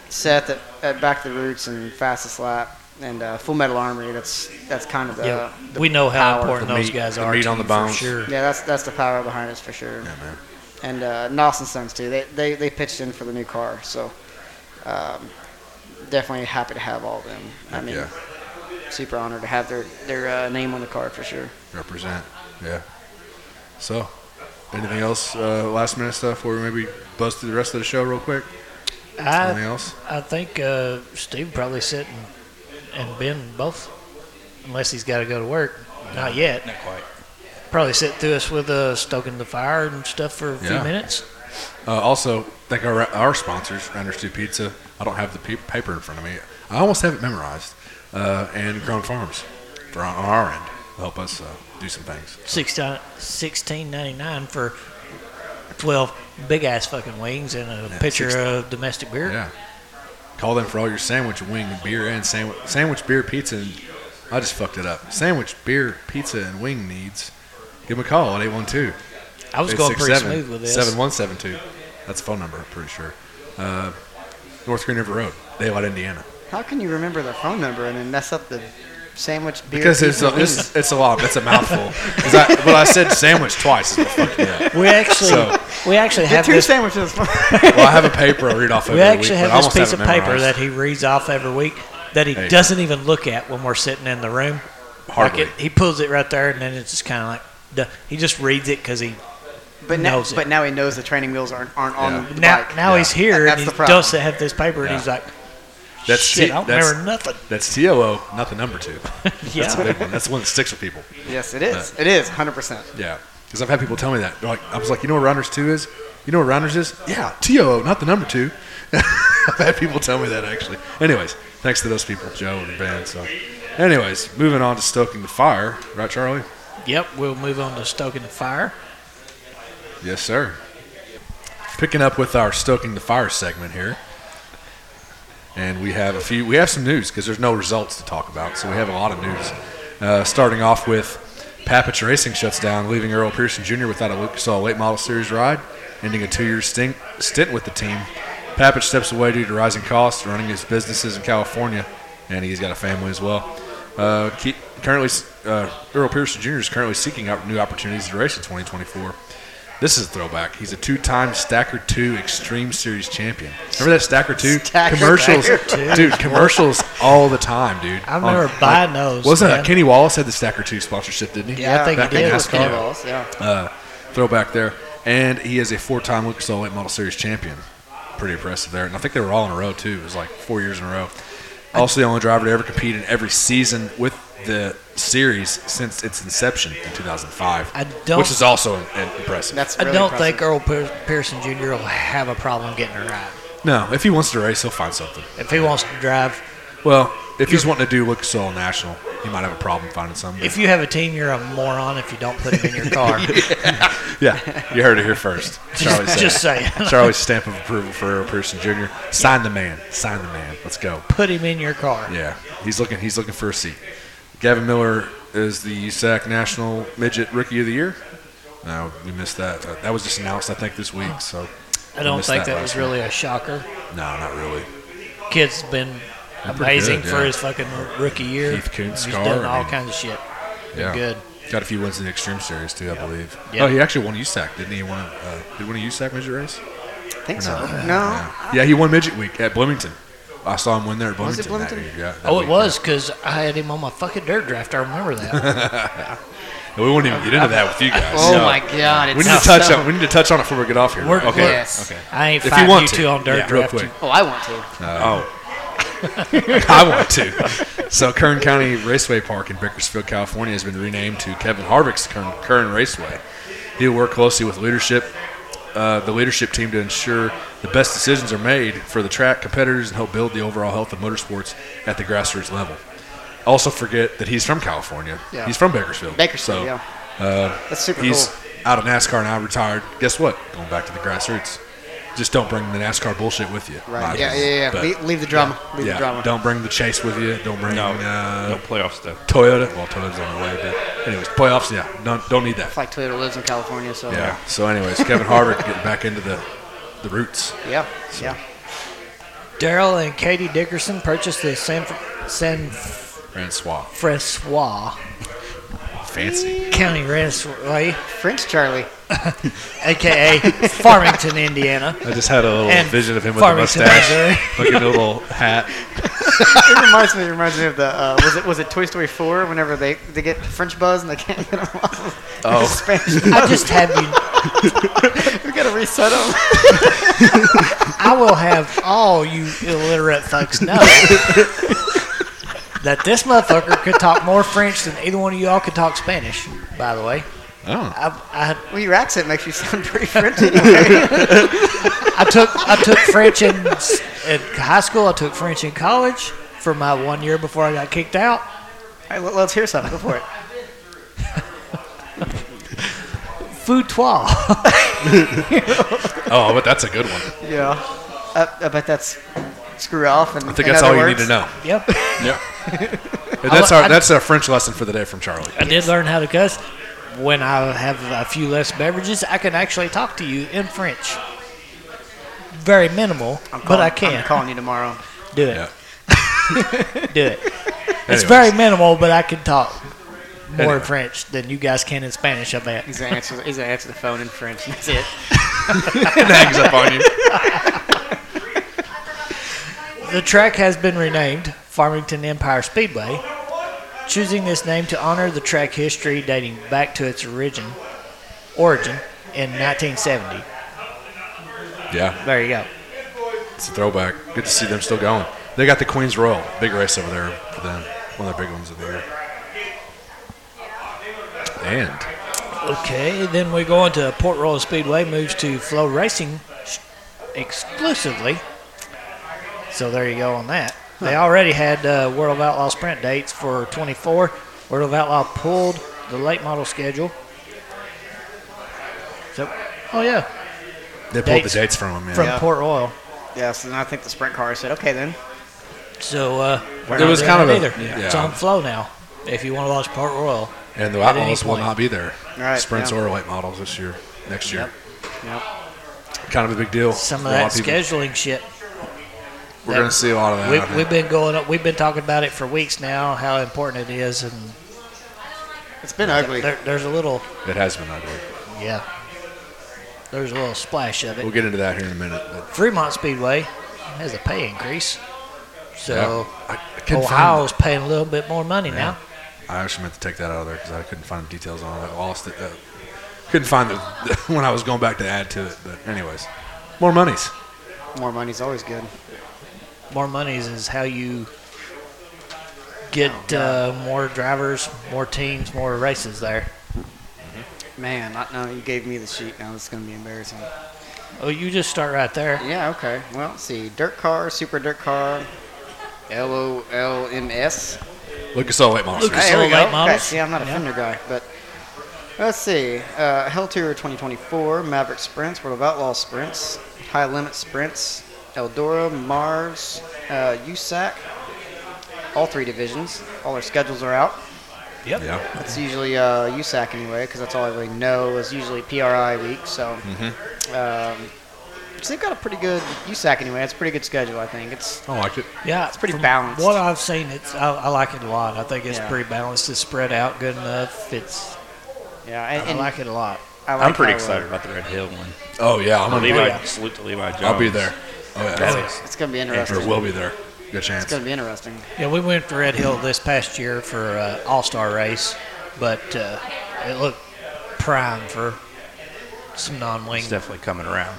Seth at, at Back to the Roots and Fastest Lap and uh, Full Metal Armory. That's that's kind of the
yeah,
the
we know how
power.
important
The
those
meat-
guys
the
are.
meat
to
on the
you
bones.
For sure.
Yeah, that's that's the power behind us for sure.
Yeah, man.
and uh, Nelson Sons too. They, they they pitched in for the new car, so um, definitely happy to have all of them. I mean,
Yeah.
super honored to have their their uh, name on the car for sure.
Represent. Yeah. So, anything else? Uh, last minute stuff, or maybe buzz through the rest of the show real quick. Anything
I,
else?
I think uh, Steve probably sit and, and Ben both, unless he's got to go to work. Not yet.
Not quite.
Probably sit through us with uh, stoking the fire and stuff for a
Yeah.
few minutes.
Uh, also, thank our our sponsors, Rounders Two Pizza. I don't have the pe- paper in front of me. I almost have it memorized. Uh, and Grown Farms, for on our end. help us uh, do some things.
sixteen ninety nine for twelve big ass fucking wings and a
Yeah,
pitcher
six-
of domestic beer.
Yeah. Call them for all your sandwich, wing, beer, and sandwich, sandwich, beer, pizza. And I just fucked it up. Sandwich, beer, pizza, and wing needs. Give them a call at 812.
I was going pretty smooth with this.
7172. That's a phone number, I'm pretty sure. Uh, North Green River Road, Daylight, Indiana.
How can you remember the phone number and then mess up the sandwich beer?
Because it's
pizza,
a,
wings?
it's, it's a lot. It's a mouthful. 'Cause I, but I said sandwich twice. Is what fucked me up.
We actually
So-
we actually
The
have
two
this
sandwiches.
Well, I have a paper I read off every
we actually
week, but I
have this
almost
piece of
have it
paper
memorized.
that he reads off every week that he
Hey.
doesn't even look at when we're sitting in the room.
Hardly.
Like it, he pulls it right there, and then it's just kind of like duh. he just reads it because he
but now,
knows it.
but now he knows the training wheels aren't aren't on
Yeah.
the
now
bike.
now
Yeah.
he's here
That-
and
that's
he
the problem.
doesn't have this paper, and
Yeah.
he's like,
That's
shit,
T-
I don't
that's-
remember nothing.
That's TOO, not the number two. That's a
Yeah,
big one. That's the one that sticks with people.
Yes, it is. It is 100. percent
Yeah, because I've had people tell me that. They're like, I was like, you know what Rounders two is? You know what Rounders is? Yeah, TOO, not the number two. I've had people tell me that actually. Anyways, thanks to those people, Joe and Van. So, anyways, moving on to stoking the fire, right, Charlie?
yep. We'll move on to stoking the fire.
Yes, sir. Picking up with our stoking the fire segment here, and we have a few. We have some news because there's no results to talk about, so we have a lot of news. Uh, starting off with Papich Racing shuts down, leaving Earl Pearson Jr. without a Lucas Oil late model series ride, ending a two-year stint, stint with the team. Papich steps away due to rising costs, running his businesses in California, and he's got a family as well. Uh, keep, currently, uh, Earl Pearson Jr. is currently seeking out new opportunities to race in 2024. This is a throwback. He's a two-time Stacker Two Extreme Series champion. Remember that Stacker Two
Stacker
commercials,
Two.
dude? Commercials all the time, dude.
I remember
On-
buying
like,
those.
Wasn't
man.
it Kenny Wallace had the Stacker Two sponsorship, didn't he?
Yeah, I think
back
he
in
did.
NASCAR.
Kenny Wallace, yeah.
Uh, throwback there, and he is a four-time Lucas Oil Late Model Series champion. Pretty impressive there, and I think they were all in a row too. It was like four years in a row. Also, the only driver to ever compete in every season with the series since its inception in 2005,
I don't-
which is also im- im- impressive.
That's
I
really
don't
impressive.
think Earl Pier- Pearson Jr. will have a problem getting a ride
No, if he wants to race, he'll find something.
if he wants to drive.
Well, if he's wanting to do Lucas Oil National, he might have a problem finding something.
If you have a team, you're a moron if you don't put him in your car.
yeah, you heard it here first. Charlie said
Just
it.
saying.
Charlie's stamp of approval for Earl Pearson Jr. Sign the man. Sign the man. Let's go.
put him in your car.
Yeah, he's looking. He's looking for a seat. Gavin Miller is the USAC National Midget Rookie of the Year. No, we missed that. Uh, that was just announced, I think, this week. So
I
we
don't
missed
think that was
last week.
really a shocker.
No, not really.
Kid's been
They're pretty
amazing
good,
for
yeah.
his fucking rookie year.
Keith Kuntz,
He's
Scar,
done
I
all
mean,
kinds of shit.
Yeah.
Good.
Got a few wins in the Extreme Series too, I believe.
Yeah.
Oh, he actually won USAC, didn't he? he won a, uh, did he win a USAC midget race?
I think so.
No.
No.
Yeah. yeah, he won midget week at Bloomington. I saw him win there at
Was it
Bloomington. that
Bloomington?
year, yeah, that
Oh, it
week,
was because I had him on my fucking dirt draft. I remember that.
yeah. We won't even get into that with you guys.
Oh
No.
my God! It's
We need
so-
to touch on. We need to touch on it before we get off here.
We're-
okay.
Yes.
Okay.
I ain't
If you
fighting you,
want to,
two on dirt
yeah, real
draft.
quick.
Oh, I want to.
oh,
I want to. So Kern County Raceway Park in Bakersfield, California, has been renamed to Kevin Harvick's Kern, Kern Raceway. He'll work closely with leadership, uh, the leadership team, to ensure the best decisions are made for the track competitors and help build the overall health of motorsports at the grassroots level. Also, forget that he's from California.
Yeah.
He's from Bakersfield.
Bakersfield.
So uh,
yeah. That's super
he's
cool.
out of NASCAR now, retired. Guess what? Going back to the grassroots. Just don't bring the NASCAR bullshit with you.
Right.
my
Yeah, yeah,
opinion.
yeah.
But-
leave, leave the drama. Leave the drama.
yeah, don't bring the chase with you. Don't bring
no,
uh,
no playoff stuff.
Toyota. Well, Toyota's on the way, but anyways, playoffs. Yeah, don't don't need that.
It's like Toyota lives in California, so
Yeah. So, anyways, Kevin Harvick getting back into the the roots.
yeah, yeah.
Daryl and Katie Dickerson purchased the San, Fr- San
Francois,
Francois
fancy.
County Raceway,
French Charlie.
aka Farmington, Indiana.
I just had a little
And
vision of him with a
Farmington,
mustache,
Missouri.
fucking little hat.
It reminds me. It reminds me of the uh, was it was it Toy Story four? Whenever they they get French buzz and they can't get them off. Oh, Spanish.
I just have you.
we gotta reset them.
I will have all you illiterate fucks know that this motherfucker could talk more French than either one of y'all could talk Spanish. By the way,
Oh,
I,
Well, your accent makes you sound pretty French anyway.
I, I took I took French in in high school. I took French in college for my one year before I got kicked out.
All right, let- let's hear something. Go for it.
foutoir.
Oh, but that's a good one.
Yeah. I, I bet that's screw off. And
I think that's all you need to know.
yep.
Yep. And that's
I-
our that's our French lesson for the day from Charlie.
I did learn how to cuss. When I have a few less beverages, I can actually talk to you in French. Very minimal, but I
I'm
can
calling you tomorrow.
do it.
Yeah.
Do it. It's
Anyways.
very minimal, but I can talk more
Anyway.
in French than you guys can in Spanish. I bet.
He's gonna answer. He's gonna answer the phone in French. That's it.
It hangs up on you.
The track has been renamed Farmington Empire Speedway, choosing this name to honor the track history dating back to its origin, origin in 1970.
Yeah,
There you go.
it's a throwback. Good to see them still going. They got the Queens Royal, big race over there for them. One of their big ones of the year. And
Okay, then we go on to Port Royal Speedway, moves to Flow Racing s- exclusively. So there you go on that. They already had uh, World of Outlaw sprint dates for 24. World of Outlaw pulled the late model schedule. So, oh yeah,
they pulled
Dates.
the dates from them. Yeah.
from
Yeah.
Port Royal.
Yeah. So then I think the sprint car said, "Okay, then."
So uh, we're
It
not
was
doing
kind
that
of a-
either.
yeah.
It's on Flow now. If you want to watch Port Royal,
and the
At any
Outlaws will
point.
not be there.
Right,
Sprints
yeah.
or late models this year, next year.
Yep.
Kind of a big deal.
some
for
of
a lot
that
people.
scheduling shit
We're going to see a lot of that.
We,
I think.
we've been going up. We've been talking about it for weeks now. How important it is, and
It's been ugly.
there, there's a little,
it has been ugly.
yeah, there's a little splash of
We'll
it.
get into that here in a minute. But
Fremont Speedway has a pay increase, so
yeah, I, I couldn't find-
Ohio's paying a little bit more money now.
I actually meant to take that out of there because I couldn't find the details on it. I lost it. Uh, couldn't find the when I was going back to add to it. But anyways, more monies.
More money's always good.
More monies is how you get uh, more drivers, more teams, more races there.
Man, I, no, you gave me the sheet. Now it's gonna be embarrassing.
Oh, you just start right there.
Yeah. Okay. Well, let's see. Dirt car, super dirt car, L O L M S.
Lucas Oil Weight Monsters.
Lucas-
Hey, there we
Solar
go.
light models.
Okay, see, I'm not a Fender guy, but let's see. Uh, Hell Tour 2024, Maverick Sprints, World of Outlaw Sprints, High Limit Sprints, Eldora, Mars, uh, USAC. All three divisions. All our schedules are out.
Yeah,
That's usually uh, USAC anyway, because that's all I really know is usually PRI week. So,
Mm-hmm.
um, so they've got a pretty good USAC anyway. It's a pretty good schedule, I think. It's
I liked it.
Yeah,
It's pretty
from
balanced.
What I've seen, it's I, I like it a lot. I think it's
Yeah.
pretty balanced. It's spread out good enough. It's
yeah, and,
I
and
like it a lot.
I like
I'm pretty
how, uh,
excited about the Red Hill one.
Oh yeah, I'm gonna.
Levi,
yeah.
salute to Levi Jones.
I'll be there. Oh
That's
yeah,
It's gonna be
or
interesting.
will be there. Good chance.
It's gonna be interesting.
Yeah, we went to Red Hill this past year for uh, All Star race, but uh, it looked prime for some non-wing.
It's definitely coming around.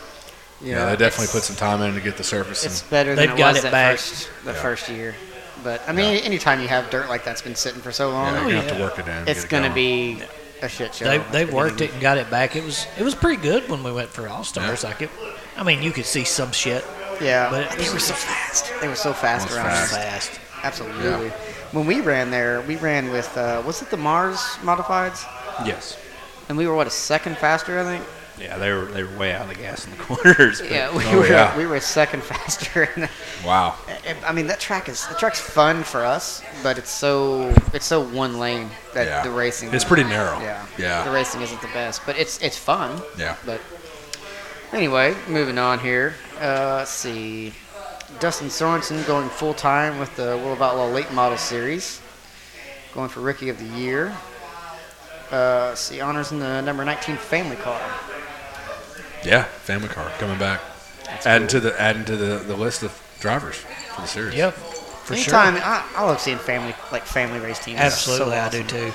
yeah, they definitely put some time in to get the surface.
It's
And,
better
They've
than it
got
was
it
that
back.
first the first year. But I mean, anytime you have dirt like that's been sitting for so
yeah,
long,
you're gonna have
Oh, yeah.
to work it in. and
oh, it's
get it
gonna
going.
be a shit show.
They
at
they
the
worked
beginning.
it and got it back. It was it was pretty good when we went for All Stars. Like it, I mean, you could see some shit
Yeah,
but it
And they
was-
were so fast. They were so fast
Was
around.
fast.
us.
fast.
Absolutely. When we ran there, we ran with uh, was it the Mars modifieds,
Yes.
and we were what a second faster, I think.
Yeah, they were they were way out of the gas in the corners. But
Yeah, we
Oh,
were
yeah.
we were a second faster. And
Wow.
I mean, that track is the track's fun for us, but it's so it's so one lane that
Yeah.
the racing.
It's pretty narrow.
Yeah. The
Yeah.
racing isn't the best, but it's it's fun.
Yeah.
But anyway, moving on here. Uh, let's see. Dustin Sorensen going full time with the World of Outlaw Late Model Series, going for Rookie of the Year. Uh, let's see honors in the number 19 family car.
Yeah. Family car coming back. Adding to the adding to the, the list of drivers for the series.
Yep, for
Anytime
sure.
I, I love seeing family like family race teams. It's
Absolutely,
so
I do
awesome.
too.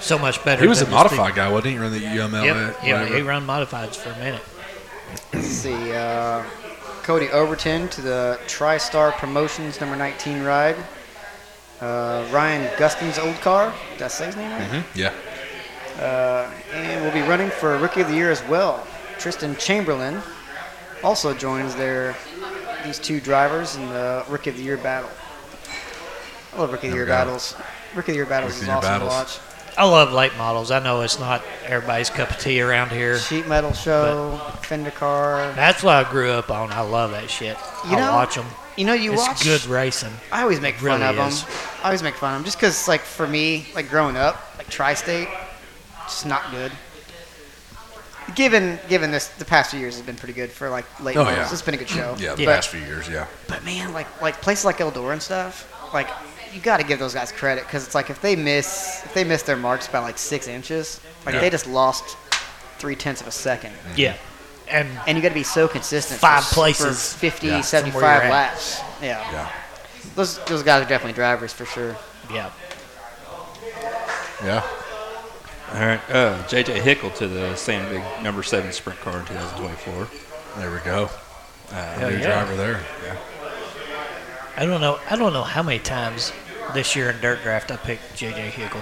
So much better.
He was a
than just the-
modified guy, wasn't he? Run the UMLA.
Yep, yeah,
whatever.
he ran modifieds for a minute.
Let's see. Uh, Cody Overton to the TriStar Promotions number 19 ride. Uh, Ryan Gustin's old car. Did I say his name right?
Yeah.
Uh, and will be running for Rookie of the Year as well. Tristan Chamberlain also joins their these two drivers in the Rookie of the Year battle. I love Rookie of the Year
There we go.
battles. Rookie of the Year battles
Rookie of
is
the Year
awesome
battles.
to watch.
I love late models. I know it's not everybody's cup of tea around here.
Sheet metal show, fender car.
That's what I grew up on. I love that shit.
You
I
know,
watch them.
You know, you
it's
watch.
good racing.
I always make fun
Really
of 'em. of
is.
them. I always make fun of them just because, like, for me, like growing up, like tri-state, just not good. Given given this, the past few years has been pretty good for like late
Oh,
models.
yeah.
It's been a good show.
Yeah, the
Yeah.
past few years, yeah.
But man, like like places like Eldora and stuff, like you got to give those guys credit because it's like if they miss if they miss their marks by like six inches, like
Yeah.
they just lost three tenths of a second,
Yeah, and
and you got to be so consistent.
Five
for,
places
for 50,
Yeah.
from where
75
you're at.
laps. Yeah.
Yeah.
those those guys are definitely drivers for sure.
yeah,
Yeah.
All right, uh, JJ Hickle to the Sandvig number seven sprint car in 2024.
There we go.
Uh,
Hell
New
yeah.
driver there.
I don't know. I don't know how many times this year in dirt draft I picked JJ Hickle.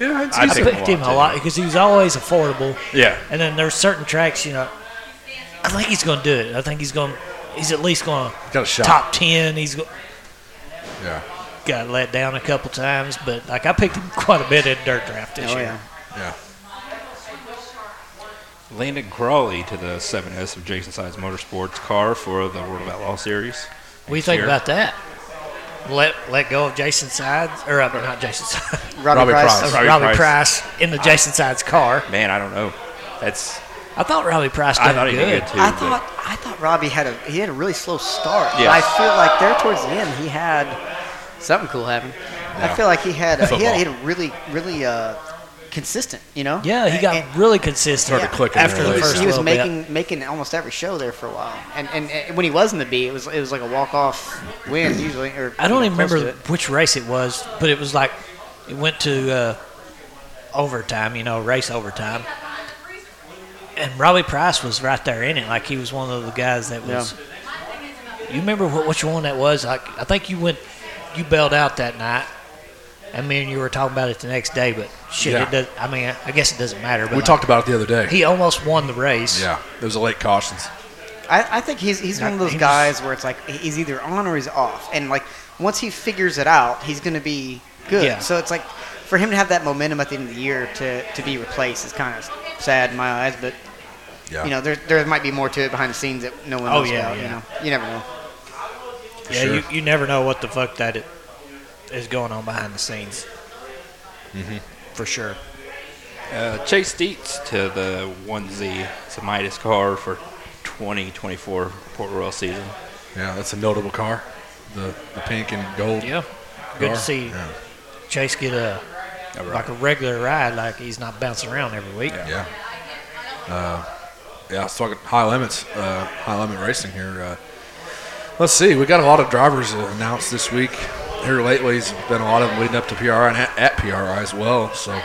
Yeah, it's
I
I
picked him a
picked him a
lot,
lot
too.
because he was always affordable.
yeah,
And then there's certain tracks, you know, I think he's going to do it. I think he's going. to He's at least going to
got a shot.
top ten. He's go-
Yeah.
got let down a couple times, but like I picked him quite a bit in dirt draft this
Oh
year.
yeah.
Yeah.
Landon Crawley to the 7S of Jason Sides Motorsports car for the World of Outlaw Series.
What do you think
Sure.
about that? Let let go of Jason Sides or uh, not Jason Sides,
Robbie
Robbie, Price.
Price.
Robbie
Robbie,
Price.
Price. in the Jason Sides car.
Man, I don't know. That's
I thought Robbie Price did
I thought he did
good.
good too.
I
but-
thought I thought Robbie had a he had a really slow start.
Yeah.
But I feel like there towards the end he had something cool happen. I
Yeah.
feel like he had a, he had,
Football.
he had a really really uh, consistent. You know.
Yeah, he got
And-
really consistent.
Started clicking
after
there
the
he
late.
was,
first
he was
little bit.
making making almost every show there for a while, and, and and when he was in the B, it was it was like a walk off win usually. Or
I don't
you
even
know, close
remember
to it.
which race it was, but it was like it went to uh, overtime, you know, race overtime. And Robbie Price was right there in it, like he was one of the guys that was. You remember what which one that was? Like I think you went, you bailed out that night. I mean, you were talking about it the next day, but shit,
Yeah.
it does. I mean, I guess it doesn't matter. But
We
like,
talked about it the other day.
He almost won the race.
yeah. It was a late cautions.
I, I think he's he's one of those
He was-
guys where it's like he's either on or he's off, and like once he figures it out, he's going to be good.
Yeah.
So it's like for him to have that momentum at the end of the year to to be replaced is kind of sad in my eyes, but.
Yeah.
You know, there, there might be more to it behind the scenes that no one
Oh,
knows
yeah,
about. You
yeah.
know, you never know.
yeah.
sure.
You, you never know what the fuck that it, is going on behind the scenes.
Mm-hmm.
For sure.
Uh, Chase Dietz to the 1Z Samitis car for 2024 Port Royal season.
yeah, that's a notable car. The the pink and gold.
Yeah. Good
car.
to see
Yeah.
Chase get a
All
like a regular ride, like he's not bouncing around every week.
Yeah. Uh, yeah, I was talking high limits, uh, high limit racing here. Uh, let's see, we got a lot of drivers announced this week. Here lately, has been a lot of them leading up to PRI and at, at PRI as well. So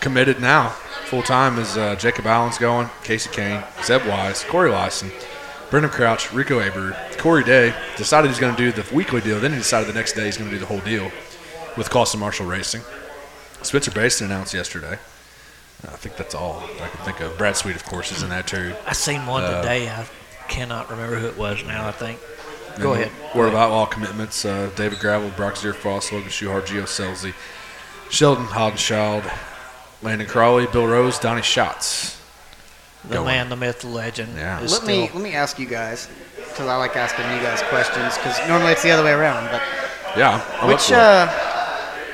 committed now, full time is uh, Jacob Allen's going, Casey Kane, Zeb Wise, Corey Lyson, Brendan Crouch, Rico Aber, Corey Day. Decided he's going to do the weekly deal. Then he decided the next day he's going to do the whole deal with Costa Marshall Racing. Spencer Basin announced yesterday. I think that's all I can think of. Brad Sweet, of course, is in that too.
I seen one
Uh,
today. I cannot remember who it was now. I think. Go
And
ahead.
Word of Outlaw commitments: uh, David Gravel, Brock Zierfoss, Logan Schuhart, Gio Selzy, Sheldon Hodenschild, Landon Crawley, Bill Rose, Donnie Schatz.
The
Go
man, the myth, the legend.
Yeah.
Is
Let
still,
me let me ask you guys, because I like asking you guys questions. Because normally it's the other way around. But
Yeah. I'm up
which
for it.
uh,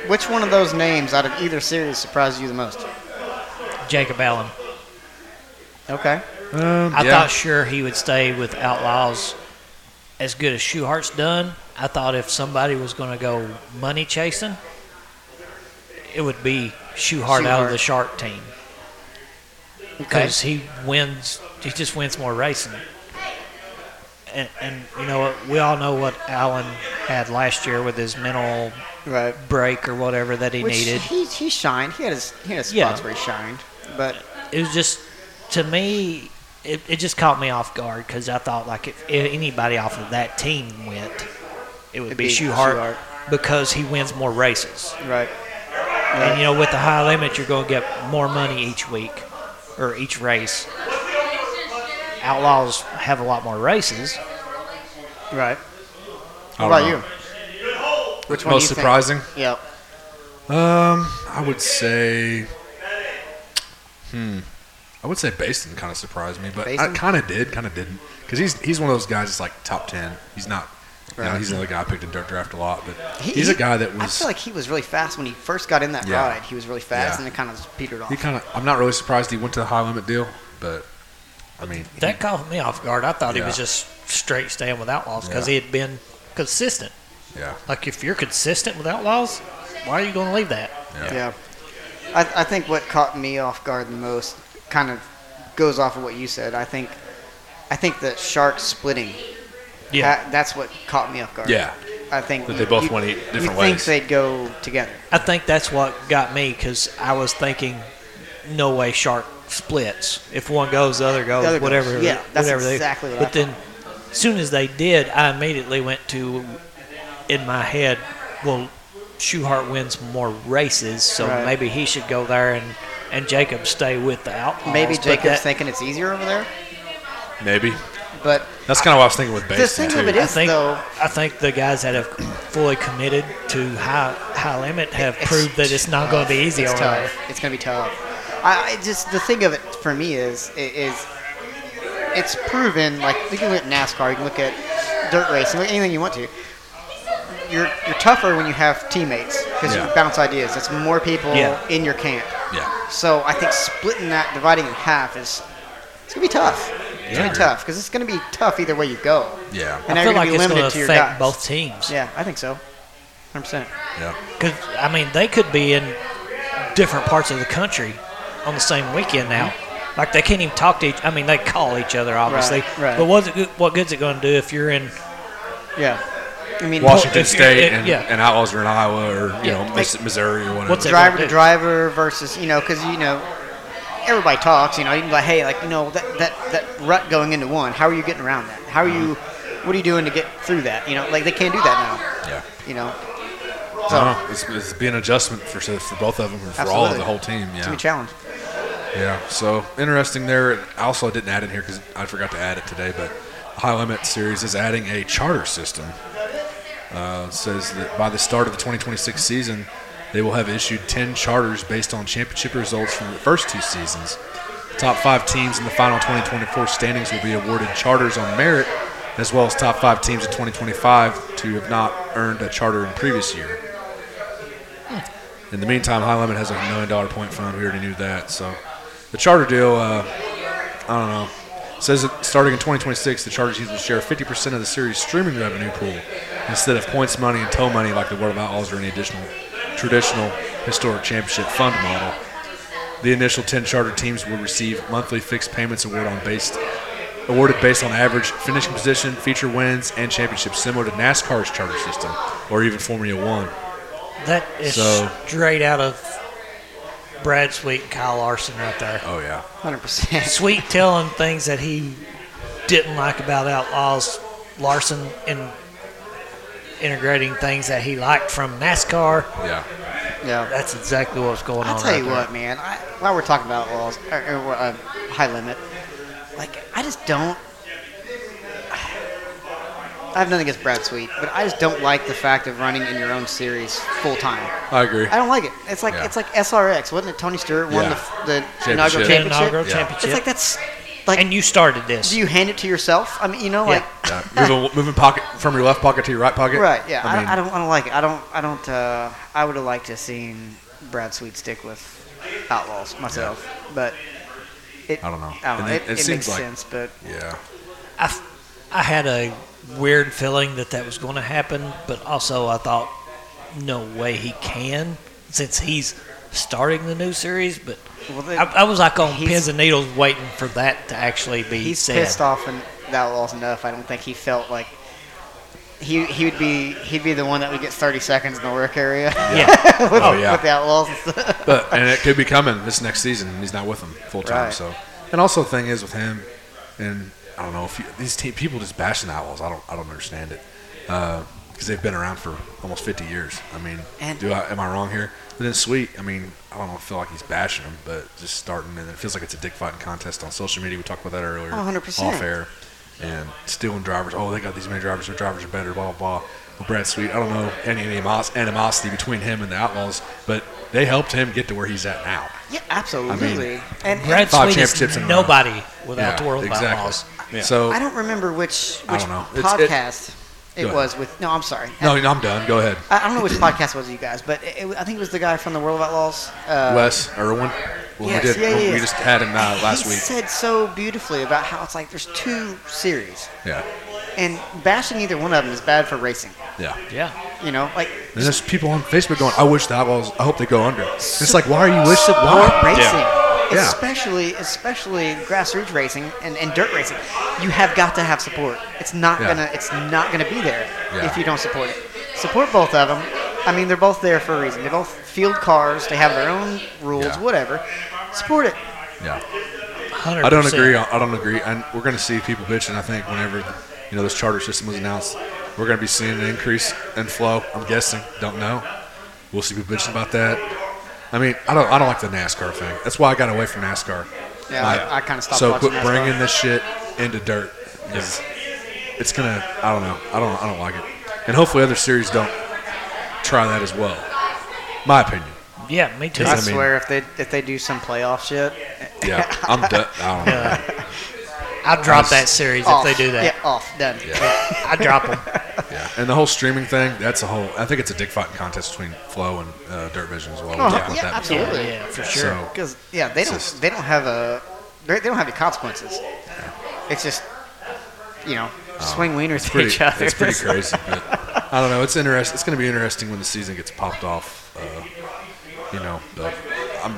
which one of those names out of either series surprised you the most?
Jacob Allen.
Okay.
Um,
I
yeah.
thought sure he would stay with Outlaws. As good as Schuhart's done, I thought if somebody was going to go money chasing, it would be Schuhart out of
Schuhart.
the Shark team
Okay.
because he wins. He just wins more racing. And, and you know what? We all know what Allen had last year with his mental
Right.
break or whatever that he
Which
needed.
He, he shined. He had his he had his
Yeah.
spots where he shined. But
it was just to me it, it just caught me off guard because i thought like if, if anybody off of that team went it would
It'd
be,
be
Shuhart
Shuhart.
because he wins more races
right.
and you know with the high limit you're going to get more money each week or each race outlaws have a lot more races
Right.
I
What about
don't know.
you? Which
Most surprising?
Yeah.
Um, I I would say, hmm, I would say Basin kind of surprised me, but I
Basin?
kind of did, kind of didn't, because he's he's one of those guys that's like top ten. He's not. you know,
Right.
he's another guy I picked in dirt draft a lot, but
He-
he's a
he-
guy that
I
was.
feel like he was really fast when he first got in that
Yeah.
ride. He was really fast,
Yeah.
and it kind of petered off.
he kind of. I'm not really surprised he went to the high limit deal, but I mean,
That caught me off guard. I thought he was
Yeah.
just straight staying with outlaws because he
Yeah.
had been consistent.
yeah,
Like if you're consistent with outlaws, why are you going to leave that?
yeah,
Yeah. I, I think what caught me off guard the most kind of goes off of what you said. I think I think the shark splitting. that- that's what caught me off guard.
Yeah.
I think
That
you-
they both
you-
went e- different
You think
ways.
they'd go together?
I think that's what got me because I was thinking, no way shark splits. If one goes, the other goes.
other goes.
whatever.
Yeah, that's
whatever they-
exactly what I
But then, as soon as they did, I immediately went to, in my head, well, Schuhart wins more races, so
Right.
maybe he should go there and and Jacob stay with the outlaws.
Maybe
But
Jacob's
that-
thinking it's easier over there,
Maybe.
but
That's kind of what I was thinking with
the
Basin.
thing
too.
of it
I
is
think
though,
I think the guys that have fully committed to high high limit have
It's
proved that it's not going to be easy
it's
on them.
tough. It's going to be tough. I, I just the thing of it for me is i- is it's proven. Like you can look at NASCAR, you can look at dirt racing, look at anything you want to. You're you're tougher when you have teammates because you
Yeah.
can bounce ideas. It's more people
Yeah.
in your camp.
yeah.
So I think splitting that, dividing in half is. It's gonna be tough. It's
Yeah.
gonna be tough because it's gonna be tough either way you go.
Yeah.
And
I
they're
feel
gonna
like
be
it's going
limited
to
to your
affect
guys.
both teams.
Yeah, I think so. 100. percent
yeah.
Because, I mean, they could be in different parts of the country on the same weekend now. Like, they can't even talk to each I mean, they call each other, obviously.
Mm-hmm. Right, right.
But what's it, good- what good's it going to do if you're in.
Yeah. I mean,
Washington
if you-
State
it-
and,
yeah.
and Outlaws are in Iowa or you
Yeah,
know Miss Missouri or whatever.
What's that
driver
gonna
to
do?
driver versus you know because you know everybody talks you know you can be like hey like you know that that that rut going into one how are you getting around that how are you
Uh-huh.
what are you doing to get through that you know like they can't do that
Yeah.
now you know
So,
so
it's, it's be an adjustment for for both of them and for all of
Absolutely.
the whole team.
it's gonna be
Yeah.
a challenge
Yeah. So interesting there. Also, I didn't add it here because I forgot to add it today, but the High Limit Series is adding a charter system. Uh, it says that by the start of the 2026 season, they will have issued 10 charters based on championship results from the first two seasons. The top five teams in the final 2024 standings will be awarded charters on merit, as well as top five teams in 2025 to have not earned a charter in previous year. In the meantime, High Limit has a million dollar point fund. We already knew that. So the charter deal, uh, I don't know. It says that starting in 2026, the charter teams will share 50% of the series streaming revenue pool instead of points money and tow money like the World of Outlaws or any additional traditional historic championship fund model. The initial 10 charter teams will receive monthly fixed payments award on based awarded based on average finishing position, feature wins, and championships, similar to NASCAR's charter system or even Formula One.
That is
So-
straight out of Brad Sweet and Kyle Larson right there.
Oh yeah,
100 percent
Sweet telling things that he didn't like about Outlaws, Larson in integrating things that he liked from NASCAR.
yeah.
yeah
That's exactly what's going on.
I'll tell
right
you
there.
what, man. I, while we're talking about laws or, or uh, high limit, like I just don't. I have nothing against Brad Sweet, but I just don't like the fact of running in your own series full time.
I agree.
I don't like it. It's like
Yeah.
it's like SRX, wasn't it? Tony Stewart won
Yeah.
the, the
Championship.
inaugural
The
championship.
inaugural
Yeah.
championship.
It's like that's like.
and you started this.
do you hand it to yourself? I mean, you know,
Yeah.
like
Yeah, moving, moving pocket from your left pocket to your right pocket.
right? Yeah, I,
I mean,
I, don't. I don't like it. I don't. I don't. Uh, I would have liked to have seen Brad Sweet stick with Outlaws myself, but it.
I don't know.
I don't
And
know.
it-
It,
it
it,
seems
makes
like-
sense, but
Yeah.
I, f- I had a weird feeling that that was going to happen, but also I thought, no way he can, since he's starting the new series. But
well, they,
I, I was like on
He's-
pins and needles waiting for that to actually be
he's
said.
pissed off and the Outlaws enough. I don't think he felt like. He, he would be he'd be the one that would get 30 seconds in the work area
Yeah,
with,
Oh, yeah.
with the outlaws and stuff.
But and it could be coming this next season. and He's not with them full time.
Right.
So, and also the thing is with him, and I don't know if you, these team, people just bashing the Outlaws. I don't. I don't understand it because they've been around for almost 50 years. I mean,
And-
do I am I wrong here? But then Sweet, I mean, I don't know, feel like he's bashing them, but just starting and it feels like it's a dick fighting contest on social media. We talked about that earlier,
100%.
oh, off air, and stealing drivers. Oh, they got these many drivers. Their drivers are better. Blah blah. blah. Brad Sweet. I don't know any animos- animosity between him and the Outlaws, but they helped him get to where he's at now.
Yeah, absolutely. and, and
Brad
Five
Sweet
championships
is
in a row.
nobody without the World
exactly.
Outlaws.
So
I don't remember which
I
which
don't know. It's- it-
podcast it,
Go ahead.
was with. No, I'm sorry.
no, I'm done. Go ahead,
I, I don't know which podcast it was you guys, but it, it- I think it was the guy from the World of Outlaws. Uh,
Wes Irwin. Well,
yes,
we did.
yeah, yeah,
we
yeah.
just had him uh, last
he
week.
said so beautifully about how it's like there's two series,
yeah,
and bashing either one of them is bad for racing.
yeah.
Yeah.
You know, like
And there's people on Facebook going, "I wish the Outlaws. I hope they go under." It's like, why are you wishing? Why?
support racing,
Yeah.
especially especially grassroots racing and, and dirt racing. You have got to have support. It's not
Yeah.
gonna it's not gonna be there
Yeah.
if you don't support it. Support both of them. I mean, they're both there for a reason. They both field cars. They have their own rules,
Yeah.
whatever. Support it.
Yeah.
100%.
I don't agree. on- I don't agree. And we're going to see people bitching. I think whenever you know this charter system was announced, we're going to be seeing an increase in flow. I'm guessing. Don't know. We'll see people bitching about that. I mean, I don't. I don't like the NASCAR thing. That's why I got away from NASCAR.
Yeah,
Like,
I, I kind of stopped
So
watching
quit
NASCAR.
bringing this shit into dirt. 'cause It's gonna. I don't know. I don't. I don't like it. And hopefully, other series don't try that as well. My opinion.
Yeah, me too.
I,
I mean-
swear, if they if they do some playoff shit,
Yeah, I'm. done. I don't know.
I'd drop that series
off.
if they do that.
yeah, off done. Oh,
I'd drop them.
Yeah, and the whole streaming thing—that's a whole. I think it's a dick fighting contest between Flow and uh, Dirt Vision as well. We'll
Oh,
talk about
yeah,
that.
absolutely.
Yeah, for
So,
sure.
Because yeah, they don't
just-
they don't have a they they don't have any consequences. It's just you know swing wieners at
pretty,
each other.
Um, it's pretty crazy. But I don't know. It's interesting. It's going to be interesting when the season gets popped off. Uh, you know, but I'm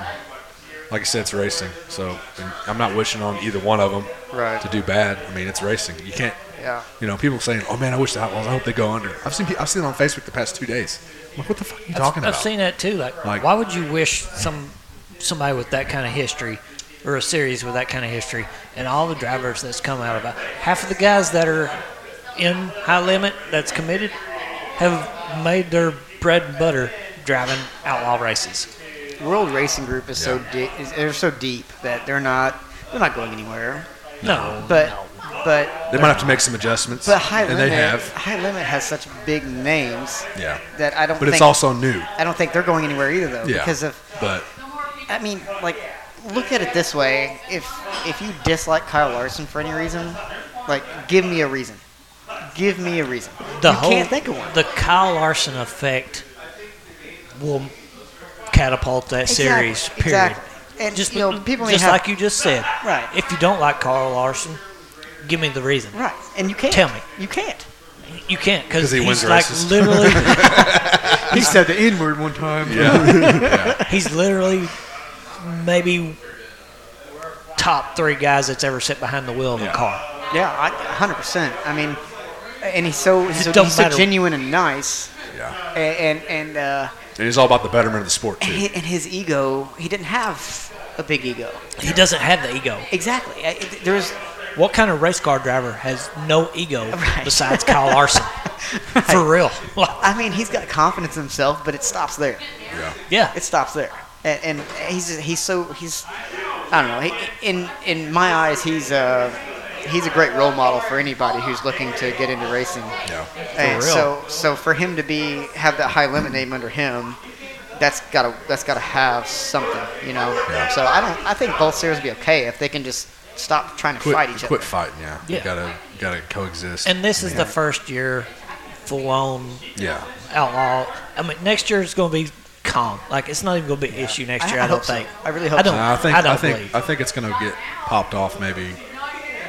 like I said, it's racing. So and I'm not wishing on either one of them
Right.
to do bad. I mean, it's racing. You can't.
Yeah.
You know, people saying, "Oh man, I wish the Outlaws. I hope they go under." I've seen. pe- I've seen it on Facebook the past two days. I'm like, what the fuck are you talking
I've,
about?
I've seen that too. Like,
Like-
why would you wish some somebody with that kind of history or a series with that kind of history and all the drivers that's come out of it? Half of the guys that are in high limit that's committed have made their bread and butter driving outlaw races.
World Racing Group is so di- is, they're so deep that they're not they're not going anywhere.
No,
But
no.
but
they might have to make some adjustments,
but high
and
limit
they have.
high limit has such big names
Yeah.
that I don't.
But
think,
it's also new.
I don't think they're going anywhere either though
Yeah.
because of
But
I mean, like, look at it this way: if if you dislike Kyle Larson for any reason, like, give me a reason. Give me a reason.
the
you
whole
can't think of one.
the Kyle Larson effect will catapult that series.
Exactly,
Period.
Exactly. And
Just
you know, people may
just
have
like you just said.
Right.
If you don't like Carl Larson, give me the reason.
right, and you can't
Tell me.
you can't.
You can't because
'Cause he
he's
wins
like
races.
literally
He said the N word one time.
he's literally maybe top three guys that's ever sat behind the wheel of a car.
Yeah, I- hundred percent. I mean, and he's so he's,
It
so,
don't
he's so
matter.
genuine and nice,
yeah.
and and, and uh,
And it's all about the betterment of the sport
and
too.
hi- and his ego. He didn't have a big ego.
He doesn't have the ego.
Exactly. I- it- There's
What kind of race car driver has no ego
Right.
besides Kyle Larson? For real. Like,
I mean, he's got confidence in himself, but it stops there.
Yeah.
yeah.
It stops there. And, and he's he's so he's I don't know. He, in in my eyes, he's uh he's a great role model for anybody who's looking to get into racing.
Yeah.
real.
And so so for him to be have that high limit name under him, that's gotta that's gotta have something, you know.
Yeah.
So I don't I think both series would be okay if they can just stop trying to
Quit,
fight each
quit
other.
fighting. Yeah. You
Yeah.
gotta gotta coexist.
And this is the first year full on
yeah.
outlaw. I mean, next year is going to be calm. Like, it's not even going to be an issue next
I-
year,
I
I,
hope
don't
so.
think.
I really hope
I don't,
so.
I think
I
I,
don't
think
believe.
I think it's gonna get popped off. Maybe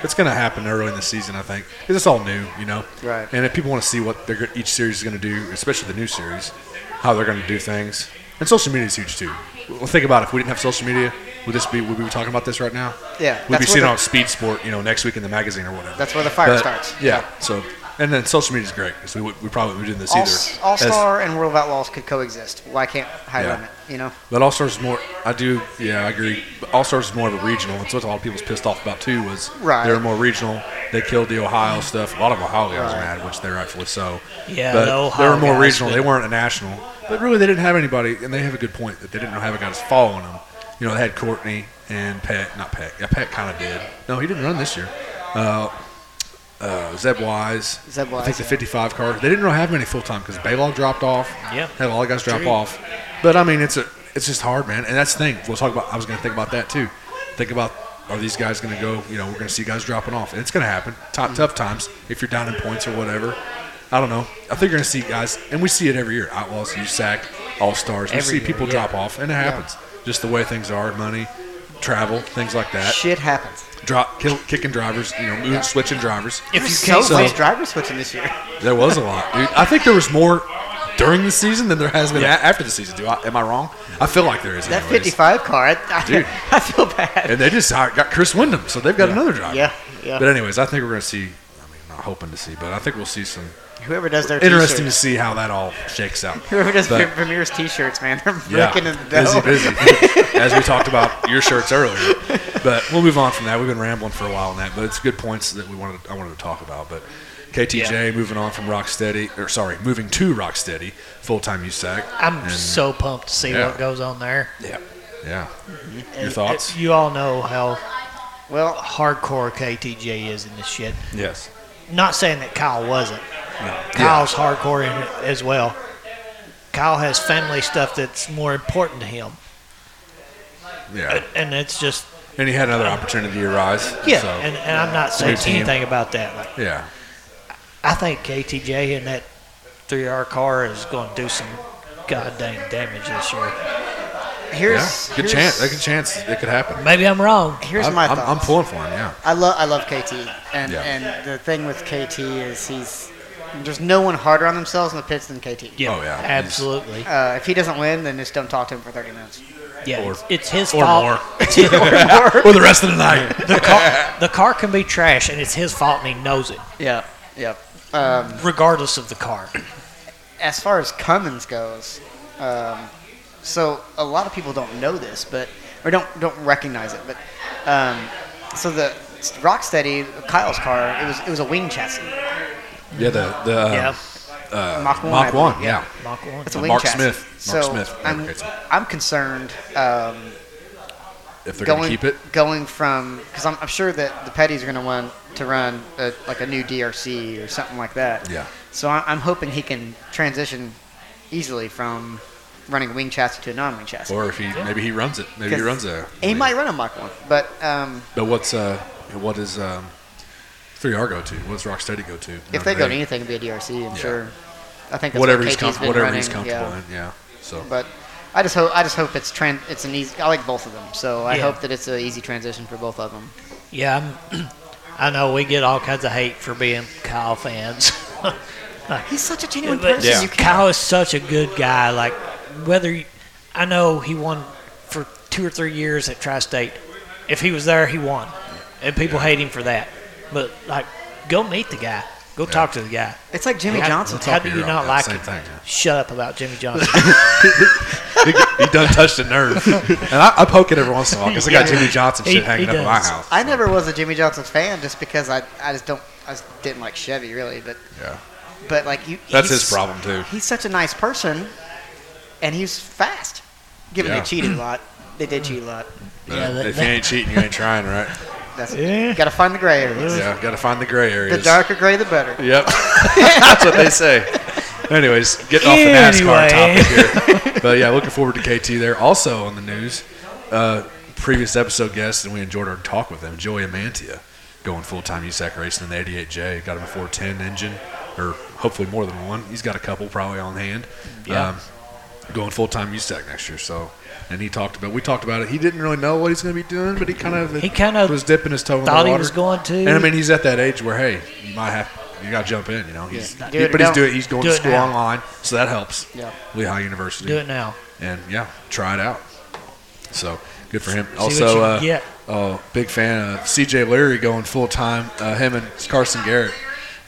it's gonna happen early in the season. I think 'Cause it's all new, you know.
Right.
And if people want to see what they're, go- each series is gonna do, especially the new series, how they're gonna do things, and social media is huge too. Well, think about it. if we didn't have social media, would this be would we be talking about this right now?
Yeah,
We'd be
that's what
seeing it
the-
on Speed Sport, you know, next week in the magazine or whatever.
That's where the fire starts.
Yeah. So, and then social media is great because we, would- we probably wouldn't do this
All,
either.
All
As-
Star and World of Outlaws could coexist. Why can't high
Yeah.
limit? You know.
But All Stars is more. I do. Yeah, I agree. But All Stars is more of a regional. That's what a lot of people was pissed off about too. Was
Right. Mm-hmm.
They were more regional. They killed the Ohio stuff. A lot of Ohio guys are mad, which they're rightfully so.
Yeah,
but
the
they
Ohio
were more
guys,
regional.
but-
They weren't a national. But really, they didn't have anybody, and they have a good point that they didn't have a guy that's following them. You know, they had Courtney and Pet. Not Pet. Yeah, Pet kind of did. No, he didn't run this year. Uh, uh, Zeb Wise.
Zeb
I think
Wise,
the
yeah.
55 car. They didn't really have many full time because Baylog dropped off.
Yeah.
Had a lot of guys drop
True.
off. But I mean, it's a it's just hard, man. And that's the thing. We'll talk about. I was going to think about that too. Think about are these guys going to go? You know, we're going to see guys dropping off, and it's going to happen. Top
Mm-hmm.
tough times if you're down in points or whatever. I don't know. I think you're going to see guys, and we see it every year. Outlaws, USAC, All Stars. We
Every
see
year,
people
yeah.
drop off, and it happens. Just the way things are, money, travel, things like that.
Shit happens.
Drop, kill, kicking drivers. You know, moving, switching drivers.
If you
There's
can't
so
win-
much driver switching this year.
There was a lot, dude. I think there was more during the season than there has been a- after the season. Do I? Am I wrong? I feel like there is.
That
anyways.
55 car, I, I,
Dude.
I feel bad.
And they just hired, got Chris Wyndham, so they've got another driver.
Yeah, yeah.
But anyways, I think we're gonna see. I mean, not hoping to see, but I think we'll see some
Whoever does their
interesting to
T-shirts.
see how that all shakes out.
Whoever does
But-
their Vermeer's T-shirts, man, they're
Yeah,
breaking in the
busy,
dough.
busy. As we talked about your shirts earlier, but we'll move on from that. We've been rambling for a while on that, but it's good points that we wanted. I wanted to talk about, but KTJ moving on from Rocksteady, or sorry, moving to Rocksteady, full time USAC.
I'm
and-
so pumped to see
Yeah.
what goes on there.
Yeah. Yeah. Your
And, uh,
thoughts?
You all know how
Well,
hardcore KTJ is in this shit.
Yes.
Not saying that Kyle wasn't. Kyle's hardcore in it as well. Kyle has family stuff that's more important to him,
Yeah.
and it's just
And he had another opportunity arise.
yeah.
So,
and, and I'm not saying
new team.
anything about that. Like,
yeah.
I think KTJ and that three-hour car is going to do some goddamn damage this year.
here's
yeah. Good
here's-
chance. Good chance it could happen.
Maybe I'm wrong.
Here's
I'm,
my
I'm,
thoughts.
I'm pulling for him. Yeah.
I love I love KT, and
Yeah.
and the thing with KT is he's there's no one harder on themselves in the pits than KT.
Yeah,
Oh, yeah.
absolutely.
Uh, if he doesn't win, then just don't talk to him for 30 minutes.
Yeah,
Or-
it's, it's his
Or
fault.
more. or the rest of the night.
The car, the car can be trash, and it's his fault, and he knows it,
Yeah, yeah. Um,
regardless of the car.
as far as Cummins goes, um, so a lot of people don't know this, but or don't don't recognize it. But um, so the Rocksteady Kyle's car, it was it was a wing chassis,
Yeah. The the uh,
yeah,
Mach one. I
Mach one.
believe.
Yeah.
Mach one.
It's a wing
Mark
chassis.
Smith. Mark
so
Smith.
I'm,
Okay, so-
I'm concerned um,
If they're gonna
going
keep it.
going from because I'm, I'm sure that the Petties are going to want to run a, like a new DRC or something like that.
Yeah.
So I- I'm hoping he can transition easily from running wing chassis to a non-wing chassis.
Or if he maybe he runs it. Maybe he
'Cause
runs a.
He might run a Mach one, but um,
But what's uh what is um three R go to? What's Rocksteady go to?
if they go to anything, it'd be a DRC. I'm
Yeah.
sure. I think that's
whatever
what
he's
KT's
comfortable,
been
whatever
running,
he's comfortable
yeah.
in. Yeah. So
But I just hope I just hope it's tran- it's an easy. I like both of them, so I
Yeah.
hope that it's an easy transition for both of them.
Yeah, I'm, I know we get all kinds of hate for being Kyle fans.
He's such a genuine
but
person.
Yeah.
You can
Kyle is such a good guy. Like whether you- I know he won for two or three years at Tri-State. If he was there, he won, and people hate him for that. But like, go meet the guy. Go talk to the guy.
It's like Jimmy
How-
Johnson.
How do
You're
you
wrong.
not
Yeah,
like
same
him?
thing, yeah.
Shut up about Jimmy Johnson.
he, he done touched a nerve, and I, I poke it every once in a while because I got Jimmy Johnson
He-
shit hanging
he
up in my
does.
house.
I never was a Jimmy Johnson fan just because I, I just don't I just didn't like Chevy really, but
Yeah,
but like you
that's
he's-
his problem too.
He's such a nice person, and he's fast. Given
Yeah.
they cheated a lot, they did cheat a lot.
But
Yeah, that-
if you ain't cheating, you ain't trying, right?
That's
Yeah.
got to find the gray areas.
yeah, got to find the gray areas.
The darker gray, the better.
Yep, that's what they say. Anyways, getting off the NASCAR
Anyway.
topic here, but yeah, looking forward to KT there. Also on the news, uh, previous episode guest, and we enjoyed our talk with him, Joey Amantia, going full time USAC racing in the 88J. Got him a 410 engine, or hopefully more than one. He's got a couple probably on hand.
Yeah.
Um, going full time USAC next year. So, and he talked about we talked about it. He didn't really know what he's going to be doing, but he kind of
He kind of
was dipping his toe in the
thought
water.
he was going to.
And I mean, he's at that age where hey, you might have you got to jump in. You know, he's
Yeah.
he-
Do it
but
or
he's
don't.
doing he's going
Do
to
it
school
now.
online, so that helps.
Yeah.
Lehigh University.
Do it now.
And yeah, try it out. So good for him.
what you
also, uh,
get.
oh, big fan of CJ Leary going full time. Uh, him and Carson Garrett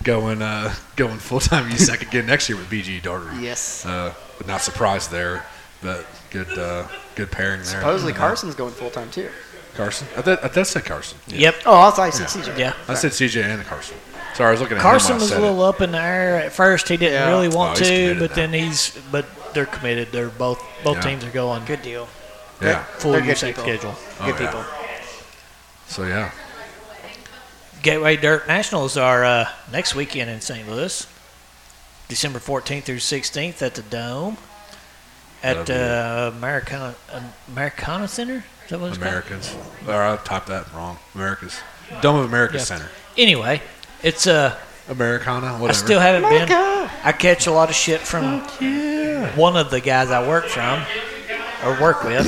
going uh, going full time USAC again next year with BG Darter.
Yes.
Uh, but not surprised there, but good uh, good pairing there.
Supposedly
Uh,
Carson's going full time too.
Carson. I thought I thought I said Carson.
Yep.
Oh, I was like CJ.
Yeah.
I said CJ and Carson. Sorry, I was looking at
Carson
him when I
was a
said it.
little up in the air at first. He didn't
Yeah.
really want
Oh, he's
to,
committed
but
now.
then he's but they're committed. They're both both
Yeah.
teams are going. Good deal.
Yeah.
Full
They're good
USAC
people.
schedule.
Oh,
Good
yeah.
people.
So yeah.
Gateway Dirt Nationals are uh, next weekend in St. Louis, December 14th through 16th at the Dome at uh, Americana, Americana Center. Is that what it's called?
Americans. Or I typed that wrong. Americas. Dome of America
Yeah.
Center.
Anyway, it's uh,
Americana, whatever.
I still haven't been. I catch a lot of shit from one of the guys I work from or work with.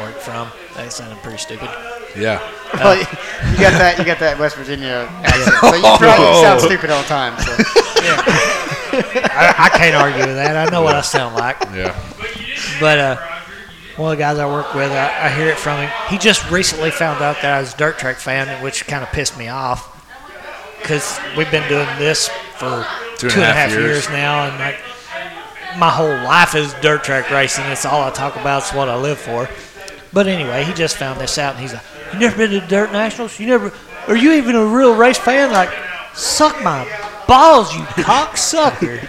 work from. That sounded pretty stupid.
yeah.
Uh,
Well, you got that. You got that West Virginia accent. So you probably sound stupid all the time. So.
I, I can't argue with that. I know what I sound like.
Yeah.
But uh, one of the guys I work with, I, I hear it from him. He just recently found out that I was a dirt track fan, which kind of pissed me off because we've been doing this for two and a half years. now, and like my whole life is dirt track racing. It's all I talk about. It's what I live for. But anyway, he just found this out, and he's like, "You never been to dirt nationals? You never? Are you even a real race fan? Like, suck my balls, you cocksucker."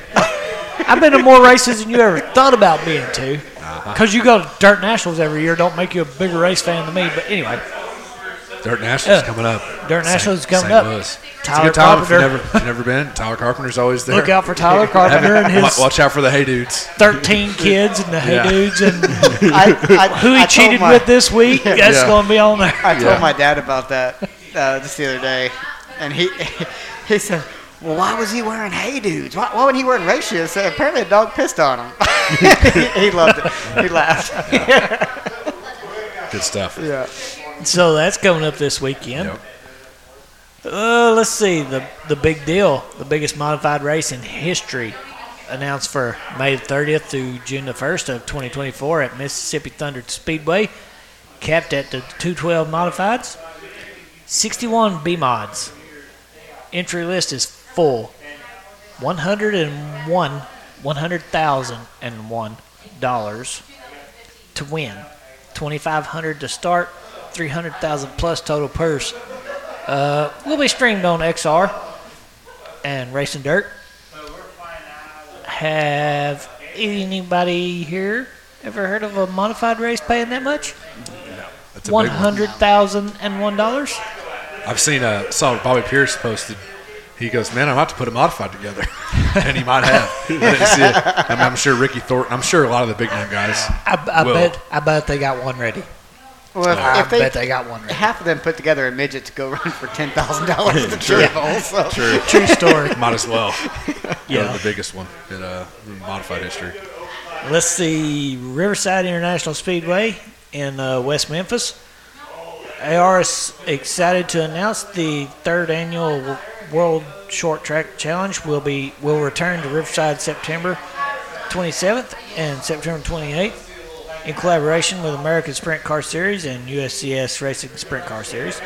I've been to more races than you ever thought about being to.
Uh-huh.
Because you go to Dirt Nationals every year, don't make you a bigger race fan than me. But anyway,
Dirt Nationals
Yeah.
coming up.
Dirt
St-
Nationals is coming
St.
up.
Louis. It's a
Tyler
good time if you've
Carpenter.
never, if you've never been. Tyler Carpenter's always there.
look out for Tyler
Have-
Carpenter and his
wa- watch out for the Hey Dudes.
13 kids and the Hey
Yeah.
Dudes and
I, I,
who he
I told
cheated
my-
with this week. That's
Yeah.
going to be on there.
I told
Yeah.
my dad about that uh, just the other day, and he he said, "Well, why was he wearing Hey Dudes? Why, why would he wear race shoes?" So apparently, a dog pissed on him. he, he loved it. He laughed.
Good stuff.
Yeah.
So that's coming up this weekend.
Yep.
Uh, let's see the the big deal, the biggest modified race in history, announced for May 30th through June the 1st of 2024 at Mississippi Thunder Speedway, capped at the 212 modifieds, 61 B mods. Entry list is full, 101 one hundred thousand and one dollars to win, 2,500 to start, 300,000 plus total purse will be streamed on XR and Racing Dirt. Have anybody here ever heard of a modified race paying that much?
That's a
One
big one.
hundred thousand and one dollars.
I've seen uh saw Bobby Pierce posted. He goes, man, I'm about to put a modified together, and he might have. I didn't see it. I mean, I'm sure Ricky Thornton. I'm sure a lot of the big name guys.
I, I
Well-
bet. I bet they got one ready.
Well, if,
I
if they,
bet they got one ready.
half of them put together a midget to go run for ten thousand dollars at the True. Bowl. So.
True,
True story.
might as well.
Yeah.
Go to the biggest one in uh, modified history.
Let's see, Riverside International Speedway in uh, West Memphis. AR is excited to announce the third annual W- World Short Track Challenge will be will return to Riverside September 27th and September 28th in collaboration with American Sprint Car Series and USCS Racing Sprint Car Series.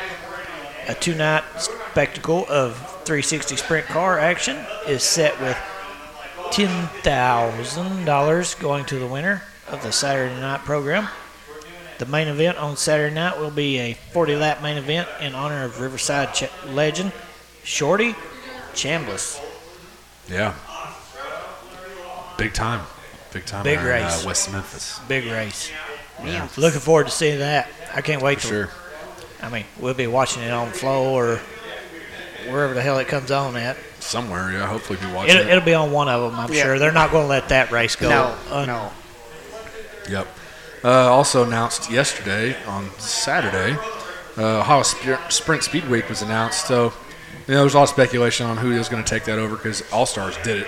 A two-night spectacle of 360 sprint car action is set with ten thousand dollars going to the winner of the Saturday night program. The main event on Saturday night will be a 40-lap main event in honor of Riverside ch- legend Shorty Chambliss.
Yeah. Big time. Big time.
Big
there
race.
Uh, West Memphis.
Big race.
Yeah.
Looking forward to seeing that. I can't wait.
For
to,
sure.
I mean, we'll be watching it on Flow or wherever the hell it comes on at.
Somewhere. Yeah. Hopefully, we watch
It'll,
it.
it'll be on one of them, I'm
Yeah.
sure. They're not going to let that race go. Uh,
No,
un-
no.
Yep. Uh, also announced yesterday on Saturday, uh, Ohio Spir- Sprint Speed Week was announced. So, you know, there's a lot of speculation on who is going to take that over because All Stars did it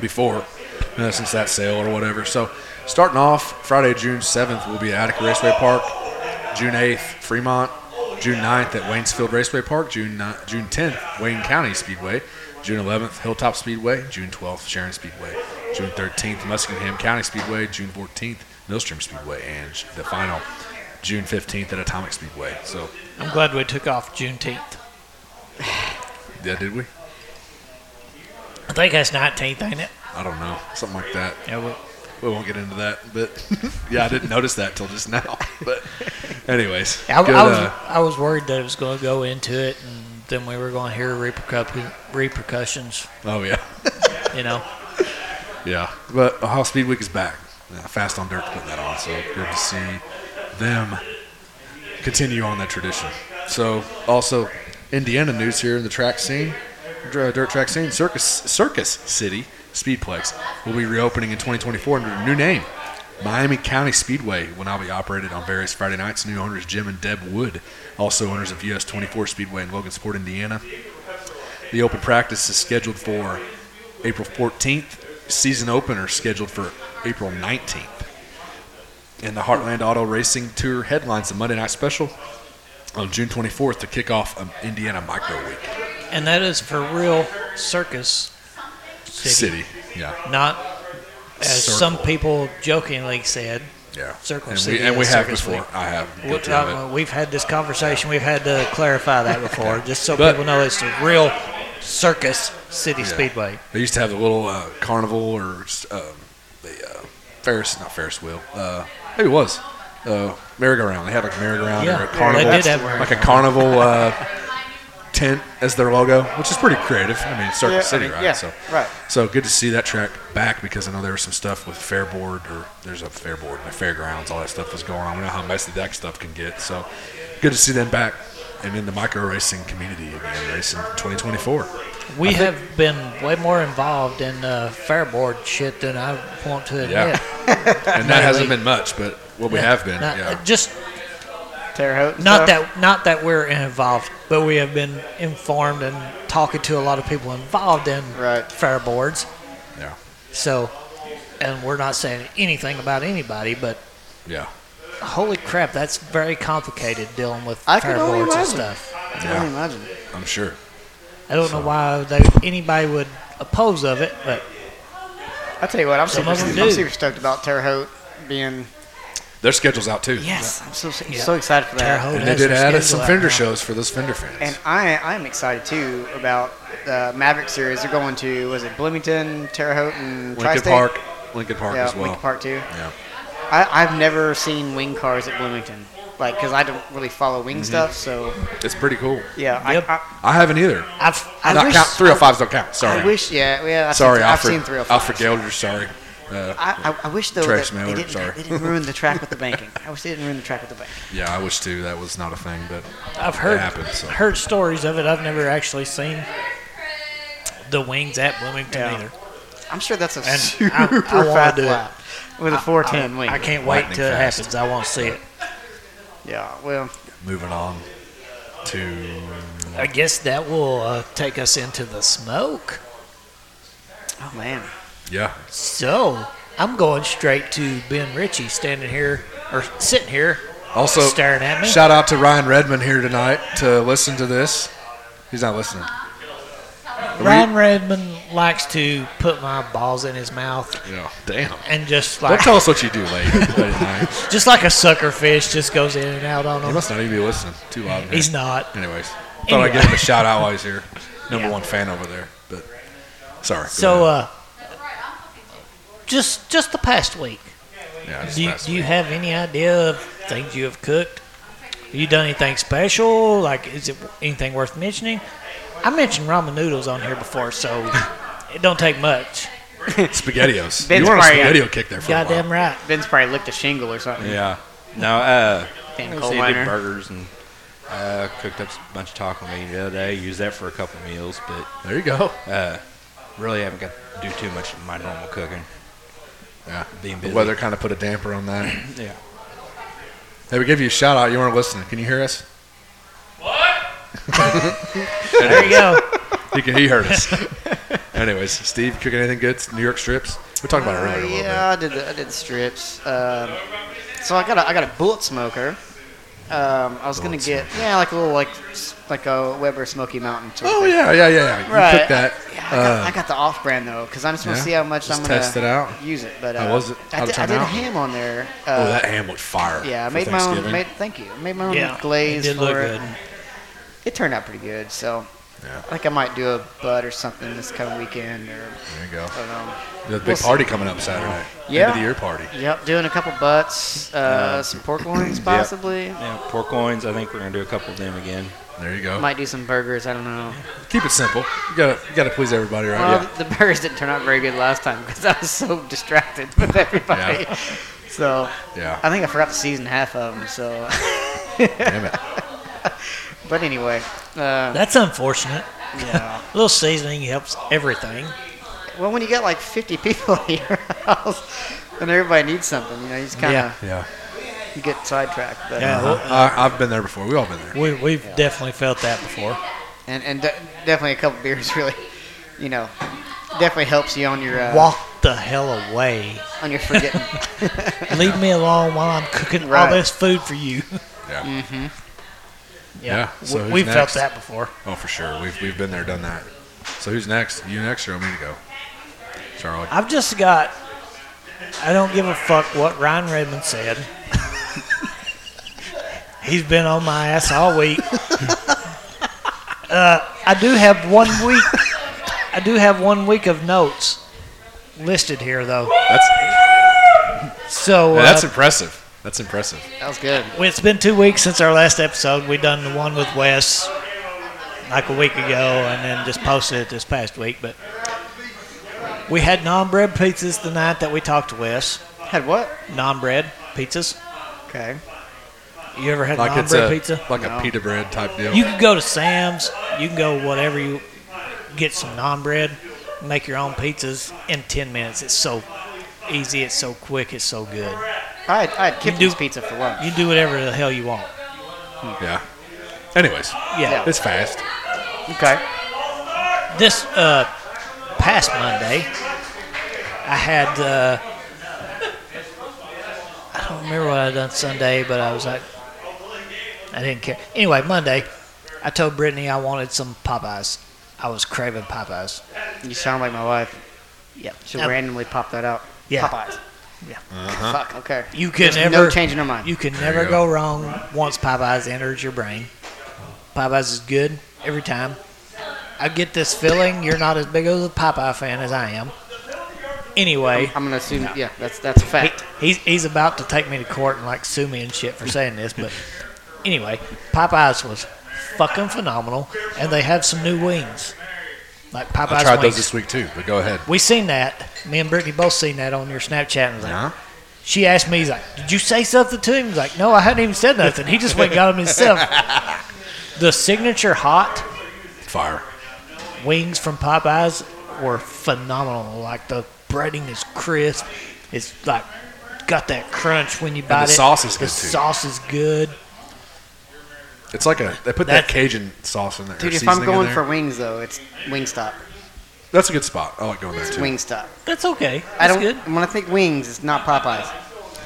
before, you know, since that sale or whatever. So, starting off Friday, June 7th, will be at Attica Raceway Park. June 8th, Fremont. June 9th at Waynesfield Raceway Park. June 9, June 10th, Wayne County Speedway. June 11th, Hilltop Speedway. June 12th, Sharon Speedway. June 13th, Muskingham County Speedway. June 14th, Millstream Speedway. And the final, June 15th at Atomic Speedway. So,
I'm glad we took off Juneteenth.
yeah, did we?
I think that's 19th, ain't it?
I don't know. Something like that.
Yeah, we,
We won't get into that. But yeah, I didn't notice that till just now. But, anyways.
I,
good,
I was
uh,
I was worried that it was going to go into it, and then we were going to hear repercu- repercussions.
oh, yeah.
You know,
Yeah, but Ohio Speed Week is back. Yeah, Fast on Dirt putting that on, so good to see them continue on that tradition. So also Indiana news here in the track scene, dr- uh, dirt track scene. Circus Circus City Speedplex will be reopening in 2024 under a new name, Miami County Speedway, will now be operated on various Friday nights. New owners Jim and Deb Wood, also owners of US 24 Speedway in Logansport, Indiana. The open practice is scheduled for April 14th. Season opener scheduled for April 19th. And the Heartland Auto Racing Tour headlines the Monday Night Special on June 24th to kick off um, Indiana Micro Week
And that is for real circus city,
city. Yeah,
not as some
Circle.
people jokingly said.
yeah.
Circle
and
City
we, and we
is
have
Circus
before.
Week.
I have.
We,
guilty of it.
uh, we've had this conversation. We've had to clarify that before, just so
But-
people know it's a real circus city speedway.
They used to have the little uh, carnival or um, the uh, Ferris, not Ferris wheel. Uh, maybe it was uh, merry-go-round. They had like a merry-go-round
Yeah,
or a
they
carnival,
did have
like a carnival uh, tent as their logo, which is pretty creative. I mean, it's Circus
Yeah, I
City,
mean,
right?
yeah,
so,
right.
So good to see that track back because I know there was some stuff with fair board or there's a fair board and the fairgrounds, all that stuff was going on. We know how messy that stuff can get. So good to see them back and in the micro racing community again, racing 2024.
We have been way more involved in uh, fair board shit than I want to admit.
Yeah. and that hasn't been much, but what we have been,
Not-
yeah.
Just
Terre Haute. and
not
stuff.
that not that we're involved, but we have been informed and talking to a lot of people involved in
Right.
fair boards.
yeah,
So, and we're not saying anything about anybody, but
yeah,
holy crap, that's very complicated dealing with
I
fair
can only
boards and
imagine.
stuff.
I can
Yeah.
only imagine.
I'm sure.
I don't know why they, anybody would oppose of it, but
I tell you what, I'm
Some
super,
of 'em
I'm
do.
super stoked about Terre Haute being.
Their schedule's out too.
Yes, I'm so so
Yeah.
so excited for
Terre
that.
Haute
And they
has
did
their
add us
schedule
some
out
vendor
now.
shows for those vendor fans.
And I I'm excited too about the Maverick series. They're going to was it Bloomington, Terre Haute, and
Lincoln
Tri-State?
Park, Lincoln Park
Yeah,
as well.
Lincoln Park too.
Yeah,
I, I've never seen wing cars at Bloomington, like because I don't really follow wing
Mm-hmm.
stuff. So
it's pretty cool.
yeah,
Yep.
I,
I haven't either.
I've,
I
I've
not
wish-
count three hundred fives don't count.
I,
Sorry,
I wish yeah yeah. I've
sorry,
seen,
Alfred.
I've seen three oh or five.
Alfred Gelder, sorry. Uh,
I, I, I wish though
Trash
that
mailer,
they didn't,
sorry.
they didn't ruin the track with the banking. I wish they didn't ruin the track with the banking.
yeah, I wish too. That was not a thing, but
I've heard
happened, so.
heard stories of it. I've never actually seen the wings at Bloomington
Yeah.
either.
I'm sure that's a
I- I
super
wanna
fast
do it.
lap with a 410 wing.
I can't wait
Lightning
till it
fast.
happens. I want to see it.
Yeah, well,
moving on to
I guess that will uh, take us into the smoke.
oh man,
yeah,
So I'm going straight to Ben Ritchie standing here or sitting here.
Also,
Staring at me?
Shout out to Ryan Redmond here tonight to listen to this. He's not listening.
Ryan Redmond likes to put my balls in his mouth
Yeah, damn.
and just
Don't
like
tell us what you do late, late at night.
just like a sucker fish just goes in and out on
He
him.
must Oh, not even be listening. Too loud. in here.
He's not.
Anyways, thought I'd
Anyway.
give him a shout out while he's here. Number
Yeah.
one fan over there, but sorry. go
So
ahead.
uh, just just the past week.
yeah, just
uh, Do you,
last
do you
week.
have any idea of things you have cooked? Have you done anything special? Like, is it anything worth mentioning? I mentioned ramen noodles on here before, so it don't take much.
SpaghettiOs.
Vince
you were on a
Maria.
SpaghettiO kick there for a
Goddamn
while.
right.
Ben's probably licked a shingle or something.
Yeah. No, uh,
Damn
I
coal
see, I
miner.
did burgers and uh, cooked up a bunch of taco meat the other day. Used that for a couple meals, but
There you go.
uh, really haven't got to do too much of my normal cooking. Uh,
Yeah.
Being
The
busy.
weather kind of put a damper on that.
Yeah.
Hey, we gave you a shout out. You weren't listening. Can you hear us?
There you go.
He, can, he heard us. Anyways, Steve, cooking anything good? New York strips. We talked about it earlier a little bit.
yeah, I did the, I did the strips. Um, so I got a, I got a bullet smoker. Um, I was gonna get yeah, like a little like s- like a Weber Smoky Mountain. Sort of
Oh
thing.
yeah, yeah, yeah. yeah. You
Right.
cooked that.
Yeah, I,
Uh,
got, I got the off brand though, because I just want
yeah,
to see how much
just
I'm gonna
test it out.
use it. But uh,
How was it?
I
How'd it
did, I
turn
did
out?
ham on there. Uh,
oh, that ham looked fire.
yeah, I
for
made my own.
Thanksgiving.
Made, thank you. I made my own
Yeah,
glaze
it did
for
look
it.
good.
It turned out pretty good. So
Yeah.
I think I might do a bud or something this coming weekend or. um,
There you go.
I don't know.
The big
We'll see.
party coming up Saturday.
Yeah.
End of the year party.
Yep, doing a couple butts, uh, some pork loins possibly.
Yeah, pork loins. I think we're gonna do a couple of them again.
There you go.
Might do some burgers. I don't know.
Keep it simple. You gotta, you gotta please everybody, right?
Well, the burgers didn't turn out very good last time because I was so distracted with everybody.
Yeah.
So
yeah.
I think I forgot to season half of them. So,
Yeah. Damn it.
but But anyway, uh,
That's unfortunate.
yeah.
A little seasoning helps everything.
Well, when you got like 50 people at your house and everybody needs something, you know, you just kind
Yeah.
of
Yeah.
you get sidetracked. But
Yeah,
Uh-huh. I, I've been there before. We've all been there.
we, we, we've definitely felt that before.
and and de- definitely a couple beers really, you know, definitely helps you on your uh,
Walk the hell away.
on your forgetting.
Leave me alone while I'm cooking
Right.
all this food for you.
Yeah.
Mm-hmm.
Yeah,
Yeah, so
we,
who's
we've felt
next?
that before.
Oh, for sure. We've, we've been there, done that. So who's next? You next or me to go? Charlie.
I've just got. I don't give a fuck what Ryan Redmond said. He's been on my ass all week. uh, I do have one week. I do have one week of notes listed here, though.
That's
So uh,
that's impressive. That's impressive.
that was good.
it's been two weeks since our last episode. We done the one with Wes like a week ago, and then just posted it this past week. But we had non-bread pizzas the night that we talked to Wes.
Had what?
non-bread pizzas.
Okay.
You ever had
Like it's
non-bread
a
pizza?
like
No.
a pita bread type deal.
You can go to Sam's. You can go whatever you get some non-bread, make your own pizzas in ten minutes. It's so easy. It's so quick. It's so good.
I had, I had Kipton's
do-
pizza for lunch.
You do whatever the hell you want.
yeah. Anyways,
Yeah.
it's fast.
Okay.
This uh, past Monday, I had. Uh, I don't remember what I done Sunday, but I was like, I didn't care. Anyway, Monday, I told Brittany I wanted some Popeyes. I was craving Popeyes.
You sound like my wife.
Yep.
She
Now,
randomly popped that out.
Yeah.
Popeyes.
Yeah.
Uh-huh.
Fuck. Okay.
You can
There's
never
no changing her mind.
You can never
you
go wrong once Popeyes enters your brain. Popeyes is good every time. I get this feeling you're not as big of a Popeye fan as I am. Anyway,
I'm gonna assume. Yeah, that's that's a
he,
fact.
he's he's about to take me to court and like sue me and shit for saying this, but anyway, Popeyes was fucking phenomenal, and they have some new wings, like Popeyes
I tried
wings.
those this week too, but go ahead.
We seen that. Me and Brittany both seen that on your Snapchat. And was like,
Uh-huh.
She asked me, he's like, Did you say something to him? He's like, No, I hadn't even said nothing. He just went and got him himself. the signature hot
Fire.
wings from Popeyes were phenomenal. Like the breading is crisp. It's like got that crunch when you bite
the
it.
sauce is
the
good, too.
sauce is good.
It's like a they put
That-
that Cajun sauce in there.
Dude,
or
if I'm
seasoning in
going
there.
for wings though, it's Wingstop.
that's a good spot. I like going there
It's
too.
Wingstop.
That's okay.
I
That's
don't.
good.
When I think wings, it's not Popeyes.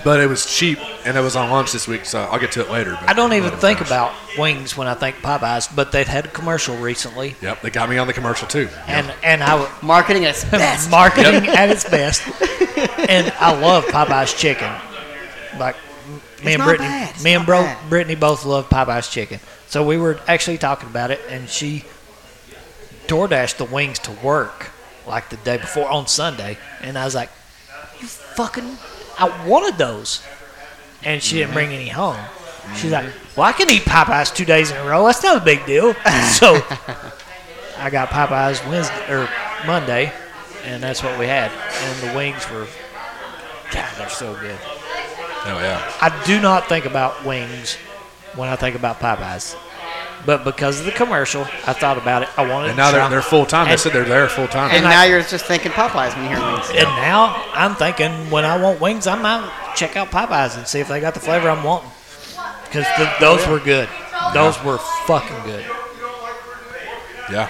But it was cheap and it was on lunch this week, so I'll get to it later. But
I don't even
let him
think
finish.
about wings when I think Popeyes, but they've had a commercial recently.
Yep, they got me on the commercial too.
And and I w-
Marketing is best.
marketing at its best. and I love Popeye's chicken. Like m- me and
not
Brittany,
bad. It's
me and
not
bro,
bad.
Brittany both love Popeye's chicken. So we were actually talking about it, and she DoorDashed the wings to work like the day before on Sunday, and I was like, "You fucking, I wanted those," and she didn't bring any
Mm-hmm.
home. She's like, "Well, I can eat Popeyes two days in a row. That's not a big deal." so I got Popeyes Wednesday or Monday, and that's what we had. And the wings were, God, they're so good.
Oh yeah,
I do not think about wings when I think about Popeyes, but because of the commercial, I thought about it. I wanted to
and now they're
try-
they're full time. They
And-
said they're there full time.
And now you're just thinking Popeyes when you hear wings.
And now I'm thinking when I want wings, I might check out Popeyes and see if they got the flavor I'm wanting. Because those were good. Those were fucking good.
yeah.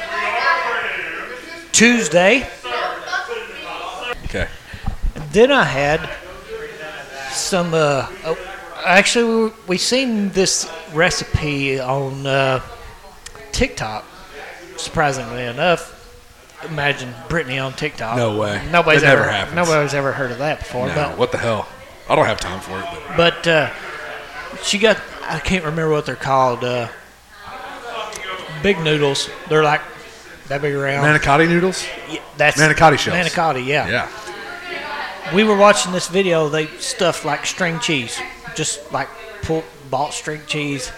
Tuesday,
Okay.
then I had some. Uh, oh, actually, we, we seen this recipe on uh, TikTok. Surprisingly enough, imagine Brittany on TikTok.
No way.
Nobody's
That
ever
never happens.
nobody's ever heard of that before.
No,
but
what the hell? I don't have time for it. But
But uh, she got, I can't remember what they're called. Uh, big noodles. They're like that big round.
manicotti noodles.
Yeah, that's
manicotti shells.
Manicotti, yeah.
Yeah.
We were watching this video. They stuffed like string cheese, just like pulled, bought string cheese,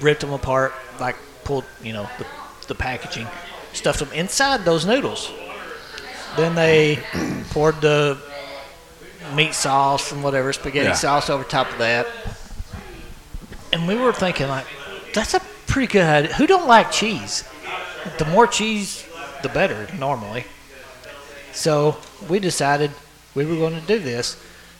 ripped them apart, like pulled, you know, the, the packaging, stuffed them inside those noodles. Then they poured the meat sauce and whatever spaghetti
Yeah.
sauce over top of that. And we were thinking like, that's a pretty good. Who don't like cheese? The more cheese, the better normally. So we decided we were going to do this.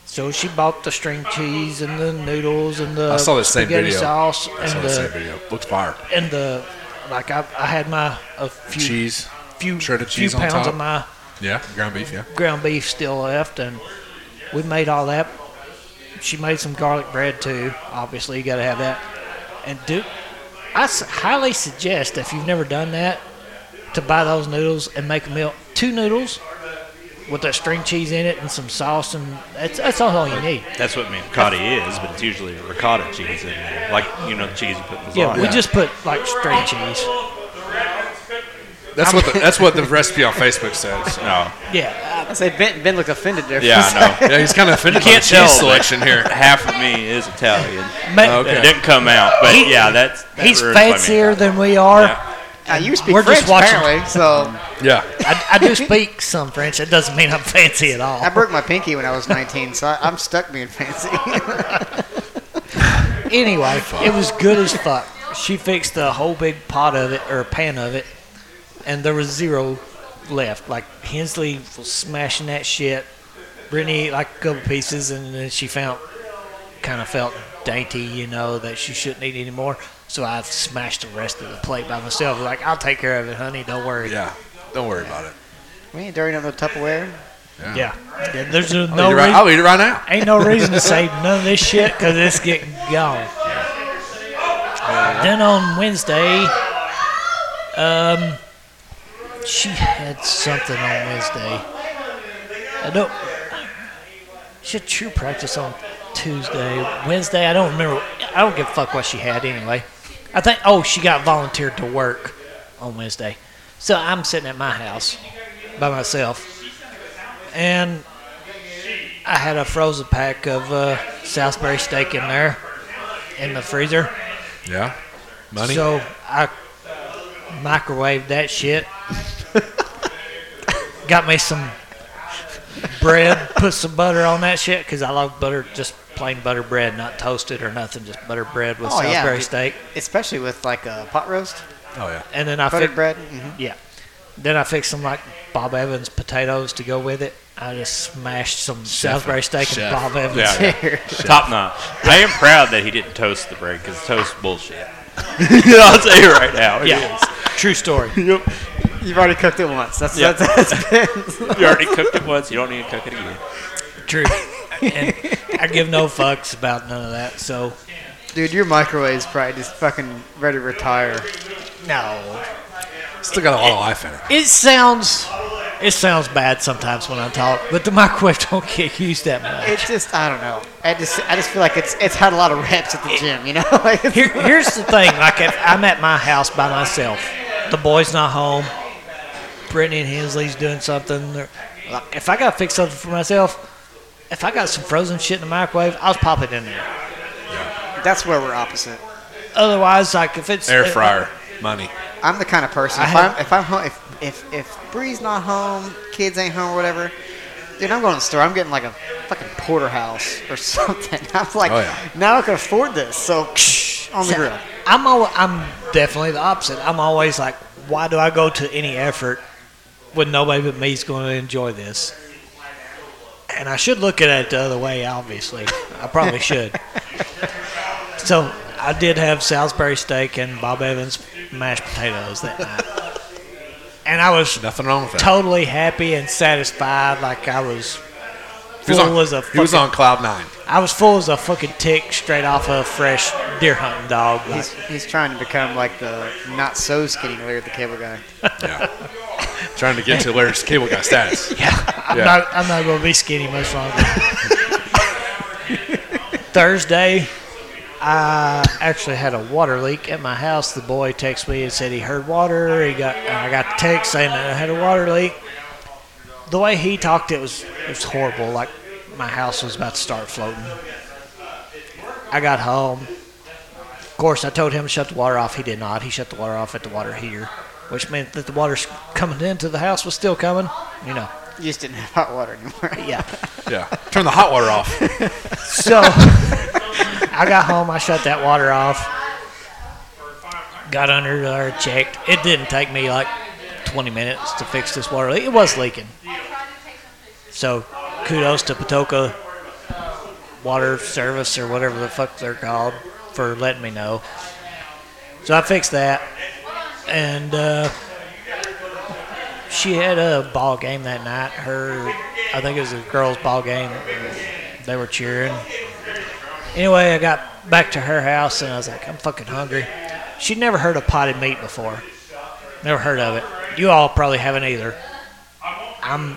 So she bought the string cheese and the noodles and the
I saw the same
spaghetti
video.
sauce
I saw
and
the same
the,
video. Looks fire.
and the like. I, I had my a few
Cheese.
few
shredded
few
cheese on
pounds
top.
of my
Yeah, ground beef. Yeah.
ground beef still left, and we made all that. She made some garlic bread too. Obviously, you got to have that. And do I s- highly suggest if you've never done that to buy those noodles and make a meal. Two noodles with that string cheese in it and some sauce, and that's that's all you need.
That's what manicotti is, but it's usually a ricotta cheese in there, like you know the cheese you put in lasagna.
Yeah, we just put like string cheese.
That's what the, that's what the recipe on Facebook says.
no,
Yeah,
I say Ben, ben looked offended there. for a
yeah,
second.
I know.
Yeah, he's kind of offended by the
Can't tell
cheese selection
but
here.
Half of me is Italian.
I, ma-
Okay.
It didn't come out, but
He-
yeah, that's that
he's
ruins my
fancier
manicotti.
than we are.
Yeah.
Uh, you speak
We're
French
just watching.
apparently, so
Yeah,
I, I do speak some French. That doesn't mean I'm fancy at all.
I broke my pinky when I was 19, so I, I'm stuck being fancy.
Anyway, it was good as fuck. She fixed the whole big pot of it or pan of it, and there was zero left. Like Hensley was smashing that shit. Brittany ate like a couple pieces, and then she found kind of felt dainty, you know, that she shouldn't eat anymore. So I smashed the rest of the plate by myself. Like I'll take care of it, honey. Don't worry.
Yeah. Don't worry about it.
we ain't dirty up no Tupperware.
Yeah. Yeah, there's no
I'll, eat it right,
rea-
I'll eat it right now.
Ain't no reason to save none of this shit because it's getting gone. Then on Wednesday, um, she had something on Wednesday. I don't. She had true practice on Tuesday. Wednesday, I don't remember. I don't give a fuck what she had anyway. I think. Oh, she got volunteered to work on Wednesday. So I'm sitting at my house by myself, and I had a frozen pack of uh, Salisbury steak in there in the freezer.
Yeah. Money.
So I microwaved that shit. Got me some bread, put some butter on that shit because I love butter, just plain butter bread, not toasted or nothing, just butter bread with
Oh, yeah.
Salisbury steak.
Especially with like a pot roast,
oh yeah.
And then I
buttered
fi-
bread. hmm
yeah. Then I fixed some like Bob Evans potatoes to go with it. I just smashed some Salisbury steak and
Chef.
Bob Evans.
Yeah, yeah. Top notch. I am proud that he didn't toast the bread because toast bullshit. I'll tell you right now. it
Yeah.
is.
True story.
You've already cooked it once. That's
Yeah.
that's, that's Ben's.
You already cooked it once. You don't need to cook it again.
True. and I give no fucks about none of that. So
Dude, your microwave's probably just fucking ready to retire.
no,
Still got a lot of life in it.
it sounds it sounds bad sometimes when I talk, but the microwave don't get used that much.
It's just I don't know. I just I just feel like it's it's had a lot of reps at the gym. You know, like it's,
Here, here's the thing: like if I'm at my house by myself, the boy's not home, Brittany and Hensley's doing something. or- Like if I gotta fix something for myself. If I got some frozen shit in the microwave, I'll pop it in there.
that's where we're opposite.
Otherwise, like if it's
air fryer, money.
I'm the kind of person
I
if
have-
I'm if I'm home, if if if Bree's not home, kids ain't home, or whatever. Dude, I'm going to the store. I'm getting like a fucking porterhouse or something. I'm like,
Oh, yeah.
now I can afford this. So on the grill.
I'm al- I'm definitely the opposite. I'm always like, why do I go to any effort when nobody but me is going to enjoy this? And I should look at it the other way, obviously. I probably should. so I did have Salisbury steak and Bob Evans mashed potatoes that night. And I was
Nothing wrong with that.
totally happy and satisfied, like I was
He was
full
on,
as a
he was
fucking-
on cloud nine.
I was full as a fucking tick straight off a fresh deer hunting dog. like-
He's, he's trying to become like the not so skinny Larry the Cable Guy.
Yeah, trying to get to Larry's cable guy status.
Yeah, I'm
Yeah.
not. I'm not going to be skinny much longer. Thursday, I actually had a water leak at my house. The boy texted me and said he heard water. He got. and I got the text saying that I had a water leak. The way he talked, it was it was horrible. Like my house was about to start floating. I got home. Of course, I told him to shut the water off. He did not. He shut the water off at the water heater, which meant that the water coming into the house was still coming. You know.
You just didn't have hot water anymore.
Yeah.
Yeah, turn the hot water off.
So I got home, I shut that water off. got under there, checked. It didn't take me like 20 minutes to fix this water leak. It was leaking. So kudos to Patoka Water Service or whatever the fuck they're called for letting me know. So I fixed that. And uh, she had a ball game that night. Her, I think it was a girls' ball game. They were cheering. Anyway, I got back to her house and I was like, I'm fucking hungry. She'd never heard of potted meat before. Never heard of it. You all probably haven't either. I'm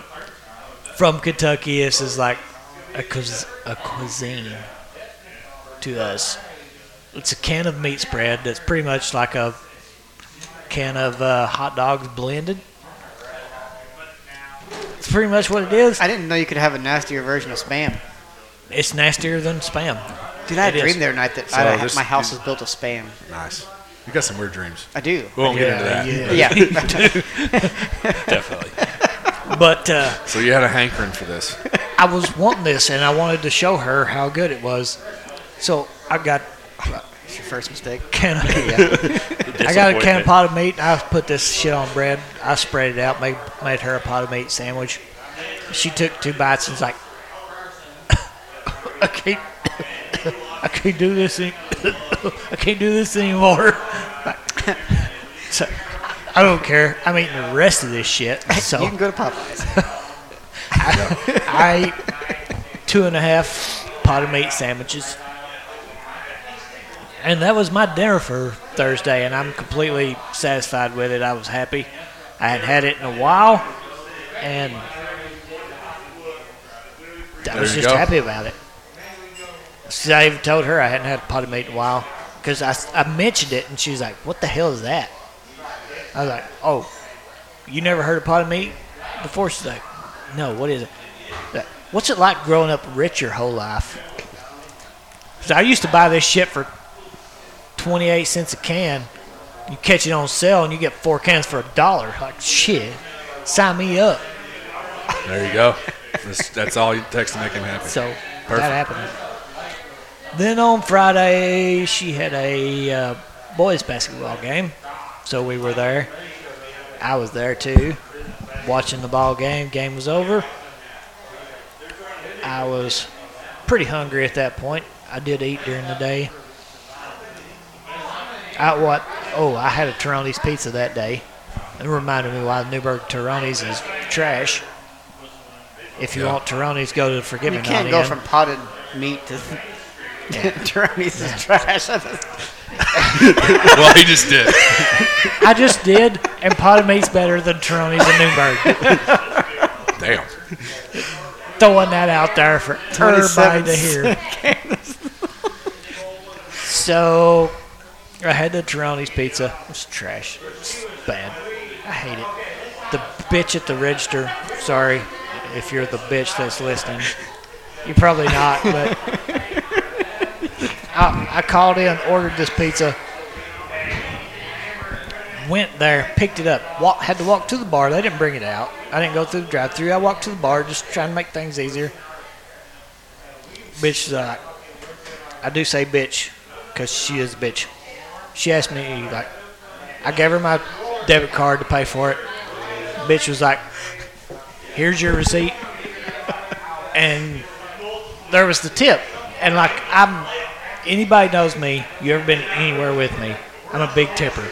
from Kentucky. This is like a, cuis- a cuisine to us. It's a can of meat spread that's pretty much like a can of uh, hot dogs blended. It's pretty much what it is.
I didn't know you could have a nastier version of spam.
It's nastier than spam.
Dude, I had
It
a
is.
dream the other night that
So
I,
this-
my house was built of spam.
Nice. You got some weird dreams.
I do.
We won't get into that.
Yeah.
Definitely.
But uh,
So you had a hankering for this.
I was wanting this, and I wanted to show her how good it was. So I got
It's your first mistake.
can of,
Yeah.
I got a can of
Disappointment.
pot of meat. And I put this shit on bread. I spread it out, made made her a pot of meat sandwich. She took two bites and was like, I can't, I can't do this. Any, I can't do this anymore. so I don't care. I'm eating the rest of this shit. So
You can go to Popeyes.
I ate two and a half pot of meat sandwiches. And that was my dinner for Thursday, and I'm completely satisfied with it. I was happy. I had had it in a while, and I was
you
just
go.
happy about it. So I even told her I hadn't had pot of meat in a while because I, I mentioned it, and she was like, What the hell is that? I was like, Oh, you never heard of pot of meat before? She's like, No, what is it? What's it like growing up rich your whole life? So I used to buy this shit for 28 cents a can. You catch it on sale and you get four cans for a dollar. Like, shit, sign me up.
There you go. That's, that's all you text to make him happy.
So
Perfect.
that happened. Then on Friday, she had a uh, boys' basketball game. So we were there. I was there too, watching the ball game. Game was over. I was pretty hungry at that point. I did eat during the day. I what? Oh, I had a Taroni's pizza that day. It reminded me why Newburgh Taroni's is trash. If you want Taroni's, go to the Forgive
You
Me
can't
Not
go
Inn.
from potted meat to Jeremy's is trash.
well, he just did.
I just did, and potted meat's better than Taroni's in Newburgh.
Damn.
Throwing that out there for everybody
27
to hear. so, I had the Taroni's pizza. It's trash. It's bad. I hate it. The bitch at the register. Sorry, if you're the bitch that's listening. You're probably not, but I, I called in, ordered this pizza. went there, picked it up, walk, had to walk to the bar. They didn't bring it out. I didn't go through the drive through. I walked to the bar just trying to make things easier. Bitch, is like, I do say bitch because she is a bitch. She asked me, like, I gave her my debit card to pay for it. Bitch was like, here's your receipt. And there was the tip. And, like, I'm, anybody knows me, you ever been anywhere with me, I'm a big tipper.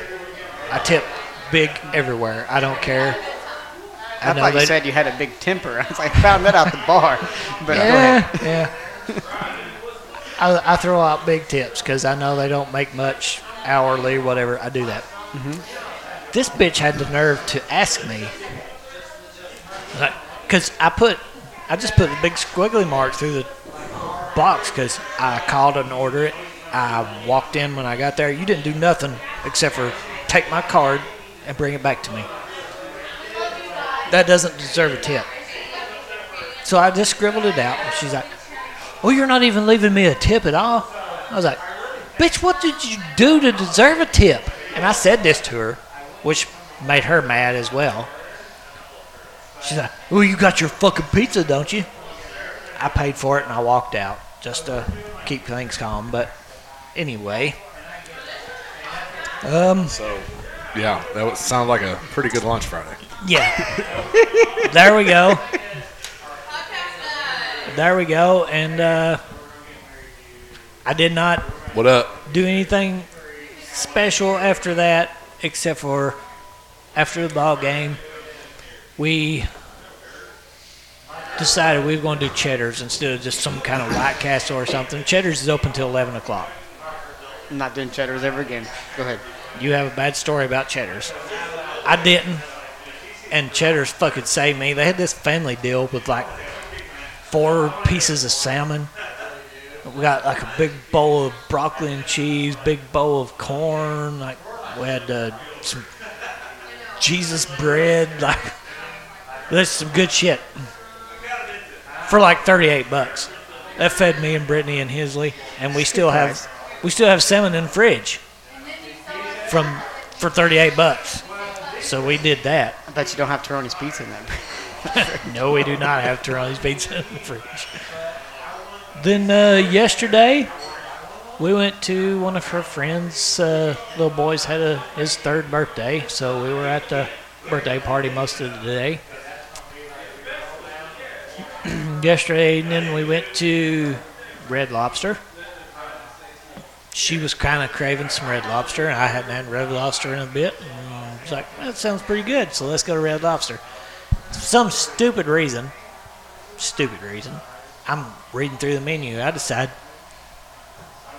I tip big everywhere. I don't care.
I,
know
thought you
they-
said you had a big temper. I was like, I found that out the bar. But uh, go ahead.
Yeah, yeah. I, I throw out big tips because I know they don't make much hourly, whatever. I do that.
Mm-hmm.
This bitch had the nerve to ask me, because I put, I just put a big squiggly mark through the box because I called and ordered it. I walked in when I got there. You didn't do nothing except for take my card and bring it back to me. That doesn't deserve a tip. So I just scribbled it out, and she's like, "Oh, you're not even leaving me a tip at all." I was like, "Bitch, what did you do to deserve a tip?" And I said this to her, which made her mad as well. She's like, "Oh, you got your fucking pizza, don't you?" I paid for it and I walked out just to keep things calm. But anyway,
So
Yeah, that would sound like a pretty good lunch Friday.
Yeah. there we go. There we go. And uh, I did not
what up?
do anything special after that, except for after the ball game, we decided we were going to do cheddars instead of just some kind of white castle or something. Cheddars is open till 11 o'clock.
I'm not doing cheddars ever again. Go ahead.
You have a bad story about Cheddar's. I didn't. And Cheddar's fucking saved me. They had this family deal with like four pieces of salmon. We got like a big bowl of broccoli and cheese, big bowl of corn. Like we had uh, some Jesus bread. Like that's some good shit for like thirty-eight bucks. That fed me and Brittany and Hisley, and we still have we still have salmon in the fridge from for 38 bucks. So we did that.
I bet you don't have Taroni's pizza in that.
No, we do not have Toronto's pizza in the fridge. Then uh, yesterday, we went to one of her friends' uh, little boys had a, his third birthday, so we were at the birthday party most of the day. yesterday evening, we went to Red Lobster. She was kind of craving some Red Lobster, and I hadn't had Red Lobster in a bit. And uh, I was like, that sounds pretty good, so let's go to Red Lobster some stupid reason, stupid reason, I'm reading through the menu. I decide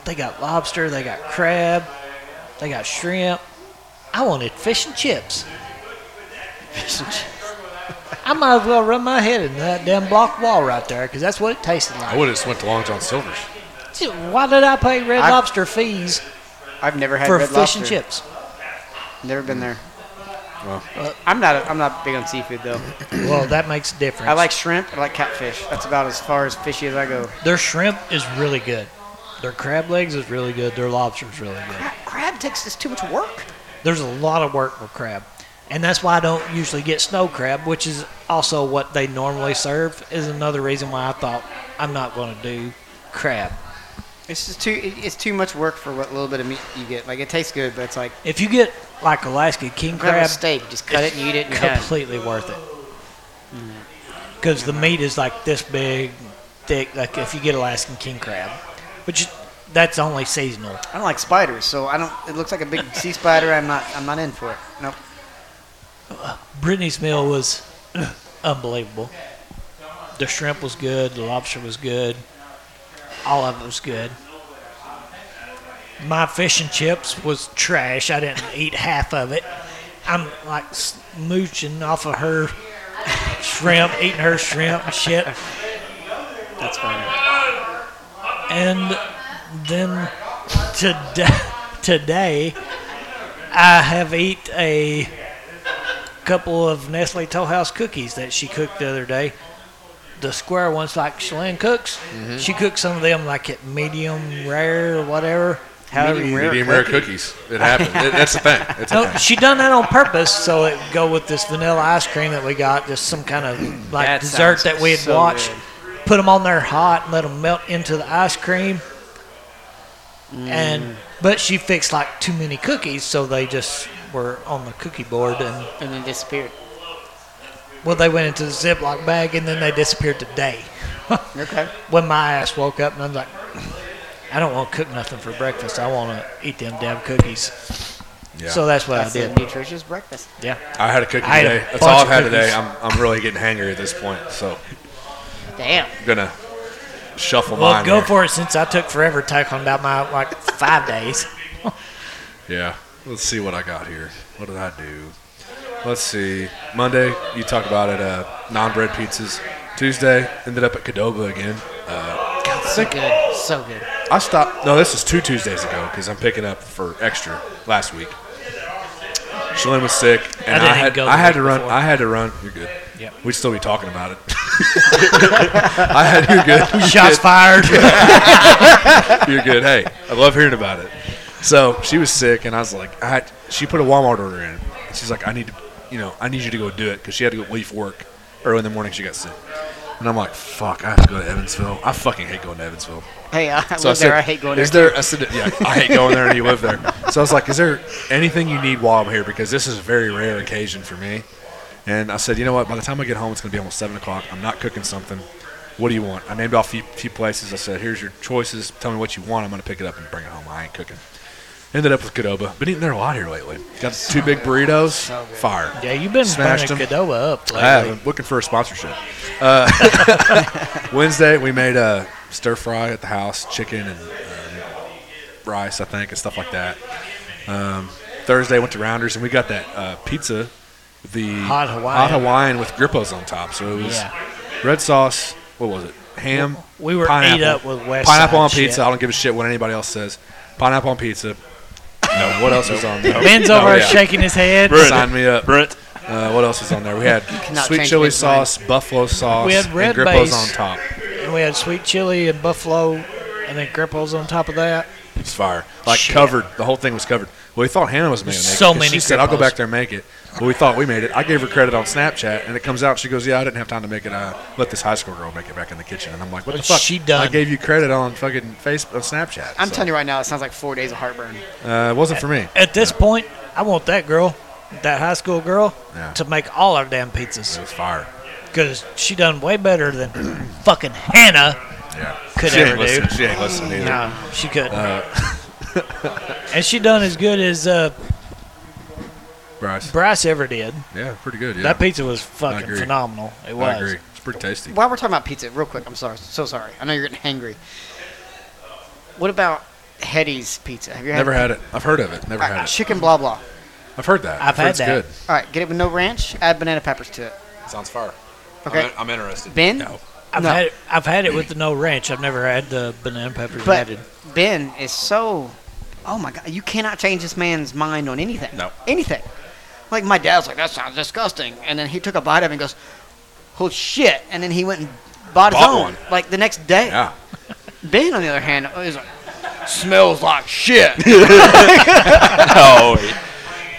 they got lobster, they got crab, they got shrimp. I wanted fish and chips. Fish and chips. I might as well run my head into that damn block wall right there because that's what it tasted
I
like.
would have just went to Long John Silver's.
Why did I pay Red
I-
Lobster fees
I've never had
for
red
fish
lobster.
and Mm. chips?
Never been there. Uh, I'm not. A, I'm not big on seafood though.
Well, that makes a difference.
I like shrimp. I like catfish. That's about as far as fishy as I go.
their shrimp is really good. Their crab legs is really good. Their lobster is really good.
Crab takes just too much work.
there's a lot of work for crab and that's why i don't usually get snow crab which is also what they normally serve is another reason why i thought i'm not going to do crab
It's just too. it- It's too much work for what little bit of meat you get. Like it tastes good, but it's like
if you get like alaska king
crab
crab
steak. Just cut it and eat it. And you're done. Mm.
completely worth it because the meat is like this big thick like if you get alaskan king crab but you, that's only seasonal
I don't like spiders, so I don't. It looks like a big sea spider. I'm not. I'm not in for it. Nope.
Brittany's meal was unbelievable. The shrimp was good. The lobster was good. All of it was good. My fish and chips was trash. I didn't eat half of it. I'm like smooching off of her shrimp, eating her shrimp and shit.
That's fine.
And then today, today I have eat a couple of Nestle Toll House cookies that she cooked the other day. The square ones, like Shalane cooks. She cooked some of them, like at medium rare or whatever. However,
Medium
you-
rare.
Medium rare cookies. It happened. It- that's the thing. It's a
No, she done that on purpose, so it go with this vanilla ice cream that we got, just some kind of like
That
dessert
sounds
that we had
so
watched.
good.
Put 'em Put them on there hot and let them melt into the ice cream.
Mm.
And but she fixed like too many cookies, so they just were on the cookie board, and
And then disappeared.
well, they went into the Ziploc bag, and then they disappeared today.
Okay.
when my ass woke up and I was like, I don't want to cook nothing for breakfast. I want to eat them damn cookies.
Yeah.
So that's what
That's
I
a
did.
nutritious breakfast.
Yeah.
I had a cookie
I had a
today.
bunch
That's all
of
I've had today.
cookies.
I'm, I'm really getting hangry at this point, so
Damn.
I'm gonna shuffle
Well,
mine.
go
here.
for it since I took forever talking about my like five days.
Yeah. Let's see what I got here. What did I do? Let's see. Monday, you talked about it. Uh, non-bread pizzas. Tuesday, ended up at Cadoba again.
So good. So good.
I stopped. No, this is two Tuesdays ago because I'm picking up for extra last week. Shalyn was sick, and I,
didn't
had
go the
I had
week
to run.
before.
I had to run. You're good.
Yep.
We'd still be talking about it. I had you're good.
Shots fired.
You're good. Hey, I love hearing about it. So she was sick, and I was like, I. Had, she put a Walmart order in. And she's like, I need to, you know, I need you to go do it because she had to go leave work early in the morning. She got sick. And I'm like, fuck, I have to go to Evansville. I fucking hate going to Evansville.
Hey, uh, I
So
live
I said,
there. I hate going
is
there.
I said, yeah, I hate going there and you live there. So I was like, is there anything you need while I'm here? Because this is a very rare occasion for me. And I said, you know what? By the time I get home, it's going to be almost 7 o'clock. I'm not cooking something. What do you want? I named off a few, few places. I said, here's your choices. Tell me what you want. I'm going to pick it up and bring it home. I ain't cooking. Ended up with Cadoba. Been eating there a lot here lately. Got two big burritos. Fire.
Yeah, you've been
Smashed
burning
'em.
Cadova up lately.
I haven't. Looking for a sponsorship. Uh, Wednesday, we made a stir fry at the house, chicken and um, rice, I think, and stuff like that. Um, Thursday, went to Rounders, and we got that uh, pizza, the
Hot Hawaiian.
hot Hawaiian with grippos on top. So it was
Yeah.
red sauce. What was it? Ham.
We were
pineapple.
ate up with West
pineapple
Side
on
shit.
pizza. I don't give a shit what anybody else says. Pineapple on pizza. No, what else was on there?
Ben's
Oh,
over there
yeah.
shaking his head.
Brent.
Sign me up.
Brent.
Uh, what else was on there? We had
cannot
sweet
change
chili
Ben's mind.
sauce, buffalo sauce,
We had red
and grippos
base.
on top.
And we had sweet chili and buffalo, and then grippos on top of that.
It's fire. Like covered. The whole thing was covered. Well, we thought Hannah was making it.
So
'cause She
many
said, "I'll go
grippos.
back there and make it." But we thought we made it. I gave her credit on Snapchat, and it comes out. She goes, "Yeah, I didn't have time to make it. I let this high school girl make it back in the kitchen." And I'm like, "What the
But
fuck?"
she done.
I gave you credit on fucking Facebook, on Snapchat.
I'm
so.
telling you right now, it sounds like four days of heartburn.
Uh, it wasn't for me.
At this point, I want that girl, that high school girl,
Yeah.
to make all our damn pizzas
It was fire.
because she done way better than fucking Hannah
Yeah.
could
she
ever
ain't
do.
listening. She ain't listening either.
No, she couldn't.
Uh,
and she done as good as uh,
Bryce.
Bryce ever did.
Yeah, pretty good. Yeah.
That pizza was
I
fucking
agree.
phenomenal. It was.
I agree. It's pretty tasty.
While we're talking about pizza, real quick, I'm sorry, so sorry. I know you're getting hangry. What about Hetty's pizza? Have you had
Never had it. I've heard of it. Never
All right,
had it.
chicken blah blah.
I've heard that.
I've
I've heard
had
it's
that.
good.
All right, get it with no ranch. Add banana peppers to it.
Sounds fire.
Okay.
I'm, I'm interested.
Ben?
No.
I've
No.
had it, I've had it with the no ranch. I've never had the banana peppers
But
added.
Ben is so. Oh my God! You cannot change this man's mind on anything.
No.
Anything. Like my dad's like that sounds disgusting, and then he took a bite of it and goes, "Oh shit!" And then he went and bought, his
Bought
own.
one.
Like the next day.
Yeah.
Ben, on the other hand, is like, smells like shit.
oh,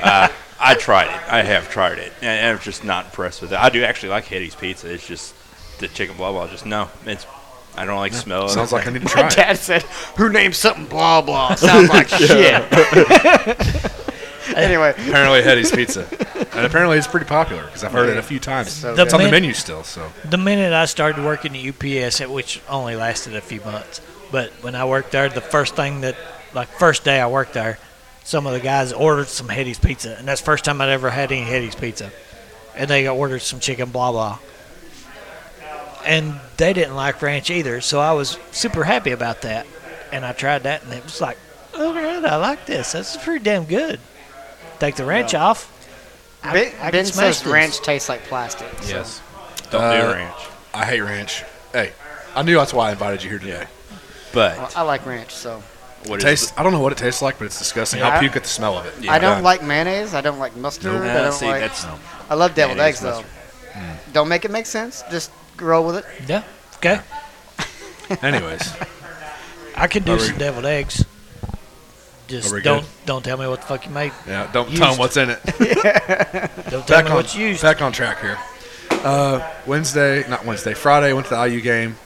uh, I tried it. I have tried it, and I'm just not impressed with it. I do actually like Hetty's pizza. It's just the chicken blah blah. Just no, it's I don't like smell.
Sounds like I need to try
my
it.
dad said, "Who named something blah blah?" Sounds like shit. anyway,
Apparently, Hetty's Pizza. And apparently, it's pretty popular because I've heard it a few times.
So
it's on the
good.
menu still, so.
The minute I started working at UPS, at which only lasted a few months, but when I worked there, the first thing that, like, first day I worked there, some of the guys ordered some Hetty's pizza, and that's the first time I'd ever had any Hetty's pizza. And they ordered some chicken blah blah. And they didn't like ranch either, so I was super happy about that. And I tried that, and it was like, all right, I like this. This is pretty damn good. Take the ranch off. I-
Ben,
I can
ben
smash
says
this.
ranch tastes like plastic. so-
yes. Don't
Uh,
do ranch.
I hate ranch. Hey, I knew that's why I invited you here today.
Well,
But
I like ranch, so
what is
uh, Taste, I don't know what it tastes like, but it's disgusting.
Yeah,
I'll
I-
puke at the smell of it.
I
Uh,
don't like mayonnaise. I don't like mustard.
the,
I
Uh,
don't
see,
like.
that's
I love deviled
mayonnaise
eggs though.
mustard.
Hmm.
Don't make it make sense. Just roll with it.
Yeah. Okay.
Anyways,
I can do
Are we-
some deviled eggs. Just
Are we
don't
good?
don't tell me what the fuck you made.
yeah, don't
Used.
tell them what's in it.
Don't tell
back
me
on
what you used.
back on track here. Uh, Wednesday, not Wednesday, Friday. Went to the IU game.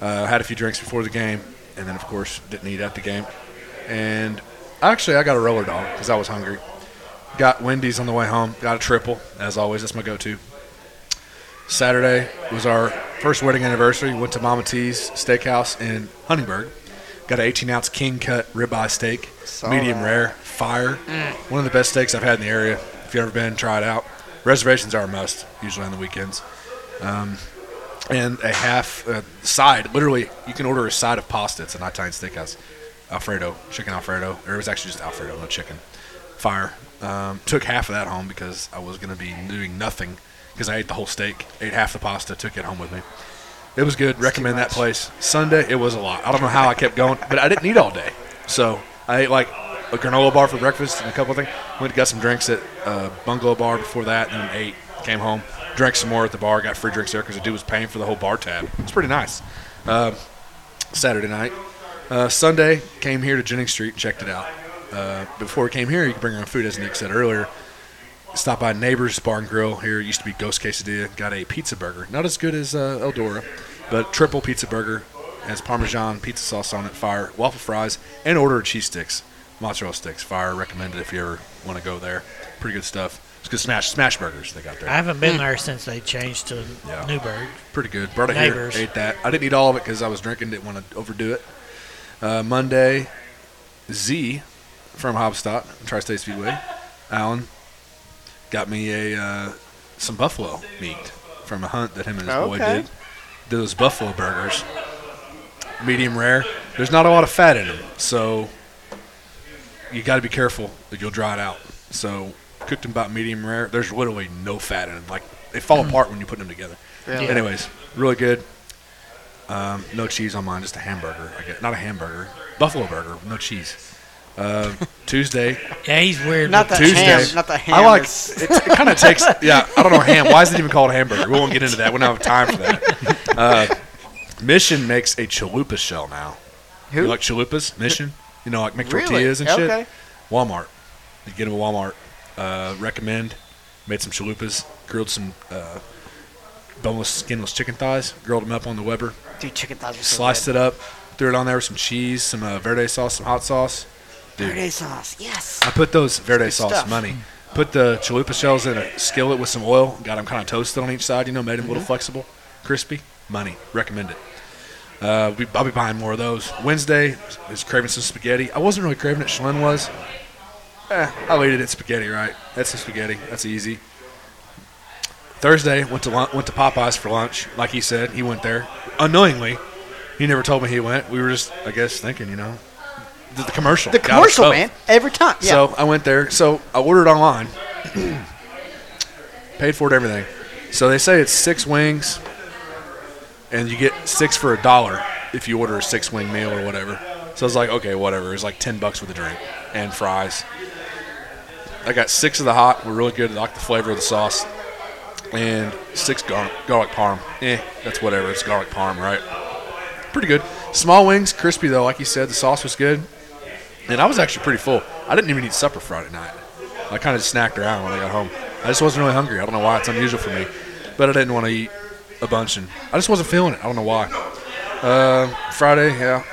Uh, had a few drinks before the game, and then of course didn't eat at the game. And actually, I got a roller dog because I was hungry. Got Wendy's on the way home. Got a triple as always. That's my go-to. Saturday was our first wedding anniversary. Went to Mama T's Steakhouse in Huntingburg. Got an 18 ounce king cut ribeye steak,
Saw
medium
that. Mm.
rare, fire. One of the best steaks I've had in the area. If you've ever been, try it out. Reservations are a must, usually on the weekends. Um, and a half uh, side, literally, you can order a side of pasta. It's an Italian steakhouse. Alfredo, chicken Alfredo. Or it was actually just Alfredo, no chicken. Fire. Um, took half of that home because I was going to be doing nothing because I ate the whole steak, ate half the pasta, took it home with me. It was good. Recommend that place. Sunday, it was a lot. I don't know how I kept going, but I didn't eat all day. So I ate like a granola bar for breakfast and a couple of things. Went and got some drinks at uh, Bungalow Bar before that, and then ate. Came home, drank some more at the bar, got free drinks there because the dude was paying for the whole bar tab. It's pretty nice. Um Saturday night. Uh, Sunday, came here to Jennings Street, checked it out. Uh, before we came here, you could bring your own food, as Nick said earlier Stop by Neighbors Barn Grill here. Used to be Ghost Quesadilla. Got a pizza burger. Not as good as uh, Eldora, but triple pizza burger. Has Parmesan, pizza sauce on it, fire, waffle fries, and order of cheese sticks. Mozzarella sticks, fire. Recommended if you ever want to go there. Pretty good stuff. It's good smash, smash burgers they got there.
I haven't been there since they changed to Newburgh.
pretty good. Brought it
Neighbors.
here, ate that. I didn't eat all of it because I was drinking, didn't want to overdo it. Uh, Monday, Z from Hobstock, Tri-State Speedway, Alan got me a uh, some buffalo meat from a hunt that him and his boy
Okay.
did. Did those buffalo burgers, medium rare. There's not a lot of fat in them, so you got to be careful that you'll dry it out. So cooked them about medium rare. There's literally no fat in them. Like they fall apart when you put them together.
Really?
Anyways, really good. Um, no cheese on mine, just a hamburger. I guess. Not a hamburger, buffalo burger, no cheese. Uh, Tuesday,
Yeah, he's weird.
Not the
with-
Tuesday.
ham. Not the ham.
I like
is-
it. Kind of takes. Yeah, I don't know ham. Why is it even called a hamburger? We won't get into that. We don't have time for that. Uh, Mission makes a chalupa shell now.
Who?
You like chalupas? Mission. You know, like make
Really?
tortillas and shit.
Okay.
Walmart. You get them at Walmart. Uh, recommend. Made some chalupas. Grilled some uh, boneless, skinless chicken thighs. Grilled them up on the Weber.
Dude, chicken thighs are so
Sliced it up. Threw it on there with some cheese, some uh, verde sauce, some hot sauce.
good.
Dude,
Verde sauce. Yes.
I put those verde sauce
stuff.
money. Put the chalupa shells in a skillet with some oil. Got them kind of toasted on each side. You know, made them a
Mm-hmm.
little flexible, crispy. Money. Recommend it. Uh, we, I'll be buying more of those. Wednesday is craving some spaghetti. I wasn't really craving it. Shalyn was. Eh, I'll eat it at spaghetti, right? That's some spaghetti. That's easy. Thursday went to lun- went to Popeyes for lunch. Like he said, he went there unknowingly. He never told me he went. We were just, I guess, thinking, you know, the, the commercial.
The
got us
commercial,
both.
man. Every time. Yeah.
So I went there. So I ordered online, paid for it, everything. So they say it's six wings, and you get six for a dollar if you order a six wing meal or whatever. So I was like, okay, whatever. It's like ten bucks with a drink and fries. I got six of the hot. We're really good. I like the flavor of the sauce. And six gar- garlic parm. Eh, that's whatever. It's garlic parm, right? Pretty good. Small wings, crispy though. Like you said, the sauce was good. And I was actually pretty full. I didn't even eat supper Friday night. I kind of just snacked around when I got home. I just wasn't really hungry. I don't know why. It's unusual for me. But I didn't want to eat a bunch. And I just wasn't feeling it. I don't know why. Uh, Friday, yeah.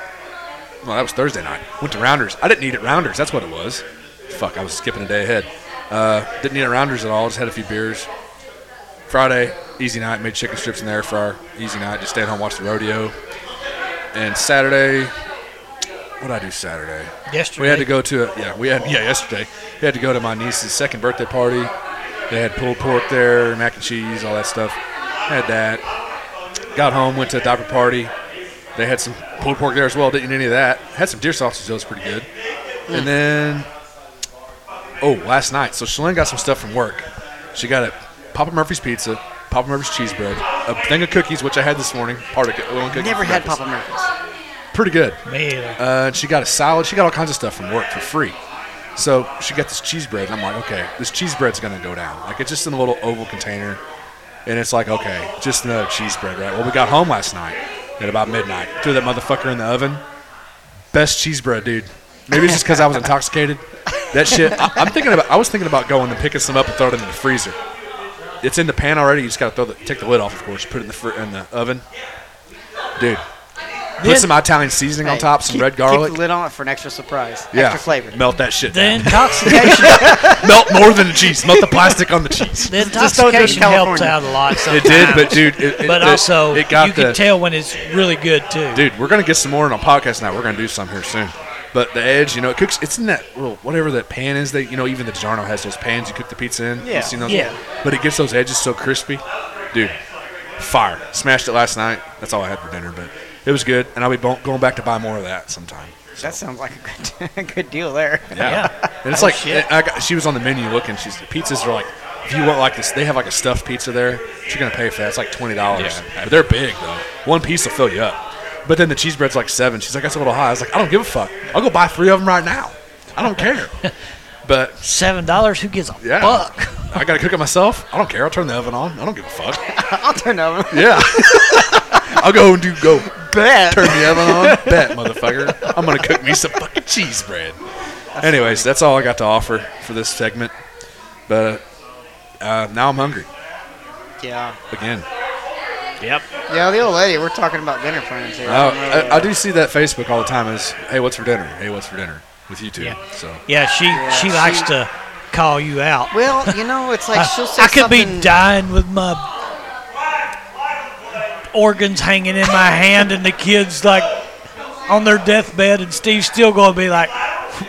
Well, that was Thursday night. Went to Rounders. I didn't eat at Rounders. That's what it was. Fuck, I was skipping a day ahead. Uh, didn't eat at Rounders at all. Just had a few beers. Friday, easy night. Made chicken strips in the air fryer. Easy night. Just stayed home, watched the rodeo. And Saturday, what did I do Saturday?
yesterday.
We had to go to a, yeah, we had yeah yesterday. We had to go to my niece's second birthday party. They had pulled pork there, mac and cheese, all that stuff. Had that. Got home, went to a diaper party. They had some pulled pork there as well. Didn't eat any of that. Had some deer sausage. That was pretty good.
Hmm.
And then, oh, last night. So Shalyn got some stuff from work. She got a Papa Murphy's pizza, Papa Murphy's cheese bread, a thing of cookies, which I had this morning. Part of one cookie.
Never
for
had
breakfast.
Papa Murphy's.
Pretty good.
Me either.
Uh, and she got a salad. She got all kinds of stuff from work for free. So she got this cheese bread, and I'm like, okay, this cheese bread's gonna go down. Like it's just in a little oval container, and it's like, okay, just another cheese bread, right? Well, we got home last night at about midnight. Threw that motherfucker in the oven. Best cheese bread, dude. Maybe it's just because I was intoxicated. That shit. I, I'm thinking about. I was thinking about going and picking some up and throwing it in the freezer. It's in the pan already. You just gotta throw the take the lid off, of course. Put it in the fr- in the oven, dude. Put
Then-
some Italian seasoning on
Hey,
top, some
keep-
red garlic.
Keep the lid on it for an extra surprise.
Yeah.
Extra flavor.
Melt that shit.
the
down.
intoxication,
Melt more than the cheese. Melt the plastic on the cheese.
the
don't do it in
intoxication helps
California.
out a lot. Sometimes.
It did, but dude, it, it-
but
it-
also
it got
you
the
can tell when it's really good too.
dude. We're gonna get some more on a podcast now. We're gonna do some here soon. But the edge, you know, it cooks. It's in that little whatever that pan is. That you know, even the DiGiorno has those pans you cook the pizza in.
Yeah.
you seen those?
Yeah.
But it gets those edges so crispy, dude. Fire! Smashed it last night. That's all I had for dinner, but it was good, and I'll be bo- going back to buy more of that sometime. So,
That sounds like a good, a good deal there.
yeah. And it's like I got, she was on the menu looking. She's the pizzas are like if you want like this, they have like a stuffed pizza there. You're gonna pay for that. It's like twenty dollars. But they're big though. One piece will fill you up. But then the cheese bread's like seven. She's like, that's a little high. I was like, I don't give a fuck. I'll go buy three of them right now. I don't care. but
Seven dollars? Who gives a
yeah,
fuck?
I gotta cook it myself. I don't care. I'll turn the oven on. I don't give a fuck.
I'll turn over.
Yeah. I'll go and do go
Bet.
turn the oven on. Bet, motherfucker. I'm gonna cook me some fucking cheese bread. Anyways, that's all I got to offer for this segment. But uh, Uh, now I'm hungry
Yeah.
again.
Yep.
Yeah, the old lady. We're talking about dinner plans here.
Uh,
don't know,
I, I
uh,
do see that Facebook all the time is, hey, what's for dinner? Hey, what's for dinner? With you two.
Yeah.
So
Yeah, she she
she-
likes to call you out.
Well, you know, it's like she'll say
I could be
something-
dying with my organs hanging in my hand, and the kids like on their deathbed, and Steve's still going to be like,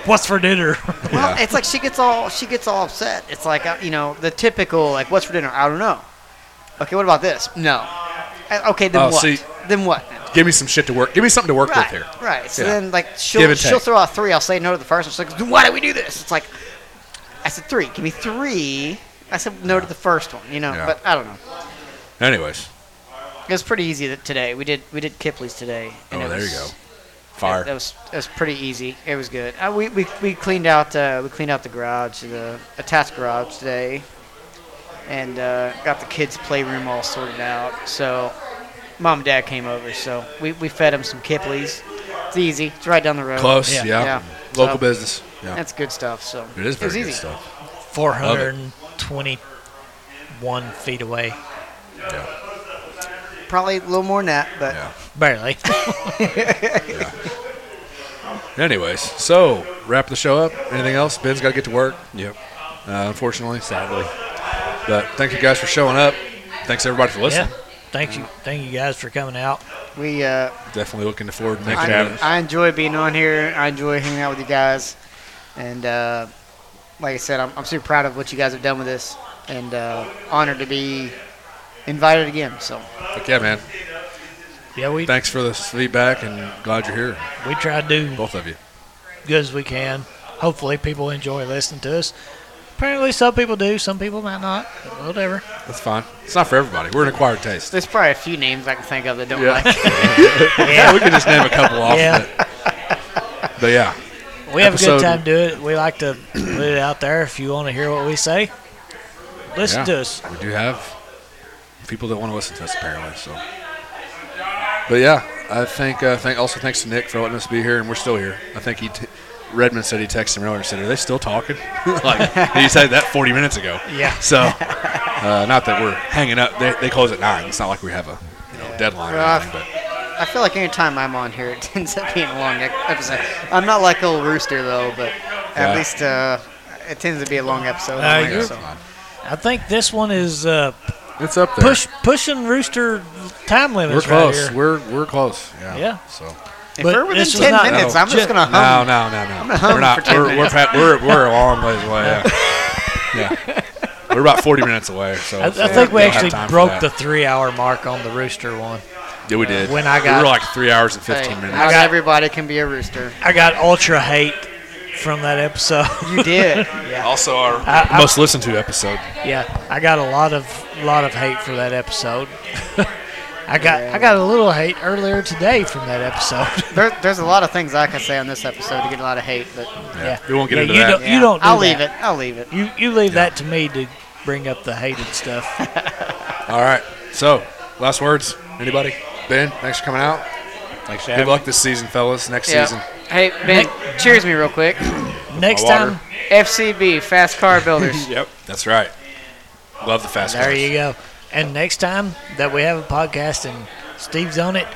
"What's for dinner?"
Well, it's like she gets all she gets all upset. It's like uh, you know the typical like, what's for dinner? I don't know. Okay, what about this? No. Uh, Okay, then
Oh,
what?
see-
then what? then?
give me some shit to work. Give me something to work
Right,
with here.
right. So
Yeah.
then like
Give
she'll
and
she'll
take.
throw out three. I'll say no to the first. She's like, then why do we do this? It's like, I said three. Give me three. I said no to the first one. You know,
Yeah.
but I don't know.
Anyways.
It was pretty easy that today. We did we did Kipley's today. and
oh,
it
there
was-
you go.
That
Fire.
was that was pretty easy. It was good. Uh, we, we we cleaned out uh, we cleaned out the garage, the attached garage today, and uh, got the kids' playroom all sorted out. So, mom and dad came over. So we, we fed them some Kipley's. It's easy. It's right down the road.
Close.
Yeah.
Yeah.
Yeah.
Local
So-
business. Yeah.
That's good stuff. So
It is
was
very
easy.
good stuff.
Four hundred and twenty-one feet away,
Probably a little more than that, but
Yeah.
barely.
Anyways, so wrap the show up. Anything else? Ben's got to get to work,
Yep.
uh, unfortunately, sadly. But thank you guys for showing up. Thanks everybody for
yeah.
listening.
Thank you, thank you guys for coming out.
we uh,
Definitely looking forward to making
I,
it.
I enjoy being on here. I enjoy hanging out with you guys, and uh, like I said, I'm, I'm super proud of what you guys have done with this, and uh, honored to be invited again. So
Heck yeah, man.
Yeah, we
Thanks for this feedback and glad you're here,
we try to do
both of you.
good as we can. Hopefully, people enjoy listening to us. Apparently, some people do, some people might not. but Whatever.
That's fine. It's not for everybody. We're an acquired taste.
there's probably a few names I can think of that don't
Yeah.
like.
Yeah, we can just name a couple off.
Yeah.
But, but yeah,
We have a
episode-
good time doing it. We like to put it out there. If you want to hear what we say, listen
Yeah.
to us.
we do have people that want to listen to us apparently. So, but yeah, I think uh, thank also thanks to Nick for letting us be here, and we're still here. I think he t- Redmond said he texted him earlier and said, "Are they still talking?" like he said that 40 minutes ago.
Yeah.
So, uh, not that we're hanging up. They, they close at nine. It's not like we have a you know deadline or
Well,
anything. But
I feel like any time I'm on here, it ends up being a long ep- episode. I'm not like old Rooster though, but at
Yeah.
least uh, it tends to be a long episode.
Uh,
on here,
you're-
so.
I think this one is uh,
it's up there.
push pushing rooster time
We're
limits. right
close.
here.
we're we're close. Yeah.
Yeah.
So.
If
but
we're within
this was
ten
not-
minutes,
no.
I'm just
Ju-
gonna hum.
No, no, no, no.
hum
We're
for
not.
10
We're, we're,
minutes.
pa- we're we're a long ways away. Yeah. yeah. We're about 40 minutes away. So
I, I
so
think we
don't have
actually
time for
broke
that.
the three hour mark on the rooster one.
Yeah, we did.
when I
we
got-
were like three hours and 15
Hey,
minutes.
not
got-
everybody can be a rooster.
I got ultra hate from that episode.
You did.
Also, our
I,
Most listened to episode.
I, yeah, I got a lot of lot of hate for that episode. I got I got a little hate earlier today from that episode.
There, there's a lot of things I could say on this episode to get a lot of hate, but
Yeah,
we won't get
Yeah,
into
you
that.
Don't, You don't. Do
I'll
that.
leave it. I'll leave it.
You you leave that to me to bring up the hated stuff.
All right. So, last words. Anybody? Ben, thanks for coming out.
thanks for
Good
having
luck this season, fellas. Next season.
Hey, Ben, cheers me real quick.
Next
My water.
time,
FCB, Fast Car Builders.
Yep.
That's right. Love the fast
there
cars.
you go. And next time that we have a podcast and Steve's on it,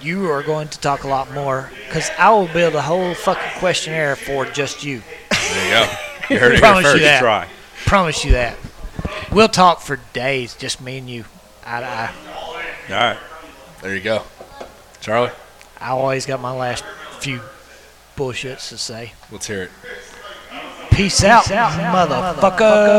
you are going to talk a lot more because I will build a whole fucking questionnaire for just you.
There you go. You heard it here
Promise you
first.
that.
Try.
Promise you that. We'll talk for days, just me and you. I, I,
All right.
There you go. Charlie,
I always got my last few bullshits to say.
let's hear it.
Peace, out, motherfuckers.